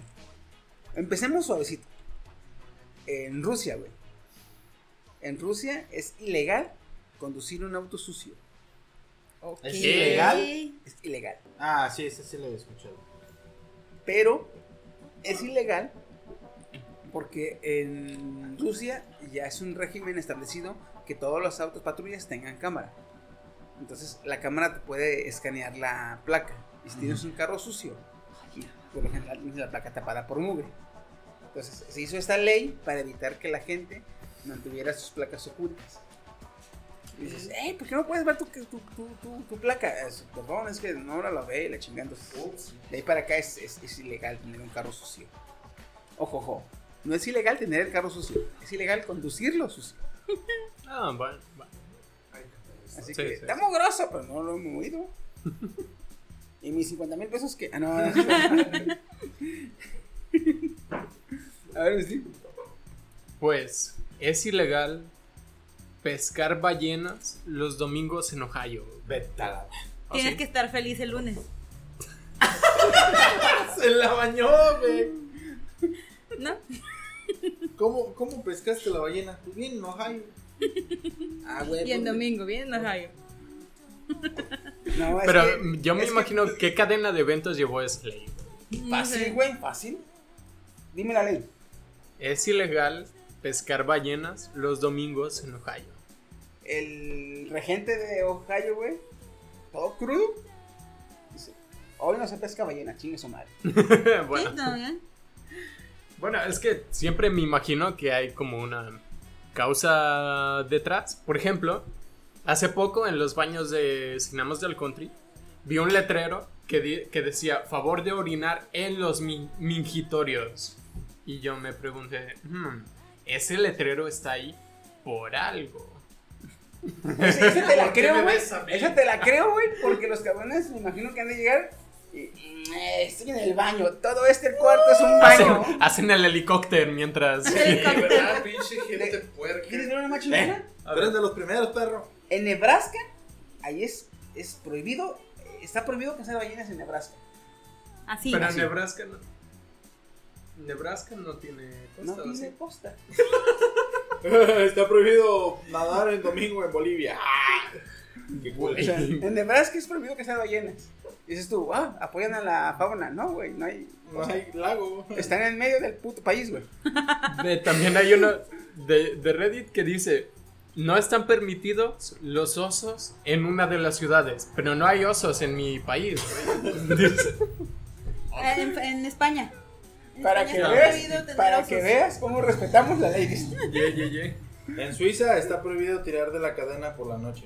S7: empecemos suavecito. En Rusia, güey. En Rusia es ilegal conducir un auto sucio.
S3: ¿Es ilegal?
S7: Es ilegal.
S3: Ah, sí, ese sí lo he escuchado.
S7: Pero es ilegal porque en Rusia ya es un régimen establecido que todos los autos patrullas tengan cámara. Entonces la cámara te puede escanear la placa. Y si tienes un carro sucio, y por lo general tienes la placa tapada por mugre. Entonces se hizo esta ley para evitar que la gente mantuviera sus placas ocultas. Y dices, hey, ¿por qué no puedes ver tu, tu, tu, tu- tu placa? Es, perdón, es que no la lavé, la chingando. De ahí para acá es, es- es ilegal tener un carro sucio. Ojo, ojo. No es ilegal tener el carro sucio, es ilegal conducirlo sucio.
S8: Ah, bueno. bueno.
S7: Así
S8: Sí,
S7: que
S8: sí,
S7: está
S8: sí.
S7: mugroso, pero no lo he movido. y mis 50 mil pesos que. Ah, no. A ver, sí.
S8: Pues es ilegal pescar ballenas los domingos en Ohio.
S3: Vete
S5: Tienes que estar feliz el lunes.
S3: Se la bañó, güey.
S5: ¿No?
S3: ¿Cómo, ¿Cómo pescaste la ballena? Pues bien en Ohio.
S7: Ah,
S5: Y el domingo, bien en Ohio.
S7: No, es
S8: Pero mm,
S7: que-
S8: yo me imagino qué cadena de eventos llevó esa ley.
S7: Fácil, güey, fácil. Dime la ley.
S8: Es ilegal pescar ballenas los domingos en Ohio.
S7: El regente de Ohio, güey, todo crudo. Dice, hoy no se pesca ballena, chingue su madre.
S8: bueno, bueno, es que siempre me imagino que hay como una causa detrás. Por ejemplo, hace poco en los baños de Cinemas del Country vi un letrero que, di- que decía favor de orinar en los min- mingitorios. Y yo me pregunté, "Hmm, ese letrero está ahí por algo.
S7: Esa esa te la
S8: ¿Por qué
S7: creo,
S8: me
S7: güey.
S8: ves a mí?
S7: Esa te la creo, güey, porque los cabrones me imagino que han de llegar y mm, eh, estoy en el baño. Todo este cuarto es un
S8: Hacen,
S7: baño.
S8: hacen el helicóptero mientras...
S3: ¿Verdad, pinche gente puerca?
S7: ¿Quieres ver una machinera?
S3: Tú eres de los primeros, perro.
S7: En Nebraska, ahí es, es prohibido, está prohibido cazar ballenas en Nebraska.
S5: Así.
S8: Pero
S7: Así.
S8: Nebraska no. Nebraska no tiene costa.
S7: No
S8: ¿o
S7: tiene
S8: sí?
S7: costa.
S3: Está prohibido nadar el domingo en Bolivia. ¡Ah! ¡Qué
S7: O sea, en Nebraska es prohibido cazar ballenas. Y dices tú, ah, apoyan a la fauna. No, güey, no hay.
S3: No hay lago.
S7: Están en medio del puto país, güey.
S8: Ve, también hay uno de, de Reddit que dice: No están permitidos los osos en una de las ciudades, pero no hay osos en mi país. Dice,
S5: Ah, En, en España. En
S7: Para
S5: España
S7: que
S5: está
S7: veas,
S5: prohibido tener
S7: para
S5: osos.
S7: que veas cómo respetamos la ley.
S3: En Suiza está prohibido tirar de la cadena por la noche.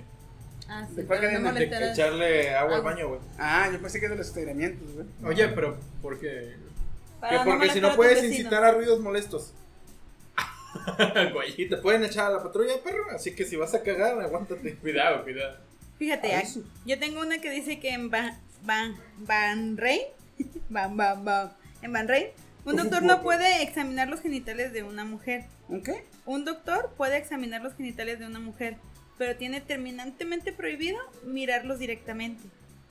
S5: Ah, sí,
S7: ¿De
S5: para
S7: cuál
S5: no
S7: cadena?
S3: De
S5: molestar
S3: que
S5: a-
S3: echarle agua al baño, güey.
S7: Ah, yo pensé que de los estiramientos, güey.
S8: Oye, pero ¿por qué?
S3: Que porque si no puedes incitar a ruidos molestos.
S8: Güey.
S3: Y te pueden echar a la patrulla, perro. Así que si vas a cagar, aguántate.
S8: Cuidado, cuidado.
S5: Fíjate,
S3: Ay,
S5: aquí- yo tengo una que dice que en Van, Van, Van Rey, Van, Van, Van, en Van Rey, un doctor no puede examinar los genitales de una mujer.
S7: ¿Un qué?
S5: Un doctor puede examinar los genitales de una mujer, pero tiene terminantemente prohibido mirarlos directamente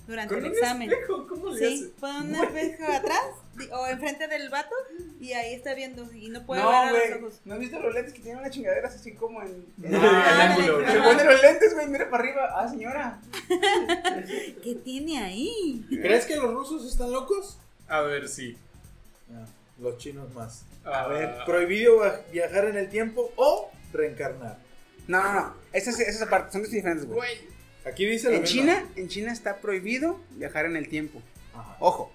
S5: durante
S20: ¿Con
S5: el
S20: un
S5: examen.
S20: espejo? ¿Cómo le hace?
S5: sí, pone un espejo atrás di- o enfrente del vato y ahí está viendo y no puede
S7: No,
S5: ver a
S7: güey.
S5: los ojos.
S7: ¿No has visto los lentes que tienen las chingaderas así como en.
S8: Ah, el ángulo.
S7: Se ponen los lentes, güey, mira para arriba. Ah, señora.
S5: ¿Qué tiene ahí?
S3: ¿Crees que los rusos están locos? Ah,
S8: A ver, sí. Ah.
S3: Los chinos más.
S8: A
S3: ver, prohibido va- viajar en el tiempo o reencarnar.
S7: No, no, no. Esa es, esa es aparte. Son dos diferentes, güey.
S3: Aquí dice lo
S7: En
S3: mismo.
S7: China, en China está prohibido viajar en el tiempo. Ojo,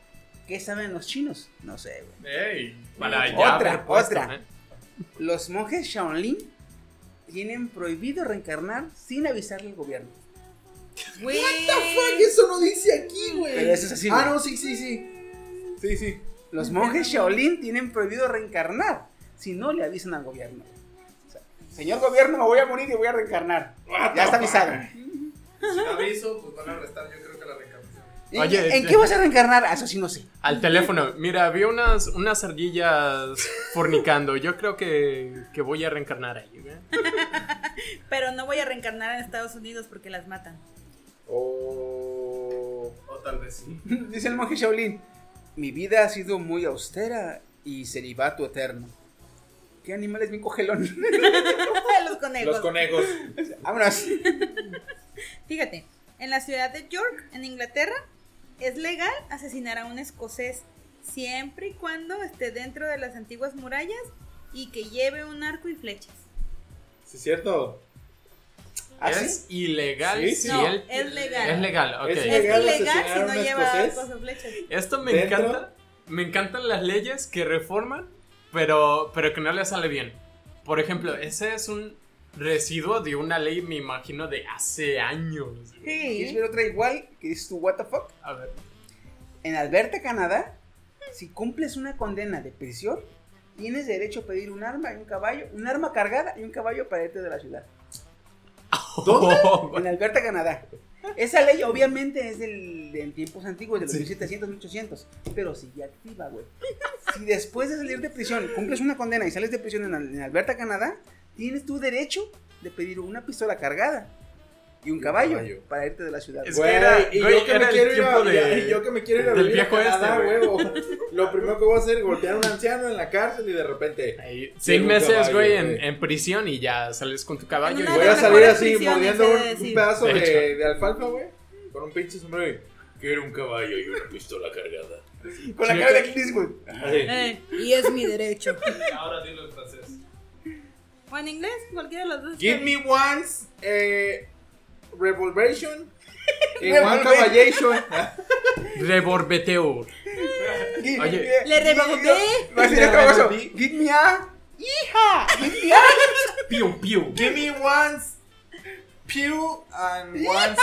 S7: ¿qué saben los chinos? No sé, güey.
S8: Ey, para allá.
S7: Otra,
S8: propuesta,
S7: otra.
S8: ¿eh?
S7: Los monjes Shaolin tienen prohibido reencarnar sin avisarle al gobierno.
S3: What the fuck, eso no dice aquí, güey.
S7: Pero eso es así,
S3: Ah,
S7: güey.
S3: no, sí, sí, sí. Sí, sí.
S7: Los monjes Shaolin tienen prohibido reencarnar si no le avisan al gobierno. O sea, Señor gobierno, me voy a morir y voy a reencarnar. Ya está avisado.
S4: Si no aviso, pues van a arrestar, yo creo que la recapitulación.
S7: ¿En,
S8: Oye,
S7: en
S8: te-
S7: qué vas a reencarnar? Ah, Eso sí no sé.
S8: Al teléfono, mira, había unas, unas ardillas fornicando. Yo creo que, que voy a reencarnar ahí, güey.
S5: Pero no voy a reencarnar en Estados Unidos porque las matan.
S3: O...
S4: tal vez sí.
S7: Dice el monje Shaolin, mi vida ha sido muy austera y celibato eterno. ¿Qué animal es mi cogelón?
S5: los conejos.
S3: conejos.
S7: Vámonos.
S5: Fíjate, en la ciudad de York, en Inglaterra, es legal asesinar a un escocés siempre y cuando esté dentro de las antiguas murallas y que lleve un arco y flechas.
S3: Sí, es cierto.
S7: ¿Ah,
S8: es ilegal
S3: Sí,
S8: si
S5: No,
S8: él-
S5: es legal.
S8: Es legal, ok.
S5: Es
S3: ilegal
S5: ilegal
S3: asesinar
S5: si
S3: a
S5: no
S3: un
S5: lleva
S3: escocés.
S5: arcos o flechas.
S8: Esto me
S3: ¿Dentro?
S8: encanta. Me encantan las leyes que reforman, pero, pero que no le sale bien. Por ejemplo, ese es un residuo de una ley, me imagino, de hace años.
S7: ¿Quieres ver otra igual? que dices tú, what the fuck?
S8: A ver.
S7: En Alberta, Canadá, si cumples una condena de prisión, tienes derecho a pedir un arma y un caballo, un arma cargada y un caballo para irte de la ciudad. ¿Dónde? en Alberta, Canadá. Esa ley obviamente es del, de tiempos antiguos, de los
S3: Sí.
S7: 1700, 1800, pero sigue activa, güey. Si después de salir de prisión cumples una condena y sales de prisión en, Al- en Alberta, Canadá, tienes tu derecho de pedir una pistola cargada y un caballo, para irte de la ciudad.
S3: Es
S7: güey.
S3: que era- Güey, y güey, yo que me era el quiero ir a- tiempo de- y yo que me quiero ir a del vivir a viejo este, Canadá, güey. huevo. Lo primero que voy a hacer es golpear a un anciano en la cárcel y de repente.
S8: Seis
S3: llega un
S8: meses,
S3: caballo,
S8: güey, en, en prisión y ya sales con tu caballo.
S3: Voy a salir así mordiendo
S8: mordiendo
S3: un, un pedazo de,
S8: hecho.
S3: de alfalfa, güey. Con un pinche sombrero y. Quiero un caballo y una pistola cargada.
S7: Con la cara de Clint Eastwood.
S5: Eh, y es mi derecho.
S4: Ahora dilo en francés.
S5: O en inglés, cualquiera de los dos.
S3: Give me once eh, revolveration y one
S8: Revolver-
S3: caballation.
S8: Reborbeteo. Oye.
S5: Le rebobé.
S3: Va a decir el famoso, Give me a.
S5: ¡Hija!
S3: Give me a.
S8: Piu, piu.
S3: Give me once pew and once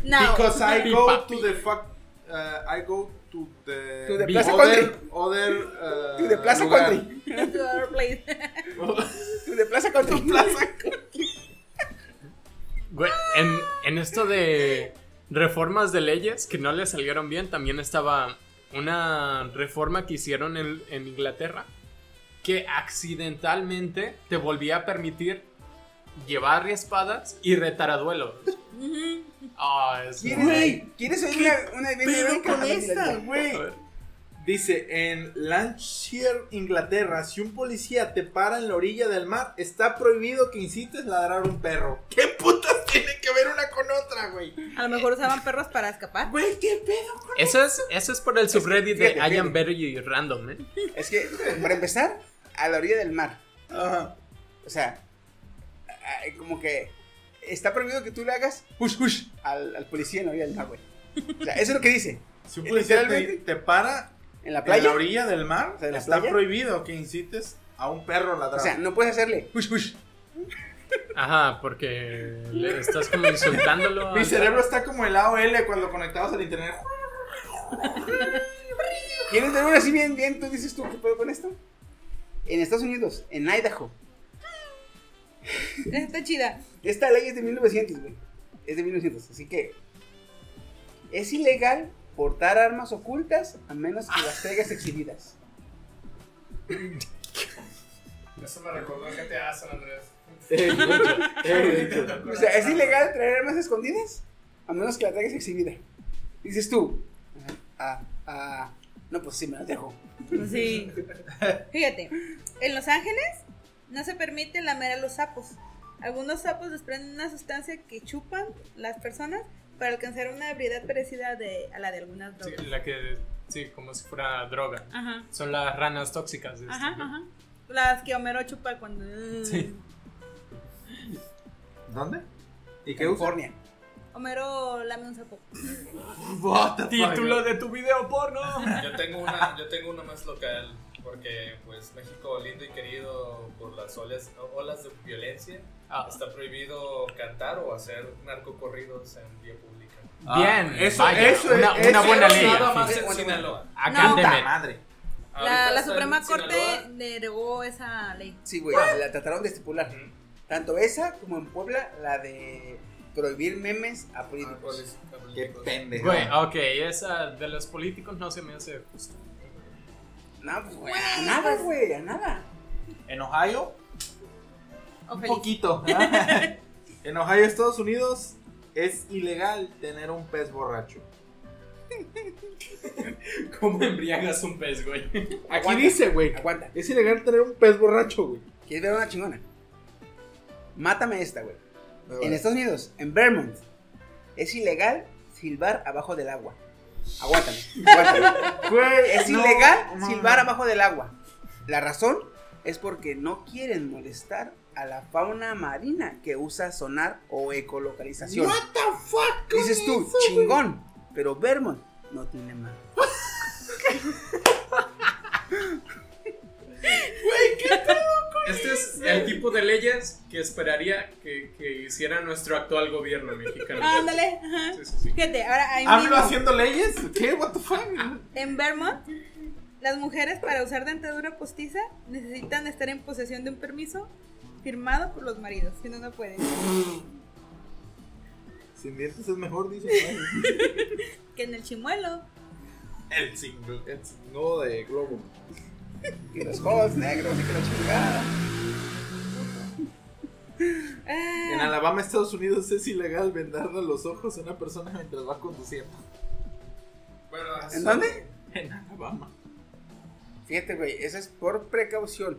S5: No.
S3: because I go to the fuck uh, I go to the
S7: To the Plaza
S3: other,
S7: Country.
S3: other uh,
S7: To the Plaza
S3: lugar.
S7: Country.
S5: To our place.
S7: To the Plaza Country.
S8: Güey, en, en esto de reformas de leyes que no le salieron bien, también estaba una reforma que hicieron en, en Inglaterra que accidentalmente te volvía a permitir llevar espadas y retar a duelos. Ah, es
S7: ¿Quieres, ¿quieres oír una, una evidencia bronca?
S3: con esta, güey?
S8: A ver.
S3: Dice, en Lancashire, Inglaterra, si un policía te para en la orilla del mar, está prohibido que incites ladrar a un perro. ¿Qué putas tiene que ver una con otra, güey?
S5: A lo mejor usaban perros para escapar.
S3: Güey, qué pedo.
S8: Eso es, eso es por el subreddit de
S7: fíjate,
S8: I am very random, ¿eh?
S7: Es que, para empezar, a la orilla del mar. O sea, ay, como que está prohibido que tú le hagas hush, hush al, al policía en la orilla del mar, güey. O sea, eso es lo que dice.
S3: Si un policía te,
S7: Literalmente,
S3: te para
S7: en la playa.
S3: en la orilla del mar,
S7: O sea, en la
S3: está
S7: playa.
S3: prohibido que incites a un perro a ladrar.
S7: O sea, no puedes hacerle hush, hush.
S8: Ajá, porque le estás como insultándolo.
S4: Ah,
S8: a-
S3: Mi cerebro está como el AOL cuando conectabas al internet.
S7: ¿Quieres ver una así bien, bien? ¿Tú dices tú qué puedo con esto? En Estados Unidos, en Idaho.
S5: Está chida.
S7: Esta ley es de 1900, güey. Es de 1900, así que... Es ilegal portar armas ocultas a menos que las traigas exhibidas.
S4: Eso me recordó que te hacen, Andrés.
S7: o sea, es ilegal traer armas escondidas a menos que la traigas exhibida. Dices tú, ah, ah, no, pues sí, me las dejo.
S5: Sí. Fíjate, en Los Ángeles no se permite lamer a los sapos. Algunos sapos desprenden una sustancia que chupan las personas para alcanzar una ebriedad parecida de, a la de algunas
S8: Sí,
S5: drogas.
S8: la que, sí, como si fuera droga.
S5: Ajá.
S8: Son las ranas tóxicas. de este
S5: Ajá,
S8: tipo.
S5: ajá. Las que Homero chupa cuando...
S8: Sí.
S3: ¿Dónde? ¿Y qué usa?
S7: California.
S5: Homero lame un sapo.
S8: Título de tu video porno.
S4: Yo tengo una, yo tengo una más local, porque pues México lindo y querido por las olas, olas de violencia,
S8: Ah,
S4: está prohibido cantar o hacer narcocorridos en vía pública.
S8: Bien, Ah, vaya, una, una buena ley.
S4: Nada
S8: sí.
S4: más en Sinaloa.
S3: Ah,
S8: Acándeme.
S7: Puta madre.
S5: La, la Suprema Corte derogó esa ley.
S7: Sí, güey, la trataron de estipular. Tanto esa como en Puebla, la de prohibir memes a políticos.
S3: pues, Qué pendejo.
S8: Güey, ok, esa de los políticos no se me hace justo.
S7: No, pues, güey, a nada, güey, a nada.
S3: En Ohio,
S5: un
S3: poquito. ¿verdad? en Ohio, Estados Unidos, es ilegal tener un pez borracho.
S8: ¿Cómo embriagas un pez, güey?
S3: Aquí dice, güey.
S7: Aguanta.
S3: Es ilegal tener un pez borracho, güey.
S7: ¿Quieres ver una chingona? Mátame esta, güey. En Estados Unidos, en Vermont, es ilegal silbar abajo del agua. Aguántame, aguántame.
S3: Güey,
S7: es
S3: no,
S7: ilegal
S3: no.
S7: silbar abajo del agua. La razón es porque no quieren molestar a la fauna marina que usa sonar o ecolocalización.
S3: What the fuck? con
S7: Dices tú,
S3: eso, güey?
S7: chingón, pero Vermont no tiene mar.
S3: Güey, ¿qué pedo
S4: Este es el tipo de leyes que esperaría que, que hiciera nuestro actual gobierno mexicano.
S5: Ah, Ándale, ajá. Fíjate, ahora ahí
S4: ¿AMLO
S5: mismo,
S4: haciendo leyes? ¿Qué? ¿What the fuck?
S5: En Vermont, las mujeres para usar dentadura postiza necesitan estar en posesión de un permiso firmado por los maridos, si no, no pueden.
S3: Si inviertes es mejor, dice.
S5: Que en el chimuelo.
S3: el signo. El signo de globo.
S7: Y los ojos negros y que la chingada.
S3: En Alabama, Estados Unidos, es ilegal vendarle los ojos a una persona mientras va conduciendo.
S7: ¿En dónde?
S3: En Alabama.
S7: Fíjate, güey, eso es por precaución.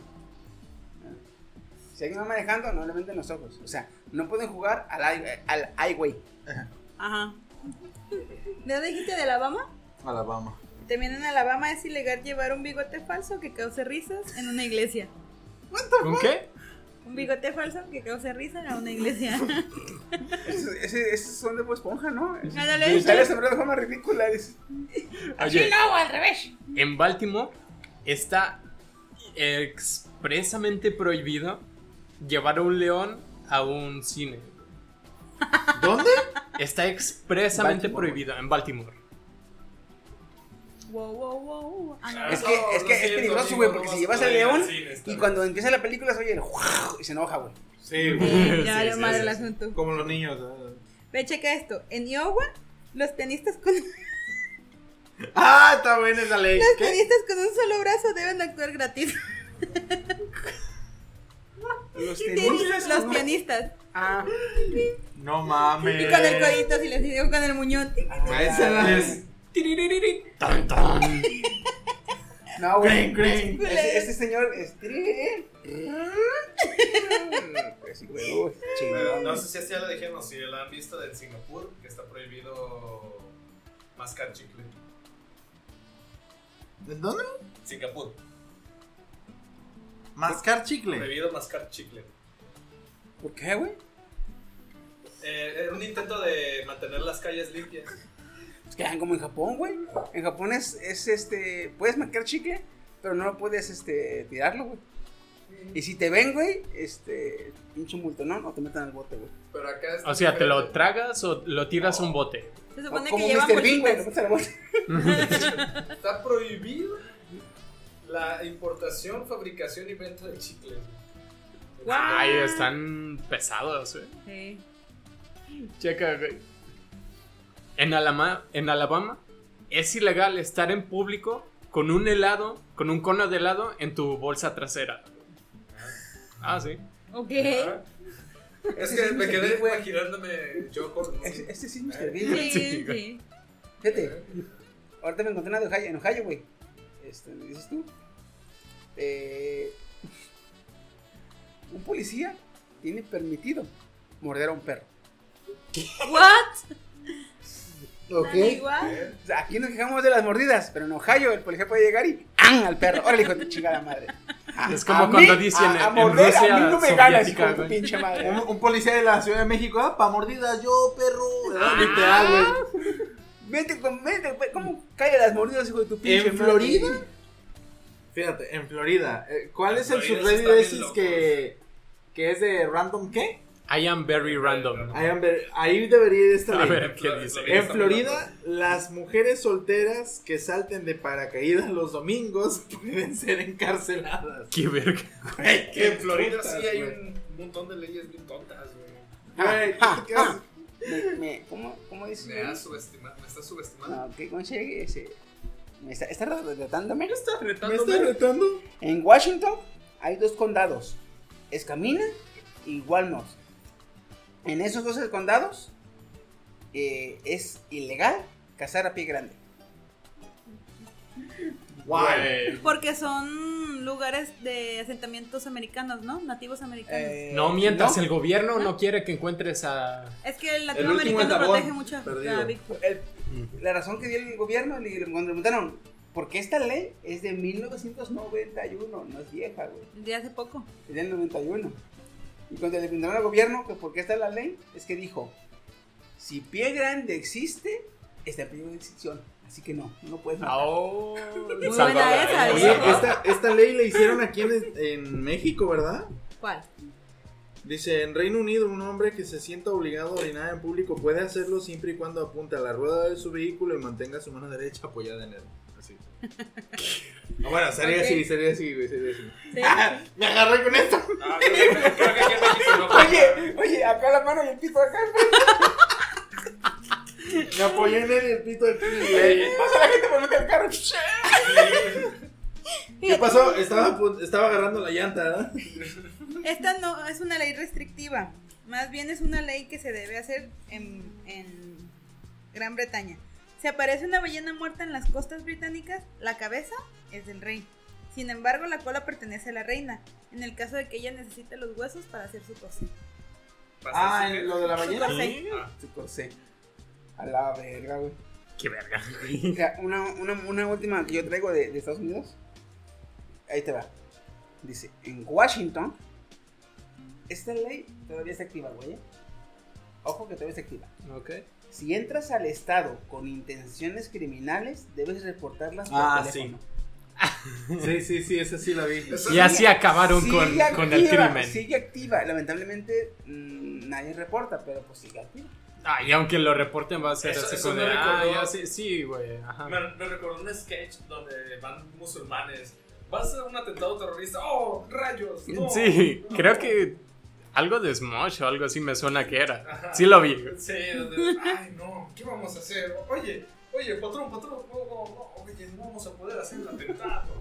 S7: Si alguien va manejando, no le venden los ojos. O sea, no pueden jugar al, hi- al highway.
S5: Ajá. ¿De dónde dijiste de Alabama?
S3: Alabama.
S5: También en Alabama es ilegal llevar un bigote falso que cause risas en una iglesia.
S8: ¿Con qué?
S5: Un bigote falso que cause risas en una iglesia.
S7: Esos, ese- esos son de Bob esponja, ¿no?
S5: Ándale.
S7: Y sale sobre de forma ridícula. dices.
S8: Oye,
S5: no, al revés.
S8: en Baltimore está expresamente prohibido llevar a un león a un cine.
S3: ¿Dónde?
S8: Está expresamente prohibido en Baltimore.
S5: Wow, wow, wow. Ah, no.
S7: Es que, es, que es
S3: siento,
S7: peligroso,
S3: amigo,
S7: güey,
S3: no
S7: porque
S3: vas
S7: si
S3: a
S7: llevas al
S3: poder ir al
S7: león
S3: cine esta
S7: y
S3: vez.
S7: cuando empieza la película se oye el y se enoja, güey.
S3: Sí,
S5: güey. ya valió madre el asunto.
S3: Como los niños. ¿eh?
S5: Ve, checa esto. En Iowa, los tenistas con,
S3: Ah, está buena esa ley.
S5: los
S3: ¿Qué?
S5: tenistas con un solo brazo deben actuar gratis.
S7: Los
S5: tenistas. los pianistas.
S7: Ah.
S3: No mames.
S5: Y con el codito, si les digo con el muñón.
S3: Ah, esa la- es-
S8: Tan, tan.
S7: No, güey.
S3: Crin, crin.
S7: Ese, ese señor es. Ese Pues güey, uy,
S4: Pero
S7: chingón.
S4: no sé si así ya lo dijeron, si la han visto de Singapur, que está prohibido mascar chicle.
S3: ¿En dónde?
S4: Singapur,
S3: Mascar chicle.
S4: prohibido mascar chicle.
S7: ¿Por qué, güey?
S4: Eh, era un intento de mantener las calles limpias.
S7: Pues que hagan como en Japón, güey. En Japón es, es, este. Puedes marcar chicle, pero no puedes este, tirarlo, güey. Y si te ven, güey, este. Pinche multonón o te meten al bote, güey.
S4: Pero acá es
S8: O sea, ¿te lo tragas o lo tiras a un bote?
S5: Se
S7: O
S5: supone
S7: Como
S5: que llevan
S7: Mr. Bean, güey, lo
S5: bolitas.
S7: metes al bote.
S4: Está prohibido la importación, fabricación y venta de chicles.
S8: Ay, están pesados, eh. güey.
S5: Sí.
S8: Checa, güey. En, Alama- en Alabama es ilegal estar en público con un helado, con un cono de helado en tu bolsa trasera. Ah, sí.
S5: Ok.
S4: Es
S7: Ese
S4: que
S7: sí
S4: me
S7: me
S4: quedé
S7: serví, güey.
S4: imaginándome yo con.
S7: Ese- Este sí
S4: Eh.
S7: es Mr. Bean, güey.
S5: Sí, sí. sí.
S7: Fíjate, ahorita me encontré una de Ohio, en Ohio, güey. Este, ¿Me dices tú? Eh, un policía tiene permitido morder a un perro.
S5: What?
S7: ¿Ok?
S5: Igual.
S7: O sea, aquí nos quejamos de las mordidas, pero en Ohio el policía puede llegar y ¡an! al perro. Órale, hijo de tu chingada madre. A-
S8: Es como
S7: Ah, a
S8: cuando
S7: mí,
S8: dicen
S7: a, a
S8: en- en
S7: morder,
S8: Rusia
S7: a mí no me ganas, hijo
S8: soviética,
S7: de tu
S8: güey.
S7: pinche madre.
S3: Un, un policía de la Ciudad de México, ah, pa' mordidas, yo, perro.
S7: Ah,
S3: Ah, Era literal, güey.
S7: Vete, con, vete, güey, ¿cómo cae las mordidas, hijo de tu pinche madre?
S3: ¿En Florida? Fíjate, en Florida. eh, ¿Cuál es el
S4: Florida
S3: subreddit
S4: está
S3: de
S4: bien
S3: esos
S4: loco.
S3: que, que es de random qué?
S8: Ah. I am very random.
S3: I am ver- ahí debería ir esta
S8: A
S3: ley.
S8: ver, ¿qué dice?
S3: En Florida, las mujeres solteras que salten de paracaídas los domingos pueden ser encarceladas.
S8: Qué verga.
S3: Güey, qué
S4: en Florida
S3: putas,
S4: sí hay
S3: güey.
S4: un montón de leyes bien tontas, güey.
S3: Güey,
S7: Ah,
S3: ¿qué-
S7: ah. Me, me, ¿Cómo, cómo dices? Ah,
S4: Me has subestimado, me estás subestimando.
S7: No, que concha ese. Me está, está retratándome.
S3: ¿Me está retando?
S7: En Washington hay dos condados: Escamina y Walnut. En esos dos condados eh, es ilegal cazar a pie grande.
S3: Guay.
S7: Eh,
S5: Porque son lugares de asentamientos americanos, ¿no? Nativos americanos.
S7: Eh,
S8: No mientas,
S7: no.
S8: el gobierno no quiere que encuentres a.
S5: es que el
S3: último
S5: latinoamericano
S3: eslabón
S5: protege mucho a
S3: perdido.
S5: la víctima.
S7: El- la razón que dio el gobierno le- cuando le preguntaron, porque esta ley es de 1991, no es vieja, güey.
S5: De hace poco.
S7: en el 91. Y cuando le preguntaron al gobierno que por qué está la ley, es que dijo, si pie grande existe, está en peligro de extinción. Así que no, no puedes matar.
S8: Oh,
S7: Muy
S3: Salvador. Oye, esta, esta ley la hicieron aquí en, en México, ¿verdad?
S5: ¿Cuál?
S3: Dice, en Reino Unido un hombre que se sienta obligado a orinar en público puede hacerlo siempre y cuando apunte a la rueda de su vehículo y mantenga su mano derecha apoyada en él. Así. No, bueno, sería
S19: Ok.
S3: así, sería así, güey, sería así. Ah,
S19: Me agarré con esto.
S7: Oye, oye, acá la mano y el pito acá.
S3: Me apoyé en él y el pito aquí.
S19: Ey,
S3: Pasa la gente por meter el carro. ¿Qué pasó? Estaba, apu- estaba agarrando la llanta, ¿eh?
S5: Esta no es una ley restrictiva, más bien es una ley que se debe hacer en, en Gran Bretaña. Si aparece una ballena muerta en las costas británicas, la cabeza es del rey. Sin embargo, la cola pertenece a la reina, en el caso de que ella necesite los huesos para hacer su cocina.
S7: Ah, en lo de la ballena.
S5: Sí.
S8: Ah.
S7: Su corsé. A la verga, güey.
S8: Qué verga.
S7: Mira, una, una, una última que yo traigo de, de Estados Unidos. Ahí te va. Dice, en Washington, esta ley todavía está activa, güey. Ojo que todavía está activa.
S8: Ok.
S7: Si entras al estado con intenciones criminales, debes reportarlas por
S3: Ah,
S7: teléfono.
S3: Sí, sí, sí, esa sí la vi.
S8: Y así acabaron con- con el crimen.
S7: Sigue activa. Lamentablemente, mm, nadie reporta, pero pues sigue activa.
S8: Ah, y aunque lo reporten va a ser
S4: Eso-
S8: así
S4: eso
S8: como
S4: me
S8: de, ah,
S4: recordó-
S8: ya sí, sí, güey, ajá.
S4: Me, me recordó un sketch donde van musulmanes. Va a ser un atentado terrorista. ¡Oh, rayos! no,
S8: Sí,
S4: no".
S8: creo que algo de Smosh o algo así me suena que era.
S4: Ajá.
S8: Sí lo vi.
S4: Sí, donde, ay, no, ¿qué vamos a hacer? Oye, oye, patrón, patrón, no, no, no, oye, no vamos a poder hacer el atentado.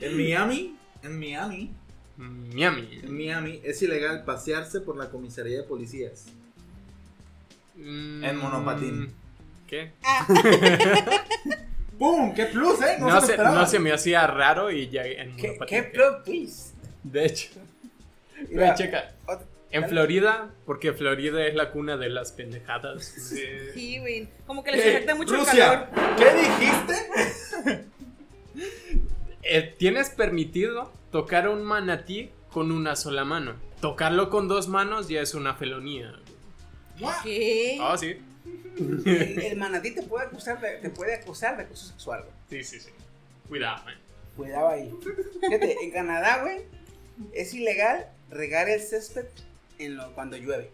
S3: En Miami, en Miami,
S8: Miami.
S3: en Miami es ilegal pasearse por la comisaría de policías. En monopatín.
S8: Mm, ¿Qué?
S3: ¡Pum! ¡Qué plus, eh!
S8: No, se, no se me hacía raro y ya en
S7: ¿Qué,
S8: monopatín.
S7: qué plot twist?
S8: De hecho.
S7: Mira,
S8: Mira, checa.
S7: ot-
S8: En Florida, porque Florida es la cuna de las pendejadas.
S5: Sí, güey. Eh, Como que les afecta mucho el calor.
S3: ¿Qué dijiste?
S8: Eh, Tienes permitido tocar a un manatí con una sola mano. Tocarlo con dos manos ya es una felonía.
S5: ¿Qué?
S8: Ah, sí.
S7: El, el manatí te puede acusar de, te puede acusar de acoso sexual. güey.
S8: Sí, sí, sí. Cuidado, man.
S7: Cuidado ahí. Fíjate, en Canadá, güey, es ilegal regar el césped en lo- cuando llueve.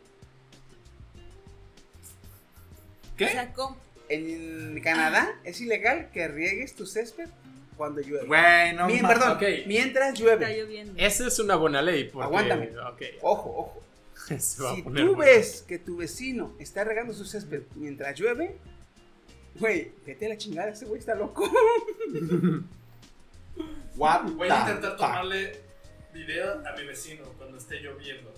S3: ¿Qué?
S7: En Canadá
S8: Ah.
S7: es ilegal que riegues tu césped cuando llueve.
S3: Güey, no
S7: Mien-
S3: ma-
S7: perdón,
S3: ok.
S7: mientras llueve.
S8: Esa es una buena ley. Porque,
S7: Aguántame.
S8: ok.
S7: Ojo, ojo.
S8: Se va
S7: Si
S8: a poner
S7: tú
S8: bueno.
S7: ves que tu vecino está regando su césped mientras llueve, güey, vete a la chingada, ese güey está loco.
S3: What
S4: Voy
S7: the
S4: a intentar
S7: fuck?
S4: tomarle video a mi vecino cuando esté lloviendo.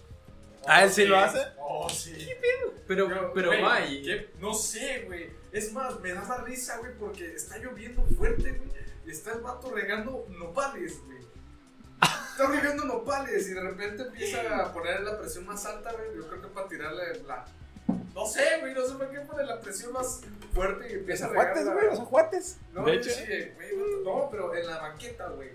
S3: ¿A él sí lo hace?
S4: Oh, sí. ¿Qué
S8: Pero, pero,
S4: Güey,
S8: guay.
S4: ¿qué? No sé, güey. Es más, me da más risa, güey, porque está lloviendo fuerte, güey. Y está el vato regando nopales, güey. Está regando nopales y de repente empieza a poner la presión más alta, güey. Yo creo que para tirarle la. No sé, güey, no sé por qué pone la presión más fuerte y empieza a regar.
S7: Aguates,
S4: la-
S7: güey, los aguates.
S4: No,
S7: De
S4: yo
S7: hecho.
S4: sí, güey, vato, no, pero en la banqueta, güey.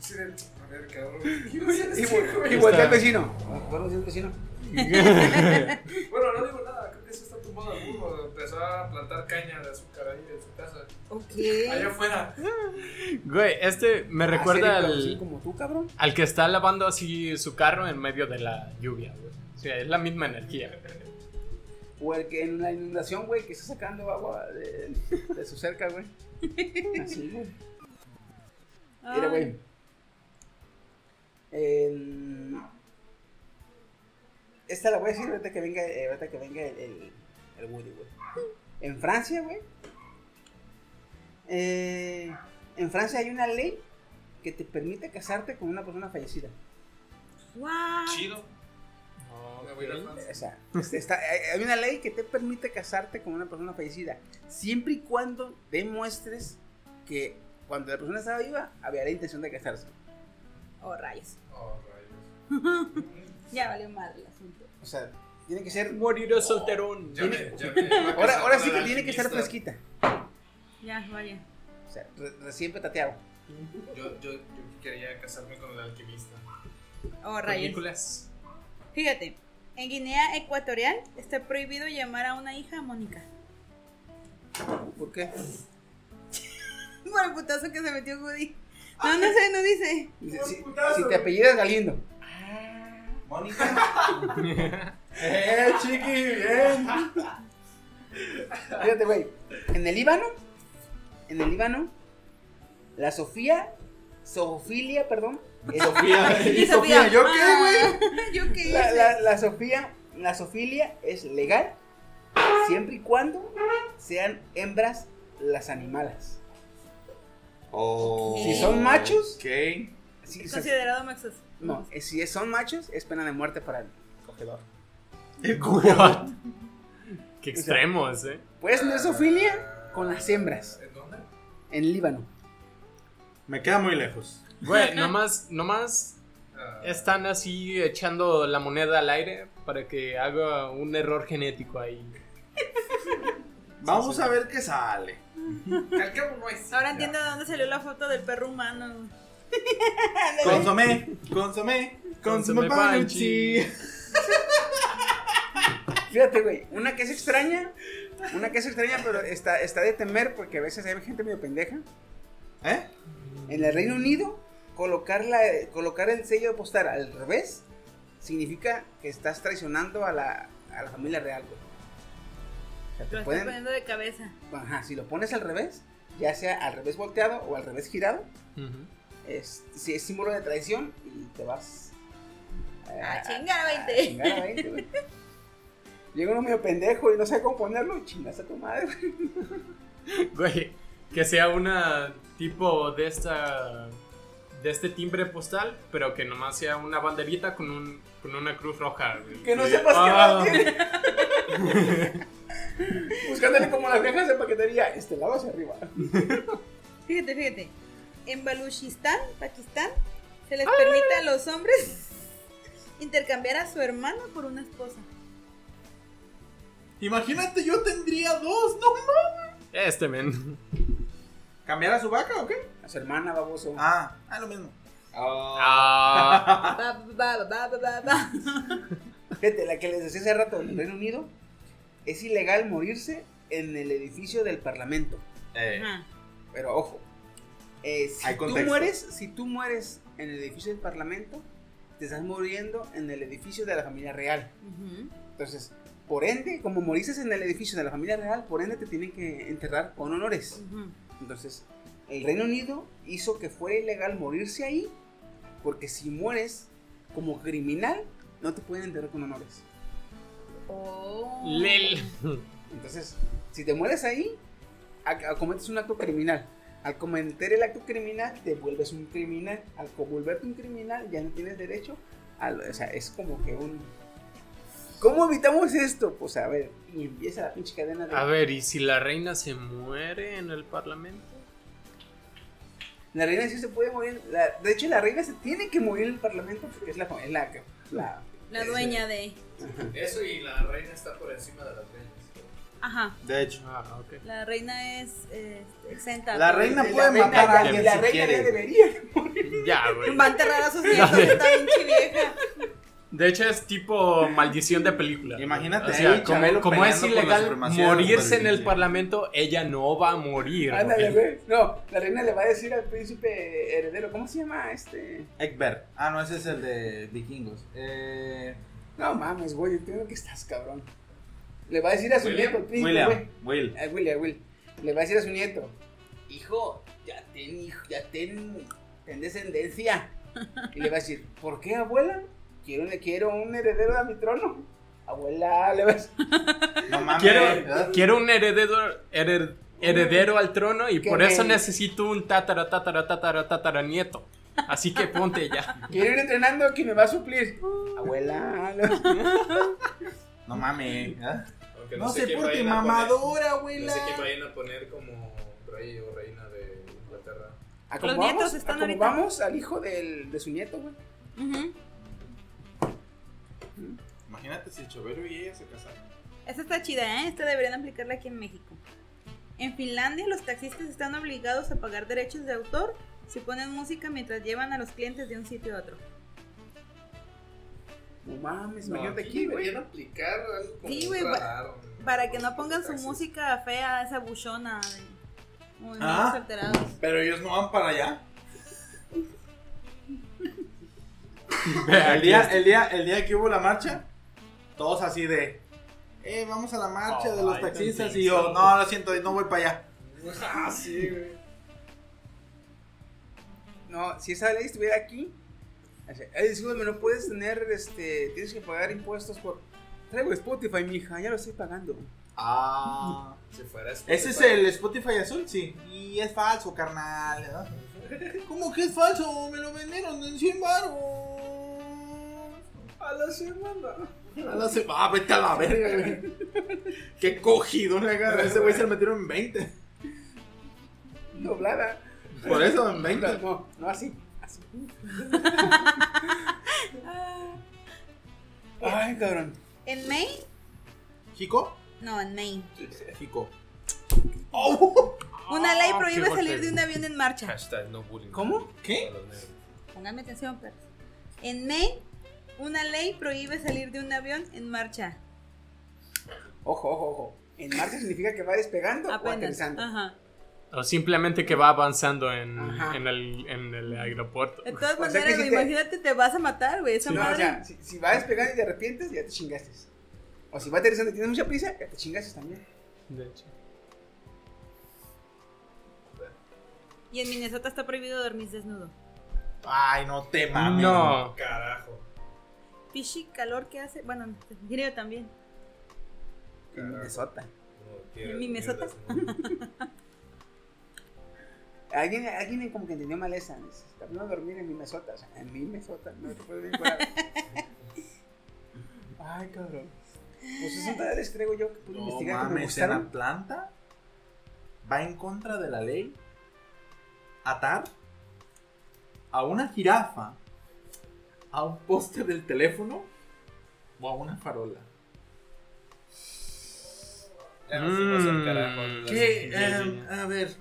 S4: Sí, de- a ver, cabrón. ¿qué
S7: Y,
S4: haces,
S7: vol-
S4: güey?
S7: y voltea al vecino. Buenos días, vecino.
S4: Bueno, no digo nada, creo que eso está tumbado al burro. Empezó a plantar caña de azúcar ahí en su casa.
S5: Ok.
S4: Allá afuera.
S8: Güey, este
S7: Ah,
S8: me recuerda
S7: Hacer
S8: al,
S7: introducir como tú, cabrón.
S8: al que está lavando así su carro en medio de la lluvia, güey. O sea, es la misma energía.
S7: O el que en la inundación, güey, que está sacando agua de, de su cerca, güey. Así, güey. Mira, güey. El- Esta la voy a decir ahorita que venga, eh, ahorita que venga el, el, el Woody, güey. En Francia, güey. eh, en Francia hay una ley que te permite casarte con una persona fallecida.
S4: Chido. Me voy a ir a Francia.
S7: O sea, este, está- hay hay una ley que te permite casarte con una persona fallecida, siempre y cuando demuestres que cuando la persona estaba viva había la intención de casarse.
S5: Oh, rayos.
S4: Oh, rayos.
S5: Ya valió madre el asunto.
S7: O sea, tiene que ser...
S8: Morir a solterón.
S4: Ya me, ya me iba a
S7: Ahora,
S4: casar
S7: ahora
S4: con
S7: sí que
S4: el
S7: tiene que ser
S4: alquimista.
S7: fresquita.
S5: Ya, vaya.
S7: O sea, re- recién petateado.
S4: Yo, yo, yo quería casarme con el alquimista.
S5: Oh, rayos.
S8: Películas.
S5: Fíjate, en Guinea Ecuatorial está prohibido llamar a una hija Mónica.
S7: ¿Por qué?
S5: Por el putazo que se metió Woody. No, no sé, no dice.
S7: Dice, si, si te apellidas Galindo.
S3: ¡Eh, chiqui! ¡Bien!
S7: Fíjate, güey. En el Líbano, en el Líbano, la Sofía, Sofilia, perdón. es-
S3: Sofía, ¿y Sofía? ¿Yo qué,
S5: güey? "Ah, ¿Yo qué
S7: La,
S5: hice?
S7: la- la Sofía, la Sofilia es legal siempre y cuando sean hembras las animalas.
S3: Oh,
S7: Si son machos, si-
S5: Es
S7: o sea,
S5: considerado maxus.
S7: no, eh, si son machos es pena de muerte para el cogedor.
S8: Qué extremos, eh.
S7: Puedes tener zoofilia con las hembras. ¿En dónde? En Líbano.
S6: Me queda muy lejos.
S8: Güey, nomás, nomás están así echando la moneda al aire para que haga un error genético ahí.
S6: Vamos a ver qué sale.
S5: Ahora entiendo de dónde salió la foto del perro humano.
S6: Consomé, consomé, consomé panucci.
S7: Fíjate, güey, una que es extraña, una que es extraña, pero está, está de temer porque a veces hay gente medio pendeja. ¿Eh? En el Reino Unido, colocar, la, colocar el sello de postal al revés significa que estás traicionando a la, a la familia real, güey. O sea,
S5: Lo
S7: te
S5: estoy
S7: pueden,
S5: poniendo de cabeza.
S7: ajá, si lo pones al revés, ya sea al revés volteado o al revés girado, es, si es símbolo de traición y te vas. eh,
S5: Ah,
S7: a-
S5: chingada,
S7: a
S5: 20.
S7: chingar a 20, güey. Llega uno medio pendejo y no sabe cómo ponerlo, chingas a tu madre, güey.
S8: Güey, que sea una tipo de esta de este timbre postal, pero que nomás sea una banderita con un con una cruz roja. güey.
S7: Que no sepas qué
S8: Ah.
S7: más tiene. Buscándole como las viejas de paquetería, este lado hacia arriba.
S5: Fíjate, fíjate. En Baluchistán, Pakistán, se les permite a los hombres intercambiar a su hermana por una esposa.
S3: Imagínate, yo tendría dos, no mames.
S8: Este men.
S3: ¿Cambiar a su vaca o qué?
S7: A su hermana, baboso.
S3: Ah, ah, lo mismo.
S8: Ah.
S5: Ba, ba, ba, ba, ba, ba.
S7: Gente, la que les decía hace rato en el Reino Unido, es ilegal morirse en el edificio del Parlamento.
S3: Eh,
S5: Ajá.
S7: Pero ojo, eh, si
S3: Hay
S7: tú
S3: contexto.
S7: mueres, si tú mueres en el edificio del Parlamento, te estás muriendo en el edificio de la familia real. Entonces, por ende, como moriste en el edificio de la familia real, por ende te tienen que enterrar con honores. Entonces, el Reino Unido hizo que fuera ilegal morirse ahí, porque si mueres como criminal, no te pueden enterrar con honores.
S5: Oh.
S8: Lel.
S7: Entonces, si te mueres ahí, a- a- cometes un acto criminal. Al cometer el acto criminal, te vuelves un criminal. Al co- volverte un criminal, ya no tienes derecho a lo- O sea, es como que un... ¿Cómo evitamos esto? Pues a ver, y empieza la pinche cadena de...
S8: A ver, ¿y si la reina se muere en el parlamento?
S7: La reina sí se puede morir. la- de hecho, la reina se tiene que morir en el parlamento porque es la... Es la, la-
S5: La dueña de.
S4: Eso y la reina está por encima de las reinas.
S5: Ajá.
S6: De hecho.
S8: Ah, ok.
S5: La reina es eh, exenta.
S6: La reina puede matar a alguien si quiere.
S8: Ya, güey.
S5: Va a enterrar a sus nietos, esta pinche vieja.
S8: De hecho, es tipo maldición de película.
S6: Imagínate
S8: O sea,
S6: ahí, Chabelo
S8: como, como es
S6: peleando por la
S8: ilegal
S6: supremacía de los
S8: morirse en
S6: valientes.
S8: el parlamento, ella no va a morir.
S7: Ándale,
S8: ¿ok?
S7: güey. No, la reina le va a decir al príncipe heredero, ¿cómo se llama este?
S6: Egbert. Ah, no, ese es el de vikingos. Eh,
S7: No mames, güey, entiendo que estás cabrón. Le va a decir a su
S6: William.
S7: nieto, el príncipe,
S6: William,
S7: güey.
S6: Will.
S7: A Will, a Will. Le va a decir a su nieto, hijo, ya ten, hijo, ya ten, ten descendencia. Y le va a decir, ¿por qué, abuela? Quiero, le quiero un heredero a mi trono. Abuela, le va a decir,
S6: No mames.
S8: Quiero, quiero un heredero, hered- heredero al trono y
S7: Que
S8: por eso
S7: me-
S8: necesito un tatara, tatara, tatara, tatara nieto. Así que ponte ya.
S7: quiero ir entrenando a quien me va a suplir. Abuela, le va a decir,
S6: No mames. ¿eh?
S4: Aunque
S6: No sé
S4: quién
S6: por qué
S4: vayan a poner-
S6: mamadora,
S4: No sé
S6: abuela.
S4: quién vayan a poner como rey o reina de Inglaterra.
S7: acomodamos-
S5: nietos están ahorita.
S7: acomodamos al hijo del, de su nieto, güey.
S5: Ujú.
S6: Imagínate si Chabelo y ella se casaron.
S5: Esta está chida, ¿eh? Esta deberían aplicarla aquí en México. En Finlandia, los taxistas están obligados a pagar derechos de autor si ponen música mientras llevan a los clientes de un sitio a otro.
S7: No mames,
S16: No,
S7: imagínate
S16: aquí
S7: aquí, güey.
S16: deberían aplicar algo como
S5: Sí,
S16: un
S5: güey, pa-
S16: radar, o-
S5: Para que no pongan su música fea, esa buchona de movimientos
S3: Ah.
S5: alterados.
S3: Pero ellos no van para allá.
S7: Vea,
S3: el, día,
S7: aquí está.
S3: el, día, el día que hubo la marcha, todos así de, eh, vamos a la marcha de los
S7: Ay,
S3: taxistas
S7: tantito.
S3: y yo, no, lo siento, no voy para allá.
S16: Ah, sí, güey.
S7: No, si esa ley estuviera aquí, así, "Ay, discúlpame, no puedes tener, este, tienes que pagar impuestos por... Traigo Spotify, mija, ya lo estoy pagando.
S3: Ah.
S16: Si fuera
S3: Ese es el Spotify azul, sí. Y es falso, carnal. ¿Cómo que es falso? Me lo vendieron en 100 baros.
S16: A la semana.
S3: A la se- Ah, vete a la verga, güey. Qué cogido le agarra. Ese güey se lo metieron en 20.
S7: Doblada.
S3: Por eso, en 20.
S7: No, no así. así. Ay, cabrón.
S5: ¿En Maine?
S3: ¿Jico?
S5: No, en Maine.
S3: Jico. Oh.
S8: Ah,
S5: Una ley
S4: qué
S5: prohíbe
S4: golpe.
S5: salir de un avión en marcha.
S4: Hashtag no bullying.
S7: ¿Cómo?
S3: ¿Qué?
S5: Pónganme atención, perros. En Maine, una ley prohíbe salir de un avión en marcha.
S7: Ojo, ojo, ojo. En marcha significa que va despegando o
S5: Apenas.
S7: aterrizando.
S5: Ajá.
S8: O simplemente que va avanzando en,
S7: Ajá.
S8: en el, en el aeropuerto.
S5: De todas
S7: O sea que
S5: maneras,
S7: sí
S5: güey,
S7: te-
S5: imagínate, te vas a matar, güey. Esa
S7: No,
S5: madre.
S7: o sea, si, si va despegando y te arrepientes, ya te chingaste. O si va aterrizando y tienes mucha prisa, ya te chingaste también.
S8: De hecho.
S5: Y en Minnesota está prohibido dormir desnudo.
S3: Ay, no te
S7: Ah,
S3: mames.
S8: No.
S3: Carajo.
S5: Pichi calor que hace. Bueno, en Grio también.
S7: En Minnesota.
S5: En Minnesota.
S7: Alguien, alguien como que entendió mal esa. Está hablando de dormir en Minnesota. O sea, en Minnesota. No te puedes vincular. Ay, cabrón. Pues esas madres creo yo que pude
S3: No
S7: investigar que me
S3: mames, en
S7: gustaron.
S3: Atlanta va en contra de la ley atar a una jirafa a un poste del teléfono o a una farola.
S4: Ya nos fuimos al
S3: Mm,
S4: carajo, las
S3: ¿Qué?
S7: Eh,
S4: ingenierías.
S3: Em, a ver.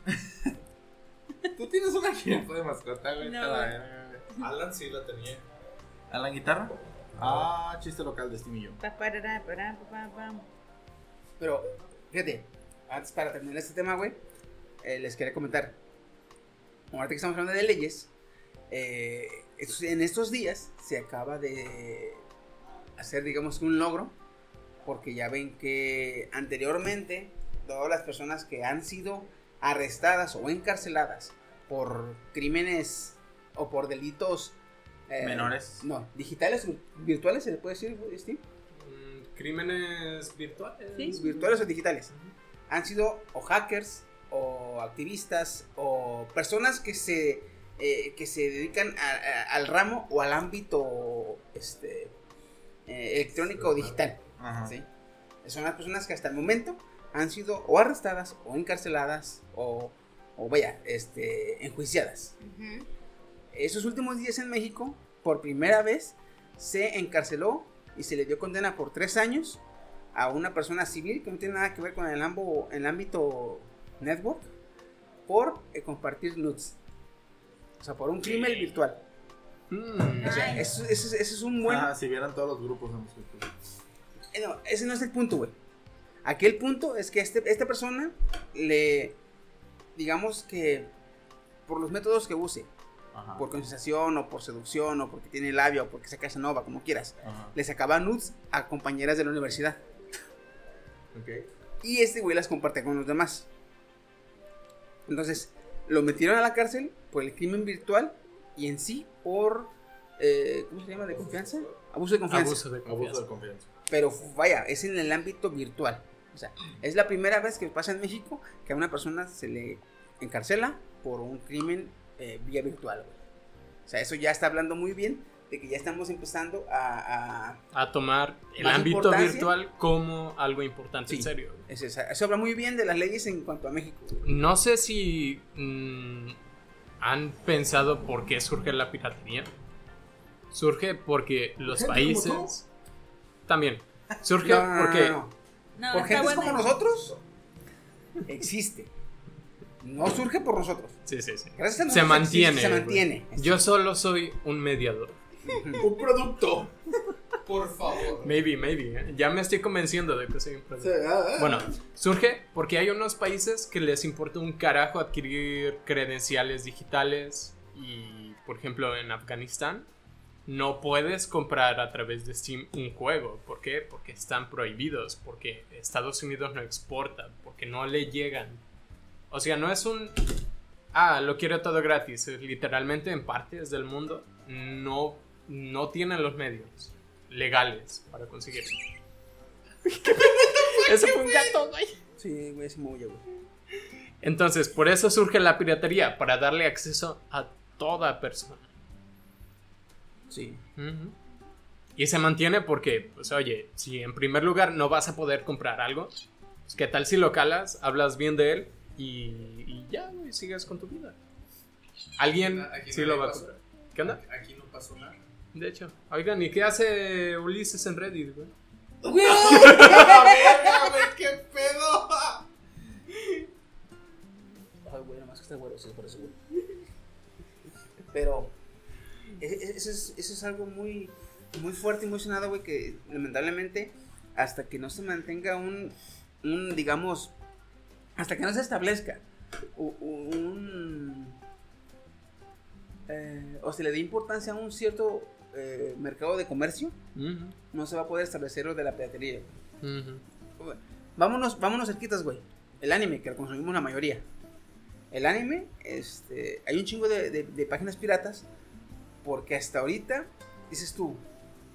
S3: Tú tienes una jirafa de mascota, güey.
S4: No.
S3: te la verga, güey.
S4: Alan sí la tenía.
S3: ¿A la guitarra? Ah, chiste local de Steam y yo.
S5: Pa, parará, pará, pa, pa, pam.
S7: Pero, fíjate, antes para terminar este tema, güey, eh, les quería comentar. Ahorita que estamos hablando de leyes, eh, es- en estos días se acaba de hacer, digamos, un logro, porque ya ven que anteriormente todas las personas que han sido arrestadas o encarceladas por crímenes o por delitos eh,
S3: Menores.
S7: No, digitales o virtuales, se le puede decir, güey, Steve?
S8: Mm, Crímenes virtuales.
S7: virtuales o digitales. Han sido o hackers, o activistas, o personas que se, eh, que se dedican a- a- al ramo o al ámbito este, eh, electrónico o digital. ¿sí? Son las personas que hasta el momento han sido o arrestadas, o encarceladas, o, o vaya, este, enjuiciadas. Esos últimos días en México, por primera vez, se encarceló y se le dio condena por tres años a una persona civil que no tiene nada que ver con el, ambo- el ámbito network por eh, compartir nudes. O sea, por un crimen virtual.
S8: Mm.
S7: O sea, eso, eso es- eso es un buen...
S3: Ah, si vieran todos los grupos de mascotas.
S7: Eh, No, ese no es el punto, güey. Aquí el punto es que este, esta persona le, digamos que por los métodos que use, por conversación o por seducción o porque tiene labia o porque se casanova, como quieras,
S3: Ajá.
S7: le sacaba nudes a compañeras de la universidad. Y este güey las comparte con los demás. Entonces, lo metieron a la cárcel por el crimen virtual y en sí por, eh, ¿cómo se llama? ¿De confianza? Abuso de confianza.
S8: Abuso de confianza. Abuso de
S3: confianza.
S7: Pero vaya, es en el ámbito virtual. O sea, es la primera vez que pasa en México que a una persona se le encarcela por un crimen eh, vía virtual. güey. O sea, eso ya está hablando muy bien de que ya estamos empezando a- a
S8: A tomar el
S7: Más
S8: ámbito
S7: importancia.
S8: virtual como algo importante,
S7: Sí.
S8: en serio.
S7: Es esa- Eso habla muy bien de las leyes en cuanto a México.
S8: No sé si mm, han pensado por qué surge la piratería. Surge porque los
S7: Gente como Ah,
S8: países... También. Surge
S7: No, no, no,
S8: porque...
S7: no, no.
S5: No,
S7: por
S5: está
S7: gente
S5: bueno.
S7: como nosotros, existe. No surge por nosotros.
S8: Sí, sí, sí.
S7: Gracias a
S8: se
S7: nosotros
S8: mantiene.
S7: existe, se
S8: güey.
S7: mantiene.
S8: Yo solo soy un mediador.
S3: Un producto.
S4: Por favor.
S8: Maybe, maybe. ¿eh? Ya me estoy convenciendo de que soy un problema.
S4: Sí, ah, ah.
S8: Bueno, surge porque hay unos países que les importa un carajo adquirir credenciales digitales y, por ejemplo, en Afganistán no puedes comprar a través de Steam un juego. ¿Por qué? Porque están prohibidos, porque Estados Unidos no exporta, porque no le llegan. O sea, no es un... Ah, lo quiero todo gratis. Es Literalmente en partes del mundo no, no tienen los medios legales para conseguirlo. Ese fue un gato, güey.
S7: Sí, güey, se movió, güey.
S8: Entonces, por eso surge la piratería, para darle acceso a toda persona.
S7: Sí.
S8: Y se mantiene porque, pues oye, si en primer lugar no vas a poder comprar algo, pues, ¿qué tal si lo calas, hablas bien de él y, y ya, güey, sigues con tu vida? Alguien
S16: Aquí no
S8: sí
S16: le
S8: lo va a
S16: pasó.
S8: comprar. ¿Qué onda?
S16: Aquí no pasó nada.
S8: De hecho, oigan, ¿y qué hace Ulises en Reddit, güey?
S19: verga, güey, qué pedo.
S7: Ay, güey, nomás que está güero, sí, por eso, güey. Pero es- es- eso es, eso es algo muy, muy fuerte y muy sonado, güey, que lamentablemente hasta que no se mantenga un, un, digamos, hasta que no se establezca u- u- un... eh, o se le dé importancia a un cierto eh, mercado de comercio,
S8: Ujú.
S7: no se va a poder establecer lo de la piratería. güey.
S8: Ujú.
S7: Vámonos, vámonos cerquitas, güey. El anime, que lo consumimos la mayoría. El anime, este, hay un chingo de, de- de páginas piratas. Porque hasta ahorita, dices tú,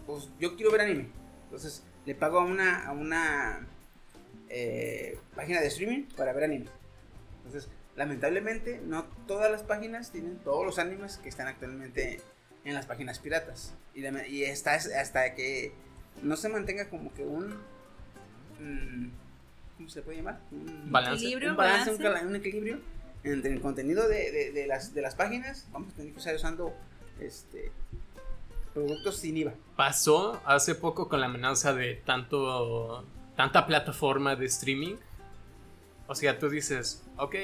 S7: pues yo quiero ver anime. Entonces le pago a una, a una eh, página de streaming para ver anime. Entonces, lamentablemente, no todas las páginas tienen todos los animes que están actualmente en las páginas piratas. Y, la- y hasta, hasta que no se mantenga como que un mm, ¿cómo se puede llamar? Un
S8: Balance. Equilibrio,
S7: un, balance, un
S8: balance.
S7: cala- un equilibrio entre el contenido de, de- de las, de las páginas. Vamos a tener que estar usando este, productos sin IVA.
S8: pasó hace poco con la amenaza de tanto tanta plataforma de streaming. O sea, tú dices, ok,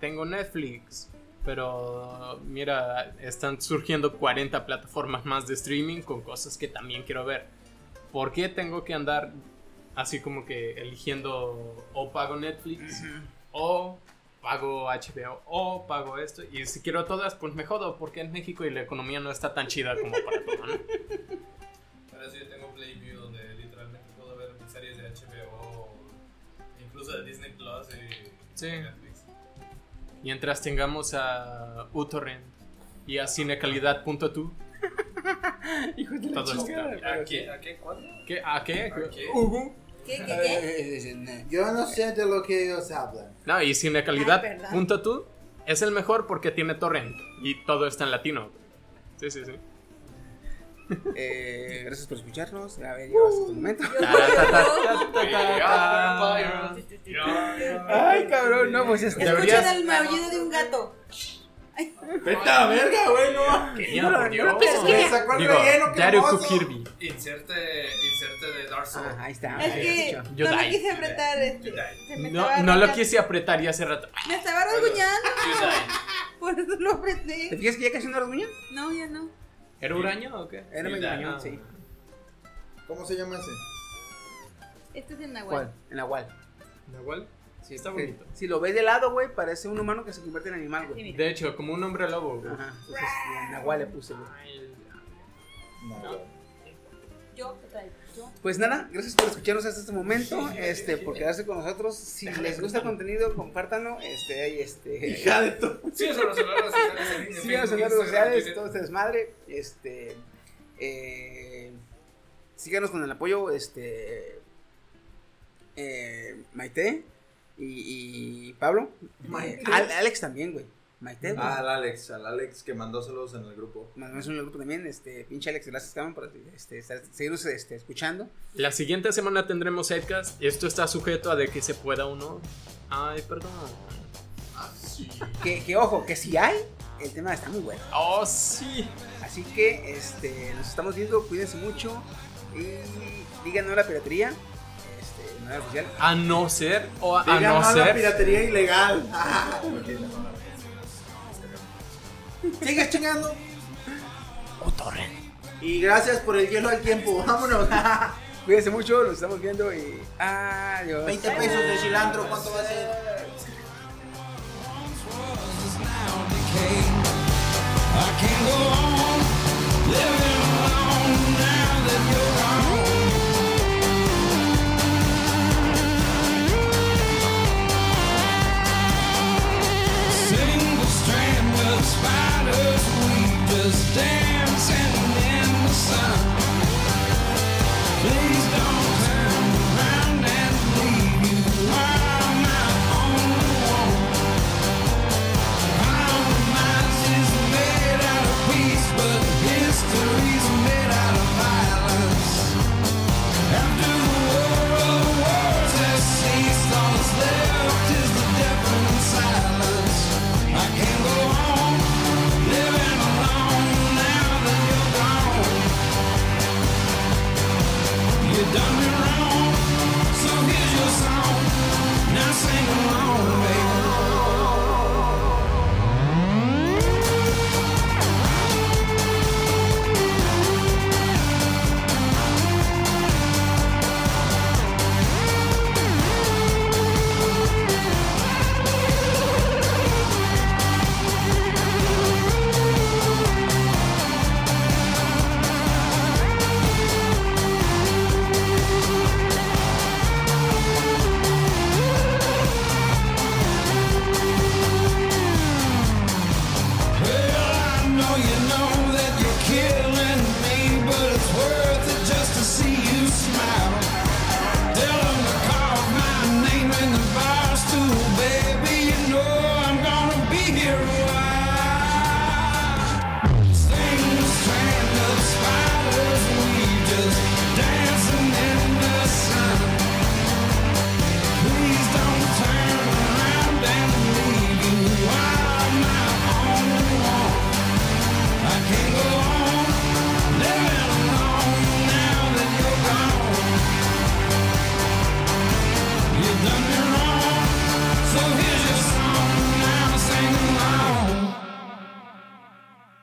S8: tengo Netflix, pero mira, están surgiendo 40 plataformas más de streaming con cosas que también quiero ver. ¿Por qué tengo que andar así como que eligiendo o pago Netflix o pago HBO o pago esto? Y si quiero todas, pues me jodo porque en México y la economía no está tan chida como para todo, ¿no?
S4: Ahora sí yo tengo Playview donde literalmente puedo ver series de HBO, incluso de Disney Plus y
S8: Sí.
S4: Netflix.
S8: Mientras tengamos a uTorrent y a cinecalidad.tu.
S7: Hijo
S8: de la chingada.
S4: ¿A qué? ¿A qué? ¿Cuándo?
S8: ¿Qué? ¿A qué?
S4: ¿A qué?
S8: Ujú.
S5: ¿Qué, qué,
S6: qué? Eh, Yo no sé de lo que ellos hablan.
S8: No,
S5: Ay,
S8: y
S5: perdón.
S8: cinecalidad.tu es el mejor porque tiene torrent y todo está en latino. Sí, sí, sí.
S7: Eh, gracias por escucharnos. A ver, llegamos hasta el momento. Ay, cabrón, no, pues es que
S5: Escuchen el maullido de un gato.
S7: Vete a la verga, güey, no.
S8: Que ya, por Dios.
S5: pero es que-
S8: Me sacó el Digo, relleno, qué Daruku hermoso. Kirby.
S4: Inserte, inserte de Dark Souls.
S7: Ah, ahí está.
S5: Es que
S8: Yo
S5: no me
S8: die.
S5: quise apretar. este, se me
S8: No,
S5: estaba
S8: no lo
S5: rasguñando.
S8: quise apretar y hace rato.
S5: Me estaba rasguñando. Por eso lo apreté.
S7: ¿Te fijas que ya casi no rasguña?
S5: No, ya no.
S8: ¿Era huraño o qué?
S7: Era medio huraño, sí.
S6: ¿Cómo se llama ese?
S5: Este es el
S7: ¿Cuál?
S5: Nahual.
S7: En Nahual.
S8: ¿Nahual?
S7: Sí,
S8: está
S7: sí.
S8: bonito.
S7: Si lo ves de lado, güey, parece un humano que se convierte en animal, güey.
S8: De hecho, como un hombre lobo. güey.
S7: Ajá. Entonces, en Nahual le puse, güey.
S5: Yo te traigo. Yo.
S7: Pues nada, gracias por escucharnos hasta este momento, este, por quedarse con nosotros. Si les gusta el contenido, compártanlo, este, ahí, este.
S19: Hija de tu-
S4: Síganos en las redes sociales.
S7: Síganos en
S4: Facebook, Instagram,
S7: las redes sociales,
S4: Twitter.
S7: todo este desmadre, este, eh, síganos con el apoyo, este, eh, Maite y, y Pablo,
S6: Maite.
S7: Eh, Al- Alex también, güey, Maite, güey.
S3: Ah.
S6: Al Alex, al Alex que mandó saludos en el grupo.
S7: Mandamos un grupo también, este, pinche Alex, gracias, cabrón, por este, estar- seguirnos este, escuchando.
S8: La siguiente semana tendremos Edcast. Esto está sujeto a de que se pueda o no. Ay, perdón.
S7: Que, que ojo, que si hay, el tema está muy bueno.
S8: Oh, sí.
S7: Así que este, nos estamos viendo, cuídense mucho y digan no a la piratería. Este, no a la oficial.
S8: A no ser o a, a
S7: Digan
S8: no,
S7: no a la
S8: ser.
S7: piratería ilegal.
S6: Sigue chingando.
S7: Oh, O torrent.
S3: Y gracias por el hielo al tiempo. Vámonos.
S7: Cuídense mucho, nos estamos viendo y. Adiós.
S3: 20 pesos de cilantro, ¿cuánto va a ser?
S23: I can't go on.